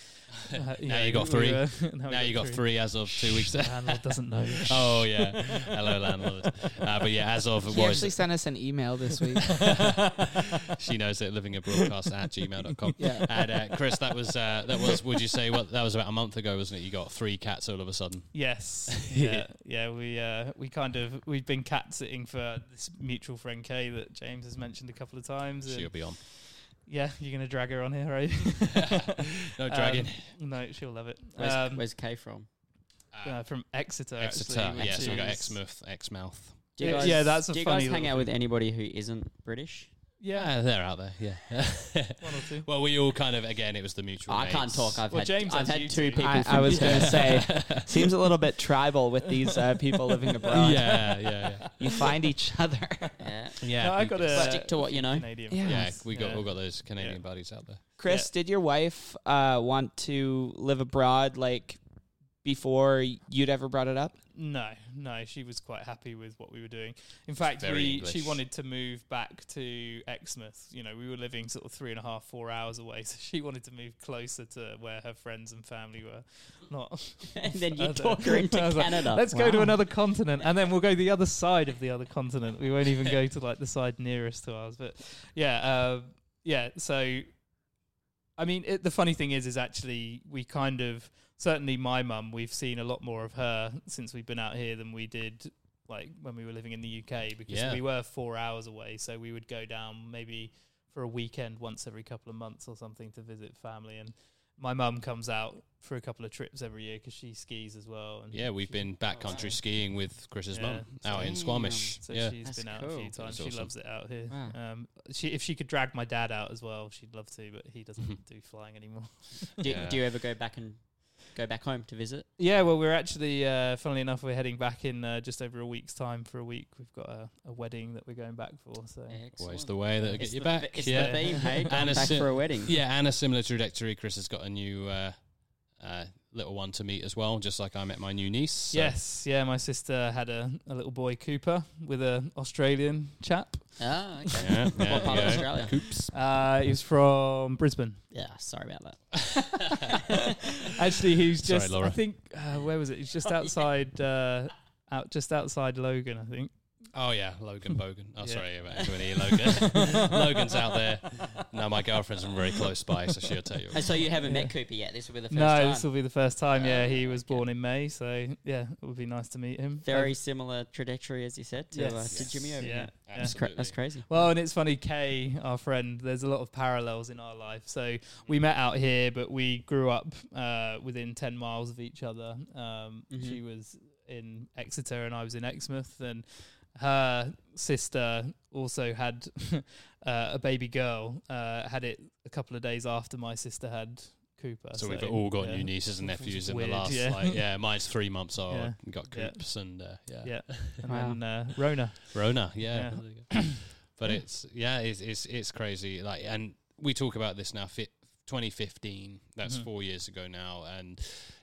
S2: now
S4: know,
S2: you got
S4: we
S2: three.
S4: were-
S2: now you got three as of two weeks.
S4: The landlord doesn't know.
S2: oh yeah. Hello, landlord. Uh, but yeah, as of
S1: He
S2: what
S1: actually
S2: is
S1: sent us an email this week.
S2: it? she knows it. Living a broadcast at gmail.com.
S1: Yeah.
S2: And uh, Chris, that was uh, that was. Would you say what that was about a month ago, wasn't it? You got three cats all of a sudden.
S4: Yes. Yeah. yeah. We uh, we kind of we've been cat sitting for this mutual friend Kay that James has mentioned a couple of times. and-
S2: She'll be on.
S4: Yeah, you're gonna drag her on here, right? Um,
S2: no dragging.
S4: no, she'll love it.
S3: Where's,
S4: Um,
S3: where's Kay from?
S4: uh, from Exeter.
S2: Exeter,
S4: actually,
S2: yeah. So we got
S4: which is-
S2: Exmouth, Exmouth.
S3: Do you
S4: Yeah,
S3: guys,
S4: yeah, that's a
S3: do you
S4: funny
S3: guys hang
S4: little
S3: out with anybody who isn't British?
S4: Yeah,
S2: Ah, they're out there. Yeah.
S4: one or two.
S2: well, we all kind of again. It was the mutual.
S3: I can't
S2: mates.
S3: talk. I've
S4: Well,
S3: had
S4: James
S3: I've
S4: has you
S3: had two
S4: two.
S3: people.
S1: I, I
S3: from-
S1: was going to say, seems a little bit tribal with these uh, people living abroad.
S2: yeah, yeah, yeah.
S1: You find each other.
S3: Yeah.
S2: Yeah,
S4: No, I
S2: we-
S4: got a
S3: Stick to what you know.
S4: Canadian.
S1: Yeah.
S2: Yeah,
S4: friends.
S2: we got
S4: Yeah.
S2: all got those Canadian
S4: Yeah.
S2: buddies out there.
S1: Chris, did your wife uh, want to live abroad like before you'd ever brought it up?
S4: No, no, she was quite happy with what we were doing. In fact,
S2: Very
S4: we,
S2: English.
S4: she wanted to move back to Exmouth. You know, we were living sort of three and a half, four hours away, so she wanted to move closer to where her friends and family were. Not
S3: and then you
S4: further.
S3: talk her into
S4: I was like,
S3: Canada.
S4: Let's go to
S1: Wow.
S4: another continent, and then we'll go the other side of the other continent. We won't even go to like the side nearest to ours. But yeah, uh, yeah. So, I mean, it, the funny thing is, is actually we kind of certainly my mum. We've seen a lot more of her since we've been out here than we did like when we were living in the UK because
S2: Yeah.
S4: we were four hours away. So we would go down maybe for a weekend once every couple of months or something to visit family and. My mum comes out for a couple of trips every year because she skis as well. And
S2: Yeah, we've
S4: she-
S2: been backcountry skiing with Chris's
S4: Yeah.
S2: mum out in
S3: Damn.
S2: Squamish.
S4: so
S2: yeah,
S4: she's
S3: That's
S4: been out a
S3: cool.
S4: few times.
S2: That's
S4: She
S2: awesome.
S4: loves it out here.
S3: Wow.
S4: Um, she if she could drag my dad out as well, she'd love to, but he doesn't do flying anymore.
S3: Do,
S2: Yeah.
S3: do you ever go back and go back home to visit?
S4: Yeah, well, we're actually, uh, funnily enough, we're heading back in uh, just over a week's time for a week. We've got a, a wedding that we're going back for. So
S2: always the way that'll
S3: It's
S2: get you
S3: the-
S2: back.
S3: It's
S2: yeah.
S3: the theme, hey? Going
S2: a
S3: back
S2: sim-
S3: for a wedding.
S2: Yeah, and a similar trajectory. Chris has got a new uh, uh, little one to meet as well, just like I met my new niece. So
S4: yes, yeah, my sister had a, a little boy Cooper with a Australian chap.
S3: Ah, okay.
S2: Yeah, yeah,
S3: What part of
S2: yeah.
S3: Australia?
S2: Coops.
S4: Uh, he was from Brisbane.
S3: Yeah, sorry about that.
S4: Actually, he was
S2: Sorry,
S4: just. I
S2: Laura.
S4: think uh, where was it? He's just
S3: Oh, yeah.
S4: outside, uh, out just outside Logan, I think.
S2: Oh yeah, Logan Bogan. Oh
S4: Yeah.
S2: sorry about everyone here, Logan. Logan's out there. No, my girlfriend's from very close by, so she'll tell you.
S3: And Oh, so you haven't met Cooper yet. This will be the first
S4: no,
S3: time.
S4: this will be the first time. Yeah,
S3: Uh,
S4: he was
S3: okay.
S4: born in May, so yeah, it would be nice to meet him.
S3: Very
S4: Uh,
S3: similar trajectory, as you said, to, uh,
S4: Yes.
S3: to Jimmy over
S4: Yeah.
S3: here. That's,
S2: Absolutely.
S3: cra- that's crazy.
S4: well, and it's funny, Kay, our friend. There's a lot of parallels in our life. So we
S3: Mm.
S4: met out here, but we grew up uh, within ten miles of each other. Um,
S3: Mhm.
S4: She was in Exeter, and I was in Exmouth, and her sister also had uh, a baby girl. Uh, had it a couple of days after my sister had Cooper.
S2: So we've all got
S4: yeah.
S2: new nieces and
S4: Which is
S2: nephews in
S4: weird,
S2: the last
S4: yeah.
S2: like yeah, mine's three months old.
S4: Yeah.
S2: and Got
S4: Yeah.
S2: Coops and uh, yeah.
S4: Yeah, and
S3: Wow.
S4: then uh, Rona.
S2: Rona, yeah.
S4: Yeah.
S2: There you go. but it's yeah, it's, it's it's crazy. Like, and we talk about this now. Fi 2015, that's
S4: Mhm.
S2: four years ago now, and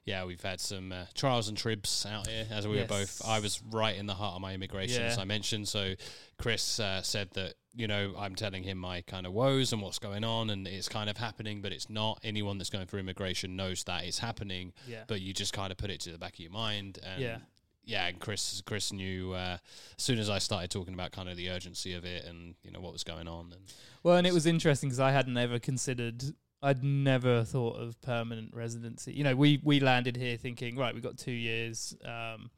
S2: yeah, we've had some uh, trials and tribs out here. As we were both,
S4: Yes.
S2: I was right in the heart of my immigration, as
S4: Yeah.
S2: I mentioned. So Chris uh, said that you know I'm telling him my kind of woes and what's going on, and it's kind of happening, but it's not. Anyone that's going through immigration knows that it's happening,
S4: Yeah.
S2: but you just kind of put it to the back of your mind, and
S4: Yeah.
S2: yeah, and Chris Chris knew uh, as soon as I started talking about kind of the urgency of it and you know what was going on. And
S4: Well, and it was interesting because I had never considered. I'd never thought of permanent residency. You know, we we landed here thinking, right, we've got two years. Um,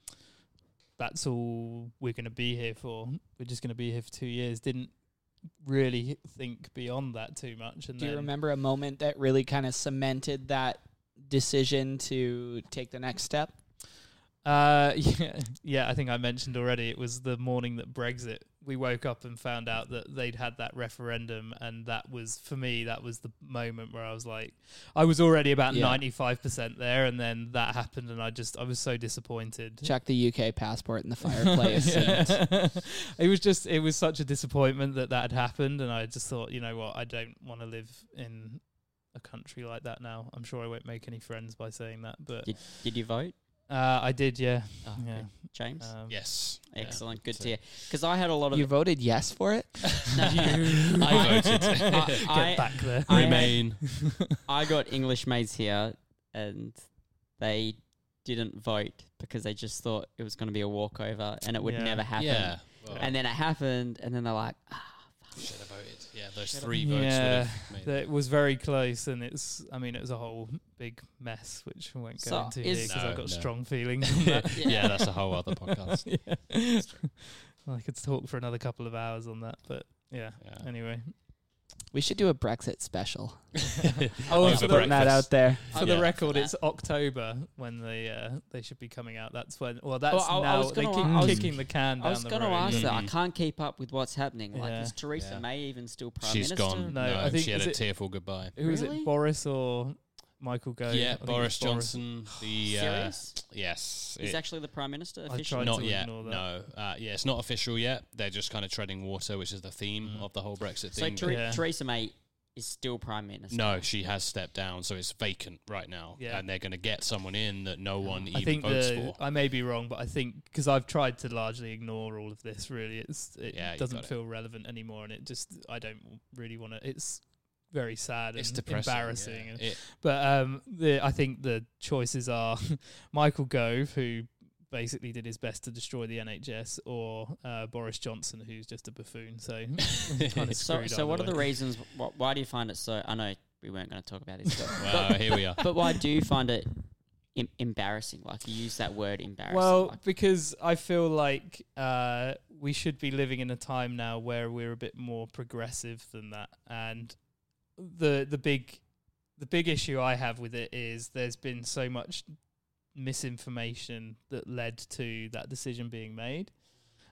S4: that's all we're going to be here for. We're just going to be here for two years. Didn't really think beyond that too much. And
S1: Do you
S4: then-
S1: remember a moment that really kind of cemented that decision to take the next step?
S4: Uh, yeah, yeah. I think I mentioned already. It was the morning that Brexit. We woke up and found out that they'd had that referendum, and that was for me. That was the moment where I was like, I was already about
S1: Yeah.
S4: ninety five percent there, and then that happened, and I just I was so disappointed.
S1: Chuck the UK passport in the fireplace. and
S4: Yeah. it was just it was such a disappointment that that had happened, and I just thought, you know what, I don't want to live in a country like that now. I'm sure I won't make any friends by saying that, but
S3: Did, did you vote,
S4: uh, I did, yeah,
S1: Ah,
S3: Oh,
S4: yeah.
S3: okay. James?
S4: Um,
S2: yes, Uh, yeah.
S3: Excellent. Good
S2: So-
S3: to hear. Because I had a lot of.
S1: you voted yes for it?
S2: I voted.
S3: I, I,
S4: back there.
S3: I-
S2: Remain.
S3: I got English maids here, and they didn't vote because they just thought it was going to be a walkover and it would
S4: Yeah.
S3: never happen.
S2: yeah. Well,
S3: And then it happened, and then they're like,
S2: should have voted. Yeah, those
S3: Should have-
S2: three votes
S4: Yeah.
S2: would have made.
S4: That was very close, and it's. I mean, it was a whole big mess, which we won't go
S3: So,
S4: into here
S3: is-
S4: because I've
S2: No,
S4: got
S2: no.
S4: strong feelings. on that.
S2: yeah. that's a whole other podcast.
S4: yeah. I could talk for another couple of hours on that, but yeah.
S2: Yeah.
S4: Anyway,
S1: We should do a Brexit special.
S4: Oh,
S2: Over
S4: for the-
S1: Putting that out there.
S4: For the
S2: Yeah.
S4: record,
S3: Yeah.
S4: it's October when they uh, they should be coming out. That's when. Well, that's
S3: Well, I- I
S4: now.
S3: was
S4: they
S3: gonna
S4: keep
S3: a-
S1: I was-
S4: kicking the can down
S3: I was
S4: the
S3: going to
S4: road.
S3: ask that. I
S2: Mhm.
S3: can't keep up with what's happening. Like,
S4: Yeah.
S3: is Theresa
S2: Yeah.
S3: May even still prime
S2: She's
S3: minister?
S2: gone.
S4: No,
S2: No,
S4: I think-
S2: she had
S4: is
S2: a
S4: it-
S2: tearful goodbye.
S4: Who is
S3: Really?
S4: it, Boris or Michael Gove? I
S2: yeah,
S4: think
S2: Boris
S4: it's Boris.
S2: Johnson. The uh,
S3: Serious?
S2: yes,
S3: He's
S2: it-
S3: actually the prime minister
S4: I
S3: officially.
S4: tried
S2: not
S4: to
S2: yet.
S4: ignore that.
S2: No, uh, yeah, it's not official yet. They're just kind of treading water, which is the theme
S4: Mm.
S2: of the whole Brexit
S3: So
S2: thing.
S3: Ther-
S4: Yeah.
S3: Theresa May is still prime minister.
S2: no, she has stepped down, so it's vacant right now,
S4: Yeah.
S2: and they're going to get someone in that no one
S4: I
S2: even
S4: think
S2: votes
S4: the,
S2: for.
S4: I may be wrong, but I think because I've tried to largely ignore all of this. Really, it's it
S2: Yeah, you
S4: doesn't
S2: got it.
S4: feel relevant anymore, and it just I don't really want to. It's very sad
S2: It's
S4: and
S2: depressing.
S4: embarrassing,
S2: yeah.
S4: and
S2: It-
S4: But um, the I think the choices are Michael Gove, who basically did his best to destroy the NHS, or uh, Boris Johnson, who's just a buffoon. So kind of
S3: So,
S4: screwed.
S3: so what are
S4: either
S3: the
S4: way.
S3: reasons? Wh- why do you find it so? I know we weren't going to talk about this, but,
S2: well, here we are.
S3: but why do you find it em- embarrassing? Like you use that word embarrassing.
S4: Well,
S3: like,
S4: because I feel like uh, we should be living in a time now where we're a bit more progressive than that, and the the big the big issue I have with it is there's been so much misinformation that led to that decision being made,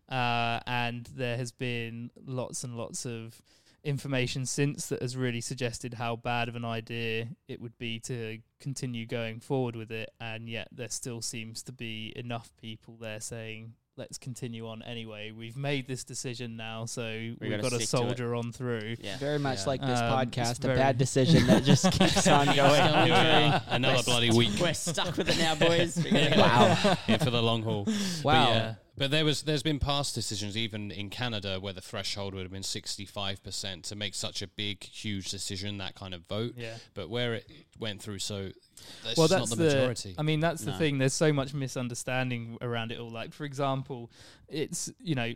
S4: uh, and there has been lots and lots of information since that has really suggested how bad of an idea it would be to continue going forward with it, and yet there still seems to be enough people there saying, "Let's continue on anyway. We've made this decision now, so we've
S3: gotta
S4: got to
S3: stick to it."
S4: soldier on through."
S3: yeah.
S1: Very much
S2: Yeah.
S1: like this
S4: Um, it's
S1: podcast, a
S4: very-
S1: bad decision that just keeps on
S3: Still
S1: going.
S2: Here we are.
S3: true.
S2: Another
S3: We're
S2: bloody
S3: st-
S2: week.
S3: We're stuck with it now, boys. We're gonna go-
S1: wow.
S2: Here for the long haul.
S1: Wow.
S2: But, yeah. but there was there's been past decisions even in Canada where the threshold would have been 65% to make such a big huge decision that kind of vote.
S4: Yeah.
S2: But where it went through so that's
S4: well,
S2: just
S4: that's
S2: not the, majority.
S4: I mean, that's the
S3: No.
S4: thing. There's so much misunderstanding around it all. Like, for example, it's you know,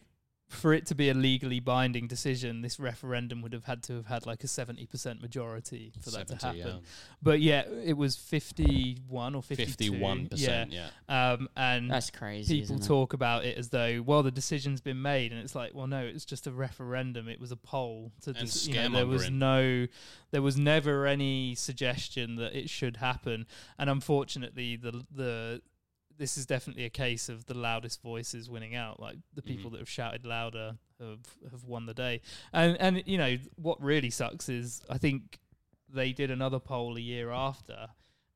S4: for it to be a legally binding decision, this referendum would have had to have had like a seventy percent majority for that to
S2: 70,
S4: happen. But yeah, it was fifty-one or
S2: yeah.
S4: fifty-two.
S2: 51%, yeah.
S4: Yeah. Um, and
S3: That's crazy.
S4: people
S3: isn't it?
S4: talk about it as though, well, the decision's been made, and it's like, well, no, it's just a referendum. It was a poll. To
S2: And
S4: dis- you know, there was
S2: scaremongering.
S4: no, there was never any suggestion that it should happen. And unfortunately, the the this is definitely a case of the loudest voices winning out. Like the people
S2: Mhm.
S4: that have shouted louder have have won the day. And and you know what really sucks is I think they did another poll a year after,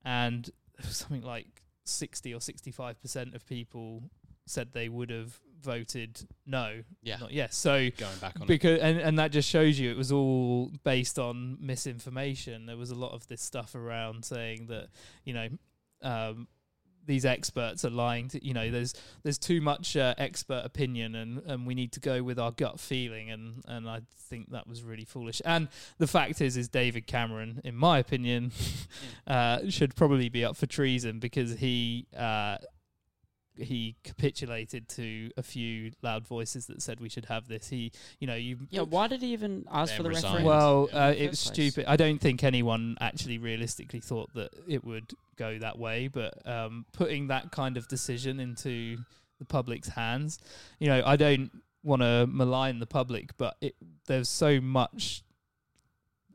S4: and something like sixty or sixty five percent of people said they would have voted no,
S2: Yeah.
S4: not yes. So
S2: Going back on it.
S4: because and, and that just shows you it was all based on misinformation. There was a lot of this stuff around saying that you know um, these experts are lying. To, you know, there's there's too much uh, expert opinion, and and we need to go with our gut feeling. And and I think that was really foolish. And the fact is, is David Cameron, in my opinion, uh, should probably be up for treason because he. Uh, he capitulated to a few loud voices that said we should have this. He, you know, you
S3: Yeah, why did he even ask
S2: Then
S3: for the
S2: resign.
S3: referendum?
S4: well,
S2: Yeah.
S4: uh,
S3: In the
S4: it was
S3: first place.
S4: stupid. I don't think anyone actually realistically thought that it would go that way, but um, putting that kind of decision into the public's hands, you know, I don't want to malign the public, but it, there's so much,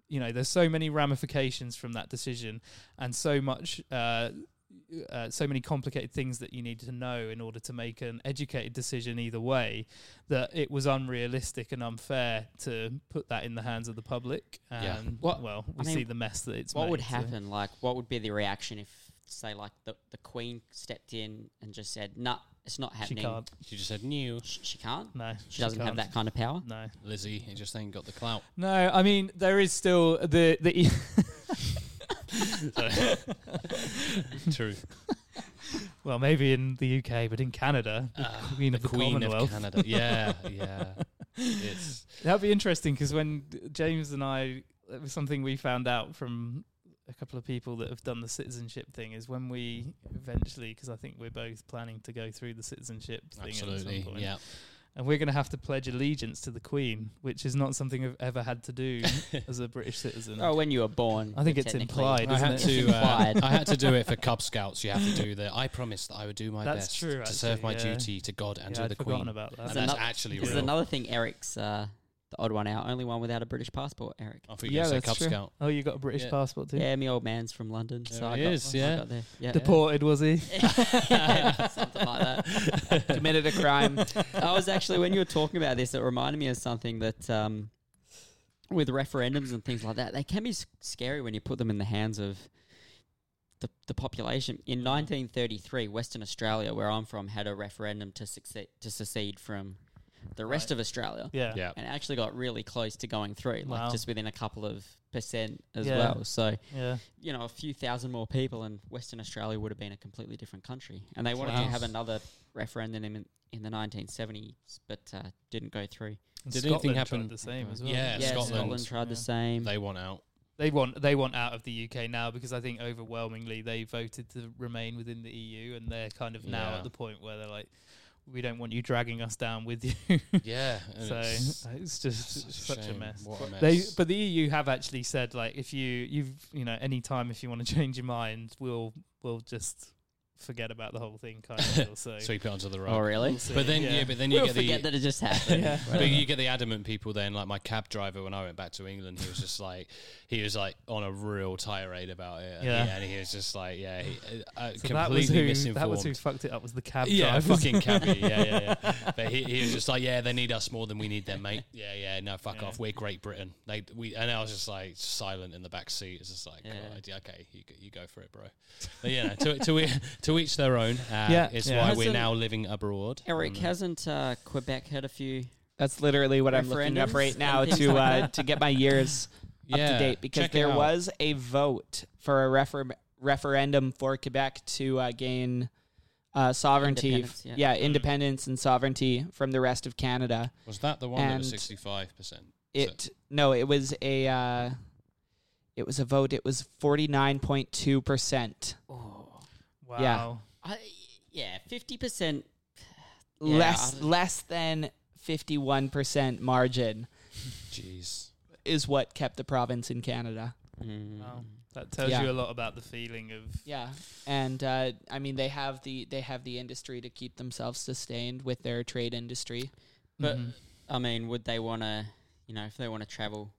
S4: you know, there's so many ramifications from that decision and so much. Uh, uh, so many complicated things that you need to know in order to make an educated decision either way that it was unrealistic and unfair to put that in the hands of the public and
S2: Yeah.
S3: What-
S4: well we
S3: I mean,
S4: see the mess that it's
S3: what would
S4: made, so-
S3: happen? Like, what would be the reaction if, say, like the, the Queen stepped in and just said, "Nah, it's not
S4: she
S3: happening."
S4: can't
S2: She just said new
S3: Sh- She, can't.
S4: no
S3: She, doesn't have that
S4: can't.
S3: kind of power.
S4: no
S2: Lizzie, it just ain't got the clout.
S4: no i mean there is still the the e
S2: True.
S4: well maybe in the uk but in canada the
S2: Ah,
S4: queen of the,
S2: Queen
S4: commonwealth
S2: of Canada. Yeah, yeah. It's
S4: That'd be interesting because when d- James and I, it was something we found out from a couple of people that have done the citizenship thing is when we eventually, because I think we're both planning to go through the citizenship thing at
S2: absolutely
S4: some point,
S2: yeah.
S4: and we're going to have to pledge allegiance to the Queen, which is not something I've ever had to do as a British citizen.
S3: Oh, when you were born.
S4: I think it's
S3: technically.
S4: implied,
S2: I
S4: isn't
S2: had
S4: it?
S2: to. Uh,
S3: Implied.
S2: I had to do it for Cub Scouts. You have to do the. I promised that I would do my
S4: That's
S2: best
S4: true,
S2: to serve
S4: actually,
S2: my
S4: yeah.
S2: duty to God and
S4: Yeah,
S2: to
S4: I'd
S2: the
S4: forgotten
S2: Queen.
S4: about
S2: And
S4: that.
S3: There's
S2: that's
S3: ano-
S2: actually
S3: This is
S2: real.
S3: another thing Eric's uh, the odd one out. Only one without a British passport, Eric.
S2: I thought you were
S4: Yeah,
S2: going to say
S4: that's
S2: Cub
S4: true.
S2: Scout.
S4: Oh, you got a British
S2: Yeah.
S4: passport too.
S3: Yeah, me old man's from London,
S2: There
S3: so I
S2: he
S3: got,
S2: is,
S3: I
S2: yeah.
S3: got there. Yeah,
S4: Deported was he?
S3: yeah. something like that.
S1: committed a crime.
S3: I was actually when you were talking about this, it reminded me of something that um, with referendums and things like that, they can be s- scary when you put them in the hands of the, the population. In
S2: Mm.
S3: 1933, Western Australia, where I'm from, had a referendum to succeed, to secede from the rest
S4: Right.
S3: of Australia,
S4: Yeah.
S2: yeah.
S3: and actually got really close to going through,
S4: Wow.
S3: like just within a couple of percent as
S4: Yeah.
S3: well. So
S4: Yeah.
S3: you know, a few thousand more people, and Western Australia would have been a completely different country. And they wanted
S4: Wow.
S3: to have another referendum in, in the 1970s, but uh, didn't go through.
S4: And
S2: Did
S4: Scotland
S2: anything
S4: tried
S2: happen-
S4: The same as well.
S2: Yeah,
S3: Yeah,
S2: Scotland.
S3: Scotland, tried
S4: Yeah.
S3: the same.
S2: They want out.
S4: They want they want out of the UK now because I think overwhelmingly they voted to remain within the EU and they're kind of now
S2: Yeah.
S4: at the point where they're like, we don't want you dragging us down with you.
S2: Yeah. and
S4: so uh,
S2: it's-
S4: it's, just
S2: it's
S4: such a
S2: shame.
S4: mess.
S2: What a mess.
S4: They, but the EU have actually said like if you you've you know any time if you want to change your mind we'll we'll just forget about the whole thing kind of deal. so
S2: sweep it onto the
S3: Oh,
S2: rug.
S3: really?
S2: But then, yeah. but then you
S3: we'll
S2: get the
S3: forget that it just happened.
S4: Yeah.
S2: But you get the adamant people then, like my cab driver when I went back to England, he was just like, he was like on a real tirade about it.
S4: Yeah.
S2: and he was just like, yeah, he, uh,
S4: So
S2: completely
S4: that was who
S2: misinformed.
S4: that was who fucked it up was the cab
S2: yeah,
S4: drivers.
S2: fucking cabbie. Yeah, yeah, yeah. But he, he was just like, yeah, they need us more than we need them, mate. Yeah, yeah, no, fuck
S4: Yeah.
S2: off. We're Great Britain. They, we, and I was just like silent in the back seat. It's just like,
S3: Yeah.
S2: God, yeah, okay, you, go- you go for it, bro. But yeah, no, to, to, e- to each their own. Uh,
S4: Yeah.
S2: It's
S4: Yeah.
S2: why
S3: Has
S2: we're
S3: them-
S2: now living abroad.
S3: Eric,
S2: Mm.
S3: hasn't uh, Quebec had a few?
S1: That's literally what I'm looking up
S3: Referendums
S1: right
S3: and
S1: now
S3: things
S1: to
S3: like
S1: uh,
S3: that.
S1: to get my years up to
S2: Yeah,
S1: date because
S2: check it
S1: there
S2: out.
S1: was a vote for a refer- referendum for Quebec to uh, gain uh, sovereignty,
S3: Independence, yeah.
S1: yeah, independence and sovereignty from the rest of Canada.
S2: Was that the one that was
S1: And
S2: 65%?
S1: It no, it was a uh, it was a vote. It was forty nine point two percent
S3: Oh.
S4: wow
S3: I, yeah, 50%. Yeah,
S1: less
S3: I don't-
S1: less than fifty one percent margin
S2: Jeez.
S1: is what kept the province in Canada.
S3: Mm.
S4: Wow. that tells
S1: Yeah.
S4: you a lot about the feeling of
S1: Yeah, and uh, I mean they have the they have the industry to keep themselves sustained with their trade industry.
S3: But-
S4: Mhm.
S3: I mean, would they want to, you know, if they want to travel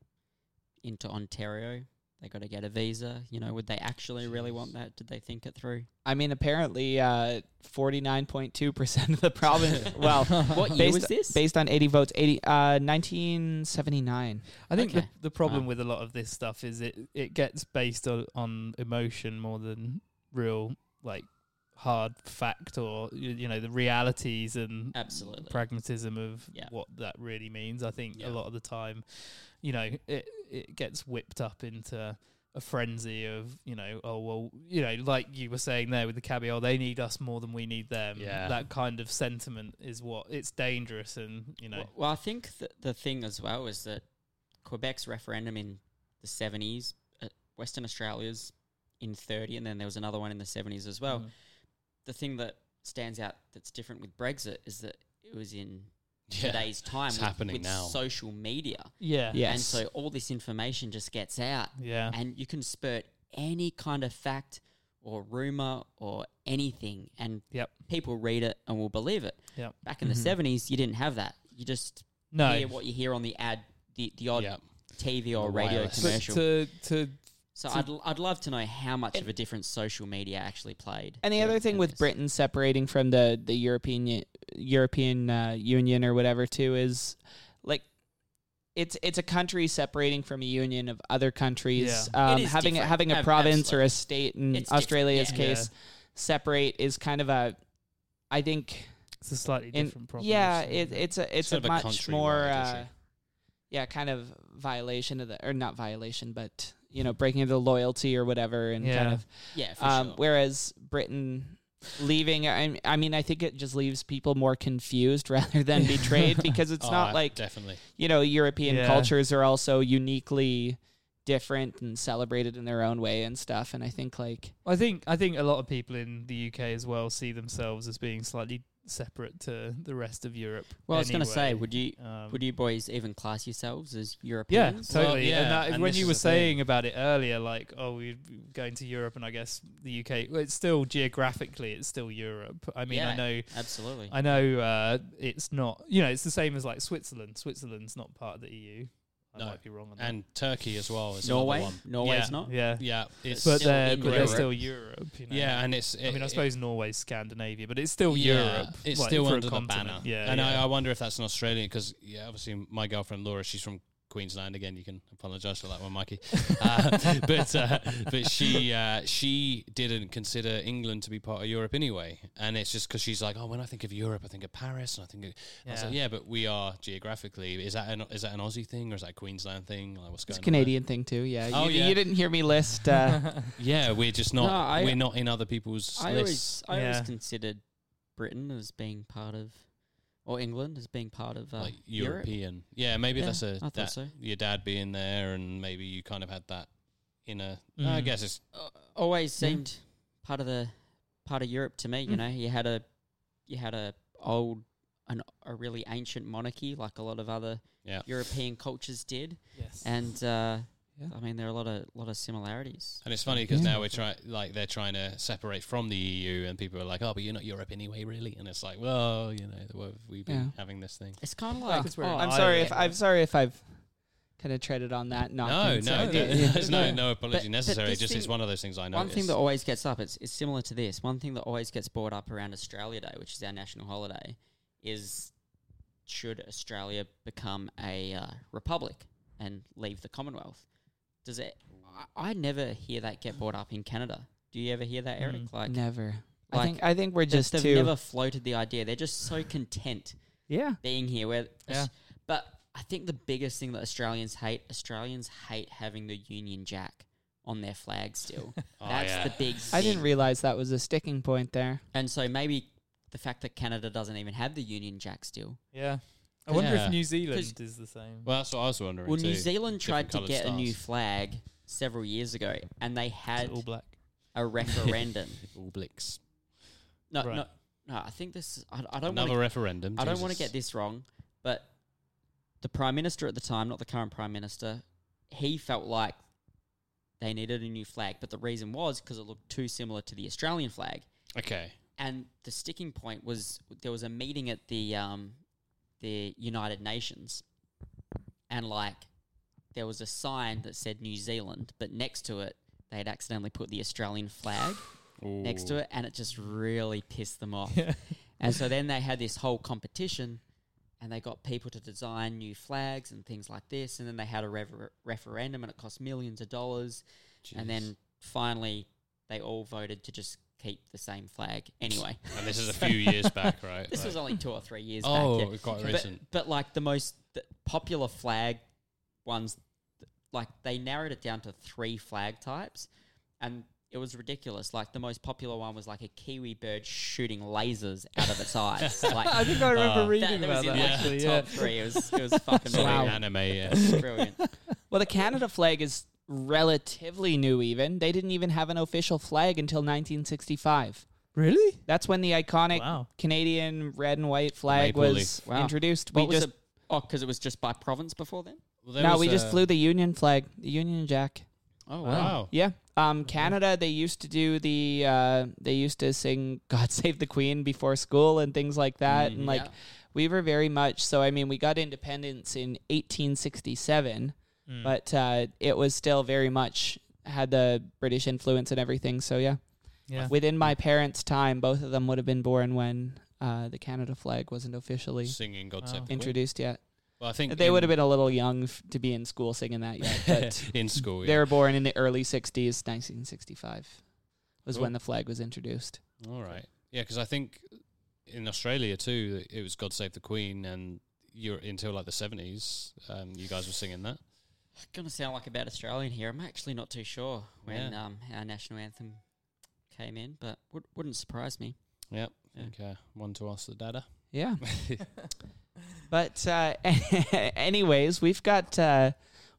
S3: into Ontario, they got to get a visa. You know, would they actually really want that? Did they think it through?
S1: I mean, apparently, forty nine point two percent of the province. well,
S3: What year
S1: based,
S3: was this?
S1: based on eighty votes, 80, uh, 1979.
S4: I think
S3: Okay.
S4: the, the problem
S3: Wow.
S4: with a lot of this stuff is it, it gets based on, on emotion more than real, like, hard fact or, you, you know, the realities and
S3: Absolutely.
S4: pragmatism of
S3: Yeah.
S4: what that really means. I think
S2: Yeah.
S4: a lot of the time, you know, it, it gets whipped up into a frenzy of, you know, oh, well, you know, like you were saying there with the cabbie, oh, they need us more than we need them.
S2: Yeah.
S4: That kind of sentiment is what it's dangerous and, you know,
S3: Well, well, I think th- the thing as well is that Quebec's referendum in the 70s, uh, Western Australia's in 30, and then there was another one in the 70s as well.
S4: Mm.
S3: The thing that stands out that's different with Brexit is that it was in
S2: Yeah.
S3: today's time
S2: It's
S3: with,
S2: happening
S3: with
S2: now.
S3: social media.
S4: yeah.
S1: Yeah.
S3: And
S1: Yes.
S3: so all this information just gets out.
S4: Yeah.
S3: and you can spurt any kind of fact or rumor or anything, and
S4: Yep.
S3: people read it and will believe it.
S4: Yep.
S3: Back in the
S1: Mhm.
S3: seventies, you didn't have that. You just
S4: No.
S3: hear what you hear on the ad, the, the odd
S2: Yeah.
S3: TV or
S2: The
S3: radio
S2: wireless.
S4: But
S3: commercial.
S4: To to
S3: so
S4: to-
S3: I'd, l- I'd love to know how much of a difference social media actually played.
S1: And the other
S3: in-
S1: thing
S3: in
S1: with
S3: this.
S1: Britain separating from the the European U- European uh, Union or whatever too is like it's it's a country separating from a union of other countries. Um,
S3: It is
S1: having a,
S3: different.
S1: having a
S3: Ab-
S1: province or
S3: absolutely.
S1: a state in
S3: It's different,
S1: Australia's
S3: yeah.
S1: case separate is kind of a I think
S4: it's a slightly
S1: in-
S4: different problem.
S1: yeah it, it's a it's
S2: Sort of
S1: a
S2: a
S1: much
S2: countrywide
S1: more
S2: issue.
S1: uh, yeah kind of violation of the or not violation but you know breaking of the loyalty or whatever and kind
S4: Yeah.
S1: of
S3: yeah, for
S1: um,
S3: sure.
S1: Whereas Britain leaving, I, I mean, I think it just leaves people more confused rather than betrayed because it's
S2: Oh,
S1: not like,
S2: Definitely.
S1: you know, European
S4: Yeah.
S1: cultures are also uniquely different and celebrated in their own way and stuff. And I think, like,
S4: I think I think a lot of people in the UK as well see themselves as being slightly separate to the rest of Europe.
S3: Well, I was going to say,
S4: anyway.
S3: would you
S4: Um,
S3: would you boys even class yourselves as
S4: Yeah,
S3: Europeans?
S4: totally.
S2: yeah,
S4: and, that,
S2: and
S4: when
S2: this
S4: you
S2: is
S4: were
S2: the thing.
S4: saying about it earlier, like, oh, we're going to Europe, and I guess the UK, well, it's still geographically, it's still Europe. I mean,
S3: Yeah.
S4: I know,
S3: absolutely.
S4: I know, uh, it's not. You know, it's the same as like Switzerland. Switzerland's not part of the EU. I
S2: No.
S4: might be wrong on that.
S2: and Turkey as well is another
S3: Norway,
S2: one.
S3: Norway's
S2: Yeah.
S3: not.
S4: yeah,
S2: Yeah, it's
S4: but
S3: still
S4: they're
S3: in
S4: but they're
S2: Europe.
S4: still Europe. You know?
S2: yeah, and it's.
S4: I mean, I
S2: it-
S4: suppose Norway's Scandinavia, but it's still
S2: Yeah,
S4: Europe.
S2: It's
S4: like,
S2: still
S4: for a
S2: under the
S4: continent.
S2: banner.
S4: Yeah,
S2: and
S4: yeah.
S2: I, I wonder if that's an Australian because yeah, obviously my girlfriend Laura, she's from Queensland again. You can apologise for that one, Mikey. Uh, but uh, but she uh, she didn't consider England to be part of Europe anyway, and it's just because she's like, oh, when I think of Europe, I think of Paris, and I think of, I was
S4: Yeah.
S2: like, yeah, but we are geographically. Is that an is that an Aussie thing or is that a Queensland thing? Like what's
S1: It's
S2: going
S1: a
S2: on?
S1: Canadian thing too. Yeah.
S2: Oh,
S1: you,
S2: yeah.
S1: you didn't hear me list. Uh,
S2: Yeah, we're just not
S3: No, I-
S2: we're not in other people's
S3: I
S2: lists.
S3: always I always
S4: Yeah.
S3: considered Britain as being part of, or England as being part of uh,
S2: like
S3: Europe.
S2: European. Yeah, maybe
S3: Yeah,
S2: that's a
S3: I thought
S2: that-
S3: so.
S2: your dad being there, and maybe you kind of had that inner. I
S4: Mm.
S2: guess it's
S3: Uh, always
S4: Yeah.
S3: seemed part of the part of Europe to me. You
S4: Mm.
S3: know, you had a you had a old an, a really ancient monarchy, like a lot of other
S2: yeah.
S3: European cultures did,
S4: Yes.
S3: and uh,
S4: Yeah.
S3: I mean there are a lot of lot of similarities.
S2: And it's funny because
S4: Yeah.
S2: now we're trying, like they're trying to separate from the EU, and people are like, "Oh, but you're not Europe anyway, really." And it's like, well, you know, well, we've been
S1: Yeah.
S2: having this thing.
S3: It's kind of
S1: Well,
S3: like oh,
S4: because we're
S2: Oh,
S4: in
S1: I'm sorry if I'm sorry if I've kind of treaded on that. Not
S2: No, no,
S1: concerned.
S4: yeah,
S2: no,
S4: yeah.
S2: there's no no apology
S3: but
S2: necessary.
S3: this
S2: Just it's
S3: thing-
S2: one of those things I know.
S3: One thing that always gets up, it's, it's similar to this. One thing that always gets brought up around Australia Day, which is our national holiday, is should Australia become a uh, republic and leave the Commonwealth? Does it? I, I never hear that get brought up in Canada. Do you ever hear that, Eric?
S4: Mm.
S3: Like,
S1: never. I
S3: like,
S1: think I think we're just
S3: just
S1: too.
S3: they've never floated the idea. They're just so content
S1: yeah.
S3: being here. Where,
S4: Yeah.
S3: but I think the biggest thing that Australians hate, Australians hate having the Union Jack on their flag still.
S2: Oh,
S3: That's
S2: yeah.
S3: the big.
S1: I didn't
S3: thing.
S1: realize that was a sticking point there.
S3: And so maybe the fact that Canada doesn't even have the Union Jack still.
S4: yeah. I wonder
S2: Yeah.
S4: if New
S3: 'Cause-
S4: Zealand is the same.
S2: Well, that's what I was wondering.
S3: Well,
S2: too.
S3: New Zealand tried
S2: Different
S3: to
S2: coloured
S3: get a new
S2: stars.
S3: flag several years ago, and they
S4: Is it
S3: had
S4: all black.
S3: a referendum.
S2: All blicks.
S3: no,
S4: Right.
S3: no, no. I think this. Is, I, I don't
S2: Another
S3: want.
S2: referendum.
S3: I don't want to
S2: Jesus.
S3: get this wrong, but the prime minister at the time, not the current prime minister, he felt like they needed a new flag, but the reason was because it looked too similar to the Australian flag.
S2: Okay.
S3: and the sticking point was there was a meeting at the um, the United Nations, and like there was a sign that said New Zealand, but next to it they had accidentally put the Australian flag next to it, and it just really pissed them off.
S4: Yeah.
S3: and so then they had this whole competition, and they got people to design new flags and things like this, and then they had a rever- referendum, and it cost millions of dollars, and then finally they all voted to just keep the same flag anyway.
S2: And this is a few years back, right?
S3: This
S2: Like-
S3: was only two or three years
S2: oh,
S3: back. yeah.
S2: quite
S3: But-
S2: recent.
S3: But, like the most th- popular flag ones, th- like they narrowed it down to three flag types, and it was ridiculous. Like the most popular one was like a kiwi bird shooting lasers out of its eyes. Like
S4: I think I remember
S2: Uh,
S4: reading
S3: that
S4: about
S3: was in
S4: that
S3: like
S4: actually.
S3: the
S4: yeah.
S3: top three. It was it was fucking
S2: Something
S1: Wow.
S3: brilliant.
S2: anime. Yeah.
S3: brilliant.
S1: Well, the Canada flag is relatively new. Even they didn't even have an official flag until 1965.
S4: Really?
S1: That's when the iconic
S4: Wow.
S1: Canadian red and white flag
S2: Maple
S1: was
S3: Wow.
S1: introduced.
S3: What
S1: we
S3: was
S1: just
S3: it? uh, Oh, because it was just by province before then.
S2: Well, there
S1: no,
S2: was
S1: we just
S2: a-
S1: flew the Union flag, the Union Jack.
S3: Oh
S2: Wow.
S1: Yeah. Um, Canada, they used to do the, uh, they used to sing God Save the Queen before school and things like that.
S2: Mm,
S1: and like,
S3: Mm-hmm. yeah.
S1: we were very much, so I mean, we got independence in 1867,
S4: Mm.
S1: but uh, it was still very much had the British influence and everything. So yeah.
S4: Yeah.
S1: Within my parents' time, both of them would have been born when uh, the Canada flag wasn't officially
S2: singing God
S4: Wow.
S2: Save the Queen.
S1: introduced yet.
S2: Well, I think
S1: They
S2: in-
S1: would have been a little young f- to be in school singing that yet, but.
S2: in school.
S1: They
S2: Oh, Yeah.
S1: were born in the early 60s, 1965 was
S2: Cool.
S1: when the flag was introduced.
S2: All right. Yeah, because I think in Australia too, it was God Save the Queen, and you're until like the seventies. Um, you guys were singing that.
S3: Gonna sound like a bad Australian here. I'm actually not too sure when
S2: Yeah.
S3: um, our national anthem came in, but would, wouldn't surprise me.
S2: Yep.
S3: Yeah.
S2: Okay. One to ask the dada.
S1: Yeah. but uh, anyways, we've got uh,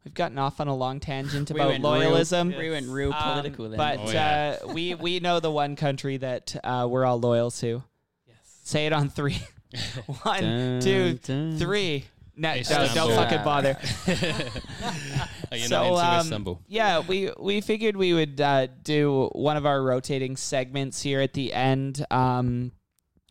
S1: we've gotten off on a long tangent
S3: We
S1: about
S3: went real-
S1: loyalism.
S4: Yeah.
S3: We went real
S1: Um,
S3: political then.
S1: But
S2: Oh, yeah.
S1: uh, we we know the one country that uh, we're all loyal to.
S4: Yes.
S1: Say it on three. One,
S3: Dun,
S1: two,
S3: dun.
S1: three. No,
S2: Istanbul.
S1: no, don't fucking bother.
S2: Are you
S1: So,
S2: not into
S1: um,
S2: Istanbul?
S1: Yeah, we we figured we would uh, do one of our rotating segments here at the end. Um,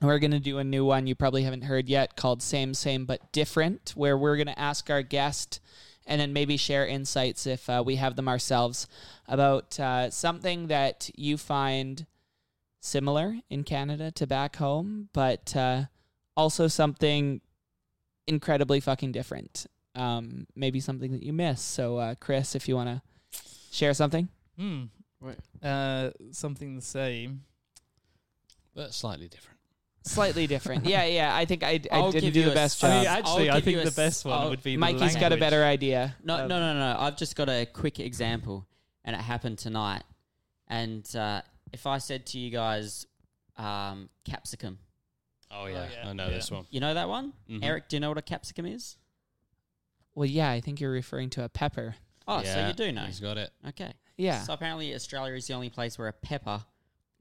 S1: we're gonna do a new one you probably haven't heard yet called "Same Same But Different," where we're gonna ask our guest and then maybe share insights if uh, we have them ourselves about uh, something that you find similar in Canada to back home, but uh, also something incredibly fucking different. Um, maybe something that you miss. So, uh, Chris, if you want to share something,
S4: Hmm.
S3: Right.
S4: Uh, something the same.
S2: But slightly different.
S1: slightly different. yeah, yeah. I think I, I
S3: I'll
S1: didn't
S3: give
S1: do
S3: you
S1: the
S3: a
S1: best
S3: s- I mean,
S1: job.
S4: I
S3: I'll
S4: actually, I
S3: give
S4: think
S3: you a
S4: the
S3: s-
S4: best one
S3: I'll-
S4: would be.
S1: Mikey's
S4: Mikey's
S1: got a better idea.
S3: No,
S1: of-
S3: no, no, no. I've just got a quick example, and it happened tonight. And uh, if I said to you guys, um, capsicum,
S2: Oh yeah,
S4: yeah.
S2: I know
S4: Yeah.
S2: this one.
S3: you know that one?
S1: Mm-hmm.
S2: Mhm.
S3: Eric, do you know what a capsicum is?
S1: Well, yeah, I think you're referring to a pepper.
S3: Oh, so
S2: Yeah,
S3: you do know.
S2: He's got it.
S3: Okay.
S1: Yeah.
S3: So apparently, Australia is the only place where a pepper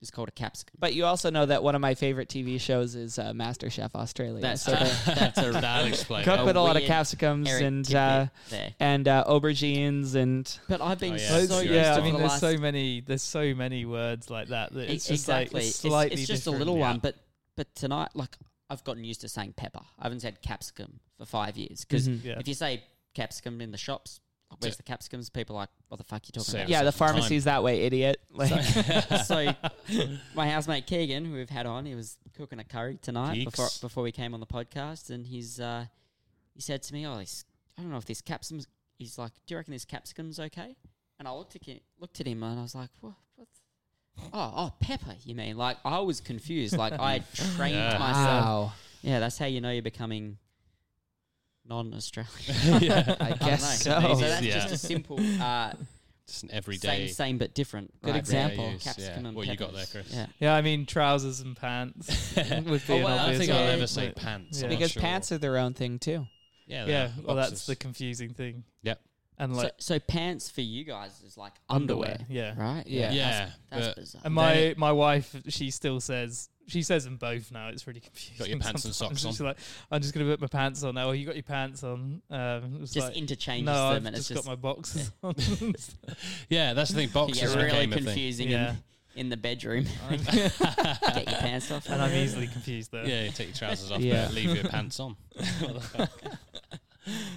S3: is called a capsicum.
S1: but you also know that one of my favorite TV shows is uh, MasterChef Australia.
S3: That's
S1: so they
S3: That's a
S2: That'll explain.
S1: cook
S3: a
S2: it.
S1: with a lot of
S3: weird
S1: capsicums
S3: Eric
S1: and uh,
S3: tidbit there.
S1: and uh, aubergines and
S3: But I've been
S2: Oh, yeah.
S3: so
S2: Those-
S3: used
S4: yeah,
S3: to
S4: I mean,
S3: the
S4: there's
S3: last
S4: so many, there's so many words like that. that
S3: E-
S4: it's just
S3: exactly.
S4: like
S3: It's-
S4: slightly.
S3: it's, just a
S4: different.
S3: little
S2: yeah.
S3: one, but but tonight, like I've gotten used to saying pepper. I haven't said capsicum for five years because
S1: Mhm.
S4: Yeah.
S3: if you say capsicum in the shops, like, where's the capsicums? People are like, what the fuck you talking
S2: Same.
S3: about?
S1: yeah, the
S2: Second time.
S1: pharmacy's that way, idiot. Like,
S3: so my housemate Keegan, who we've had on, he was cooking a curry tonight before
S2: Keeks.
S3: before we came on the podcast, and he's uh, he said to me, "Oh, this, I don't know if this capsicum's." He's like, "Do you reckon this capsicum's okay?" And I looked at him, looked at him, and I was like, "What? what the- oh, oh, pepper? You mean like I was confused? Like I had trained
S2: Yeah.
S3: myself? Yeah, that's how you know you're becoming non-Australian."
S2: yeah.
S1: I
S3: I don't know.
S1: guess
S3: So
S1: so.
S3: that's
S2: Yeah.
S3: just a simple uh,
S2: Just an
S3: same,
S2: everyday.
S3: same but different.
S1: Good
S3: right?
S1: example.
S2: Use, yeah.
S3: Capsicum and
S2: What you got
S3: peppers.
S2: there, Chris?
S3: Yeah.
S4: Yeah, I mean trousers and pants would be
S3: Oh,
S4: an
S3: well,
S2: I don't
S4: obvious
S2: think
S4: one.
S2: I'll
S3: Yeah.
S2: ever say
S4: Like,
S2: pants.
S4: yeah.
S2: I'm not
S1: because
S2: sure.
S1: pants are their own thing too.
S2: Yeah, they
S4: Yeah,
S2: are.
S4: well, that's
S2: Boxers.
S4: the confusing thing.
S2: Yep.
S4: And like
S3: so, so pants for you guys is like
S4: underwear.
S3: underwear,
S4: Yeah.
S3: right?
S1: Yeah.
S2: yeah.
S3: That's
S2: but
S3: bizarre.
S4: And my
S2: They-
S4: my wife, she still says she says them both now. It's really confusing.
S2: Got your pants and
S4: sometimes.
S2: socks
S4: She's like, I'm just gonna put my pants on now. Or you got your pants on. Um, it's
S3: just
S4: like,
S3: interchanges
S4: no, I've
S3: them, and it's
S4: just,
S3: just
S4: got my boxes on.
S2: yeah, that's the thing.
S3: you
S2: Boxers
S3: get really
S2: became a thing.
S3: confusing
S4: Yeah.
S3: in, in the bedroom. Get your pants off,
S4: and I'm easily confused there.
S2: Yeah, you take your trousers off,
S1: Yeah.
S2: but leave your pants on.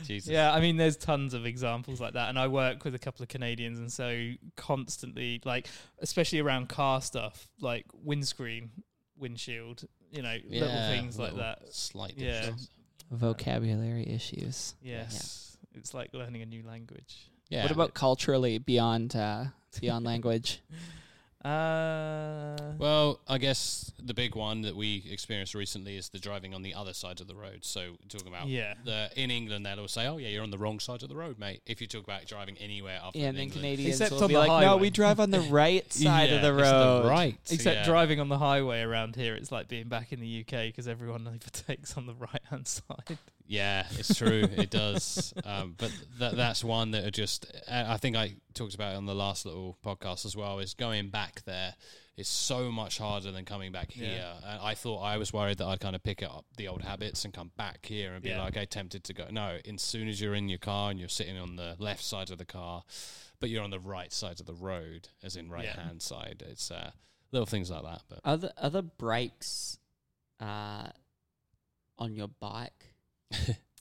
S2: Jesus.
S4: Yeah, I mean, there's tons of examples like that, and I work with a couple of Canadians, and so constantly, like, especially around car stuff, like windscreen, windshield, you know, little
S2: Yeah,
S4: things like
S2: little
S4: that.
S2: Slight
S4: Yeah.
S2: difference.
S1: Vocabulary issues.
S4: Yes, it's like learning a new language.
S2: Yeah.
S1: What about culturally beyond uh, beyond language?
S4: Uh,
S2: Well, I guess the big one that we experienced recently is the driving on the other side of the road. So talking about
S4: yeah,
S2: the in England, they'll say, "Oh yeah, you're on the wrong side of the road, mate." If you talk about driving anywhere other
S1: Yeah,
S2: than
S1: and then
S2: England,
S1: Canadians
S4: Except
S1: will
S4: on
S1: be
S4: the
S1: like, no,
S4: highway."
S1: we drive on the right side
S2: Yeah,
S1: of the
S2: it's
S1: road.
S2: right?
S4: except
S2: yeah.
S4: driving on the highway around here, it's like being back in the UK because everyone overtakes on the right hand side.
S2: Yeah, it's true. it does. Um, but th- that's one that are just, uh, I I think I talked about it on the last little podcast as well, is going back there is so much harder than coming back
S4: Yeah.
S2: here. And I thought I was worried that I'd kind of pick up the old habits and come back here and be
S4: Yeah.
S2: like, I tempted to go. No, as soon as you're in your car and you're sitting on the left side of the car, but you're on the right side of the road, as in right
S4: Yeah.
S2: hand side. It's uh, little things like that. But
S3: Other other brakes uh, on your bike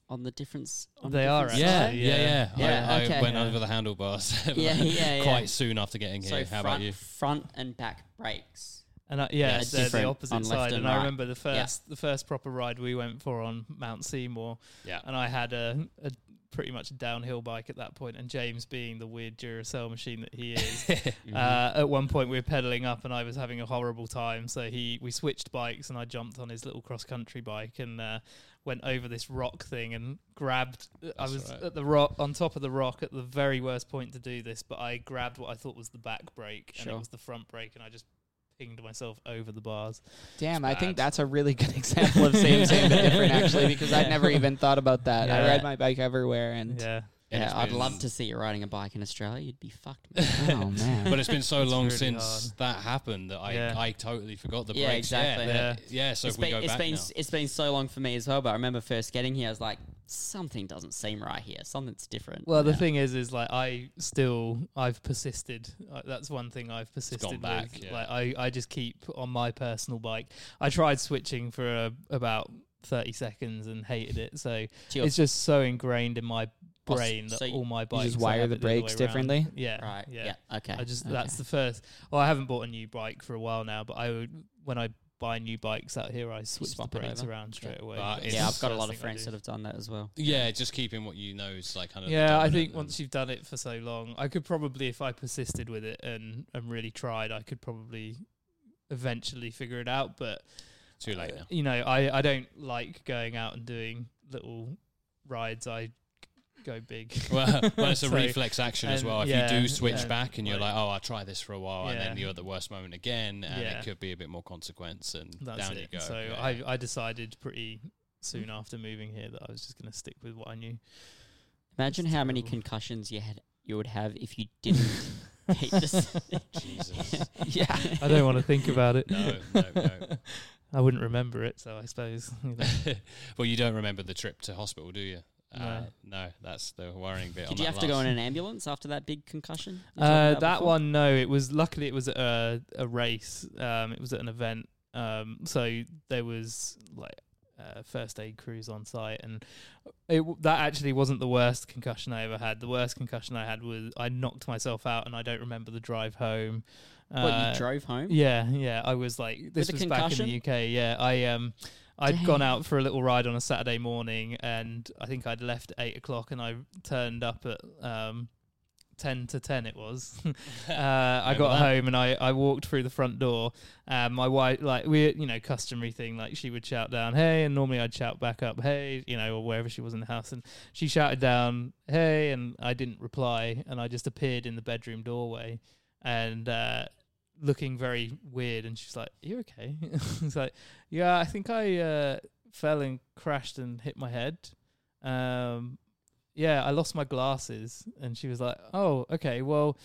S3: on the difference. On the
S4: They are,
S3: different
S2: yeah,
S3: side?
S4: actually.
S2: yeah, yeah,
S3: Yeah,
S2: I, I
S3: okay.
S2: went
S4: Yeah.
S2: over the handlebars
S3: Yeah, yeah, yeah.
S2: quite soon after getting here.
S3: So
S2: How
S3: front,
S2: about you?
S3: front and back brakes.
S4: And I, yeah,
S2: Yeah,
S4: it's they're the
S3: different on
S4: opposite
S3: left
S4: side.
S3: and
S4: And,
S3: right.
S4: I remember the first the first proper ride we went for on Mount Seymour,
S2: Yeah.
S4: and I had a, a pretty much downhill bike at that point, And James, being the weird Duracell machine that he is,
S2: Mm-hmm.
S4: uh, at one point we were pedaling up, and I was having a horrible time. So he we switched bikes, and I jumped on his little cross country bike and uh, went over this rock thing and grabbed. uh, I
S2: That's
S4: was
S2: all right.
S4: at the rock on top of the rock at the very worst point to do this, but I grabbed what I thought was the back brake, and
S3: Sure.
S4: it was the front brake, and I just pinged myself over the bars.
S1: Damn,
S2: It's
S1: I think
S2: bad.
S1: that's a really good example of same, same, but different, actually, because I'd never even thought about that. I
S4: Yeah.
S1: ride my bike everywhere, and
S4: Yeah.
S2: And
S3: Yeah,
S2: it's
S3: I'd
S2: been-
S3: love to see you riding a bike in Australia. You'd be fucked. mate. oh man.
S2: But it's been so
S4: It's
S2: long
S4: really
S2: since that happened that I,
S4: Yeah.
S2: I totally forgot the
S3: Yeah,
S2: brakes.
S3: exactly.
S2: Yeah, yeah. yeah so
S3: It's
S2: if we
S3: been,
S2: go
S3: it's
S2: back
S3: been
S2: now.
S3: s- it's been so long for me as well. But I remember first getting here, I was like, something doesn't seem right here. Something's different.
S4: Well, the
S3: Yeah.
S4: thing is, is like I still I've persisted. Uh, that's one thing I've persisted
S2: back,
S4: with.
S2: yeah.
S4: Like I, I just keep on my personal bike. I tried switching for uh, about thirty seconds and hated it. So
S3: To your-
S4: it's just so ingrained in my
S3: Oh, s-
S4: brain that
S3: so you-
S4: all my
S1: you
S4: bikes
S1: just
S4: I
S1: wire
S4: have
S1: the
S4: it other
S1: brakes
S4: way around.
S1: differently.
S4: Yeah,
S3: right. Yeah. Okay.
S4: I just
S3: okay.
S4: that's the first. Well, I haven't bought a new bike for a while now, but I would, when I buy new bikes out here, I switch
S3: swap
S4: the
S3: it
S4: brakes
S3: over.
S4: around straight away.
S2: But
S4: That's
S2: it's-
S3: yeah.
S4: the
S3: I've got a
S4: first
S3: lot of
S4: thing I
S3: friends
S4: do.
S3: that have done that as well.
S2: yeah, just keeping what you know is like kind of. the
S4: Yeah, I
S2: dominant
S4: think
S2: and-
S4: once you've done it for so long, I could probably, if I persisted with it and and really tried, I could probably eventually figure it out. But
S2: too late now.
S4: you know, I I don't like going out and doing little rides. I go big.
S2: well, well, it's a
S4: So-
S2: reflex action as
S4: and
S2: well. If
S4: yeah,
S2: you do switch
S4: and
S2: back and you're
S4: like-
S2: like, oh, I'll try this for a while, and then
S4: Yeah.
S2: you're at the worst moment again, and
S4: Yeah.
S2: it could be a bit more consequence, and
S4: That's
S2: down
S4: it.
S2: you go.
S4: So
S2: Yeah.
S4: I I decided pretty soon after moving here that I was just going to stick with what I knew.
S3: Imagine
S4: It's
S3: how many
S4: terrible.
S3: concussions you had you would have if you didn't take this.
S2: Jesus.
S3: yeah.
S4: I don't want to think about it.
S2: No, no, no.
S4: I wouldn't remember it, so I suppose. You know.
S2: well, you don't remember the trip to hospital, do you? Uh,
S4: No.
S2: no, that's the worrying bit. on
S3: Did you
S2: that
S3: have to go
S2: last-
S3: in an ambulance after that big concussion? you talked
S4: Uh,
S3: about
S4: that
S3: before?
S4: one, no. It was luckily it was at a, a race. Um, it was at an event. Um, so there was like uh, first aid crews on site, and it w- that actually wasn't the worst concussion I ever had. The worst concussion I had was I knocked myself out, and I don't remember the drive home.
S3: What
S4: Uh,
S3: you drove home?
S4: Yeah, yeah. I was like, this
S3: a
S4: was back in the UK. Yeah, I um, I'd
S3: Dang.
S4: gone out for a little ride on a Saturday morning, and I think I'd left at eight o'clock, and I turned up at um, ten to ten. It was. uh, I
S2: Remember
S4: got
S2: that?
S4: home and I I walked through the front door. And my wife, like we, you know, customary thing. Like she would shout down, "Hey," and normally I'd shout back up, "Hey," you know, or wherever she was in the house, and she shouted down, "Hey!" and I didn't reply, and I just appeared in the bedroom doorway, and uh, looking very weird. And she's like, "You okay?" It's like, "Yeah, I think I uh, fell and crashed and hit my head. Um, yeah, I lost my glasses." And she was like, "Oh, okay. Well,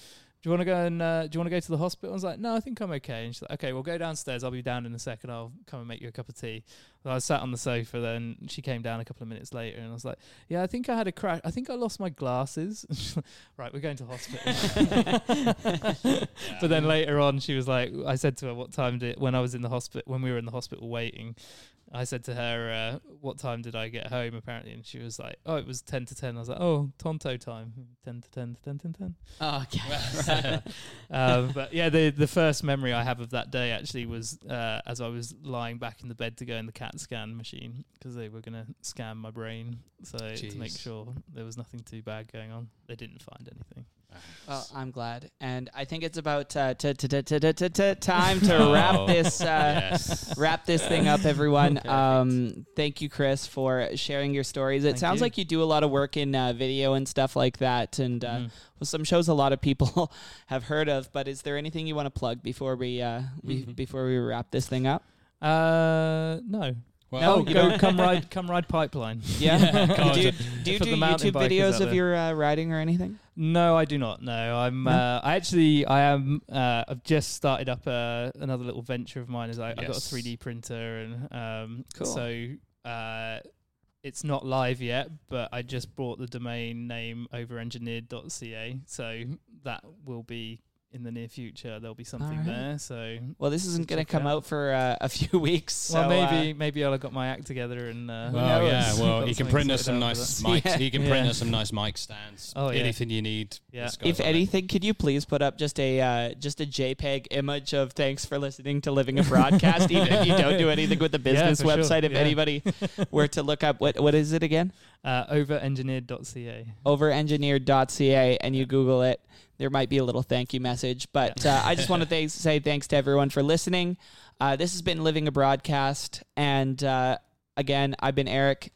S4: do you want to go and uh, do you want to go to the hospital?" I was like, "No, I think I'm okay." And she's like, "Okay, well, go downstairs. I'll be down in a second. I'll come and make you a cup of tea." And I sat on the sofa. Then she came down a couple of minutes later, and I was like, "Yeah, I think I had a crash. I think I lost my glasses." right, we're going to hospital. But then later on, she was like, I said to her, "What time did when I was in the hospital when we were in the hospital waiting?" I said to her, uh, "What time did I get home?" Apparently, and she was like, "Oh, it was ten to 10. I was like, "Oh, Tonto time, ten to ten, ten to ten."
S3: Oh, okay.
S4: um, but yeah, the the first memory I have of that day actually was uh, as I was lying back in the bed to go in the CAT scan machine because they were gonna scan my brain, so to make
S2: Jeez.
S4: sure there was nothing too bad going on. They didn't find anything.
S1: Well, I'm glad, and I think it's about uh, t- t- t- t- t- t- time to
S2: Oh,
S1: wrap this. Uh,
S2: yes.
S1: Wrap this thing up, everyone. Um, thank you, Chris, for sharing your stories. It
S4: Thank
S1: sounds
S4: you.
S1: like you do a lot of work in uh, video and stuff like that, and uh,
S4: Mhm.
S1: well, some shows a lot of people have heard of. But is there anything you want to plug before we, uh, we
S4: Mhm.
S1: before we wrap this thing up?
S4: Mm. Uh, no.
S1: No,
S4: Oh,
S1: you
S4: go
S1: don't-
S4: come ride, come ride Pipeline.
S1: Yeah.
S2: God.
S1: do you do, you
S4: For
S1: do
S4: the mountain
S1: YouTube
S4: bikers
S1: videos
S4: out
S1: of
S4: there.
S1: your uh, riding or anything?
S4: No, I do not. No, I'm.
S1: No?
S4: Uh, I actually, I am. Uh, I've just started up uh, another little venture of mine. Is I, I got a
S2: Yes.
S4: 3D printer and um,
S1: Cool.
S4: so uh, it's not live yet, but I just bought the domain name overengineered.ca, so that will be in the near future. There'll be something
S1: Alright.
S4: there. So.
S1: Well, this isn't going to
S4: Check it
S1: come
S4: out.
S1: out for uh, a few weeks. So,
S4: well,
S1: uh,
S4: maybe maybe I'll have got my act together and uh,
S2: Well,
S1: knows?
S2: yeah. Well,
S4: Got
S2: he can
S4: something
S2: print us
S4: sorted
S2: some
S4: out for
S2: nice
S4: that.
S2: mics.
S1: Yeah.
S2: He can print
S4: Yeah.
S2: us some nice mic stands.
S4: Oh, yeah.
S2: Anything you need.
S4: Yeah.
S2: this guy's
S1: if
S2: on it.
S1: anything, could you please put up just a uh, just a JPEG image of thanks for listening to Living a Broadcast, even if you don't do anything with the
S4: Yeah,
S1: business
S4: for sure.
S1: website. If
S4: Yeah.
S1: anybody were to look up what what is it again,
S4: Uh, overengineered.ca.
S1: overengineered.ca, and you Google it, there might be a little thank you message. But uh, I just want to th- say thanks to everyone for listening. Uh, this has been Living a Broadcast, and uh, again, I've been Eric.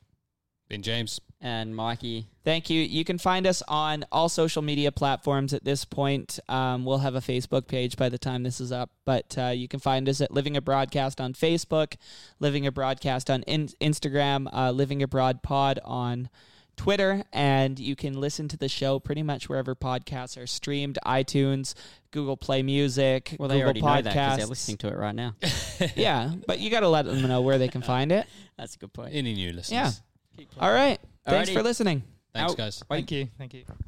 S2: Been James.
S3: and Mikey.
S1: Thank you. You can find us on all social media platforms at this point. Um, we'll have a Facebook page by the time this is up, but uh, you can find us at Living a Broadcast on Facebook, Living a Broadcast on in- Instagram, uh, Living Abroad Pod on Twitter, and you can listen to the show pretty much wherever podcasts are streamed iTunes, Google Play Music,
S3: Well, they
S1: Google
S3: already know that because they're
S1: Podcasts.
S3: listening to it right now.
S1: yeah, but you got to let them know where they can find it.
S3: That's a good point.
S2: Any new listeners?
S1: Yeah. All right. Thanks
S3: Alrighty.
S1: for listening.
S2: Thanks,
S3: Out.
S2: guys.
S4: Thank you. Thank you.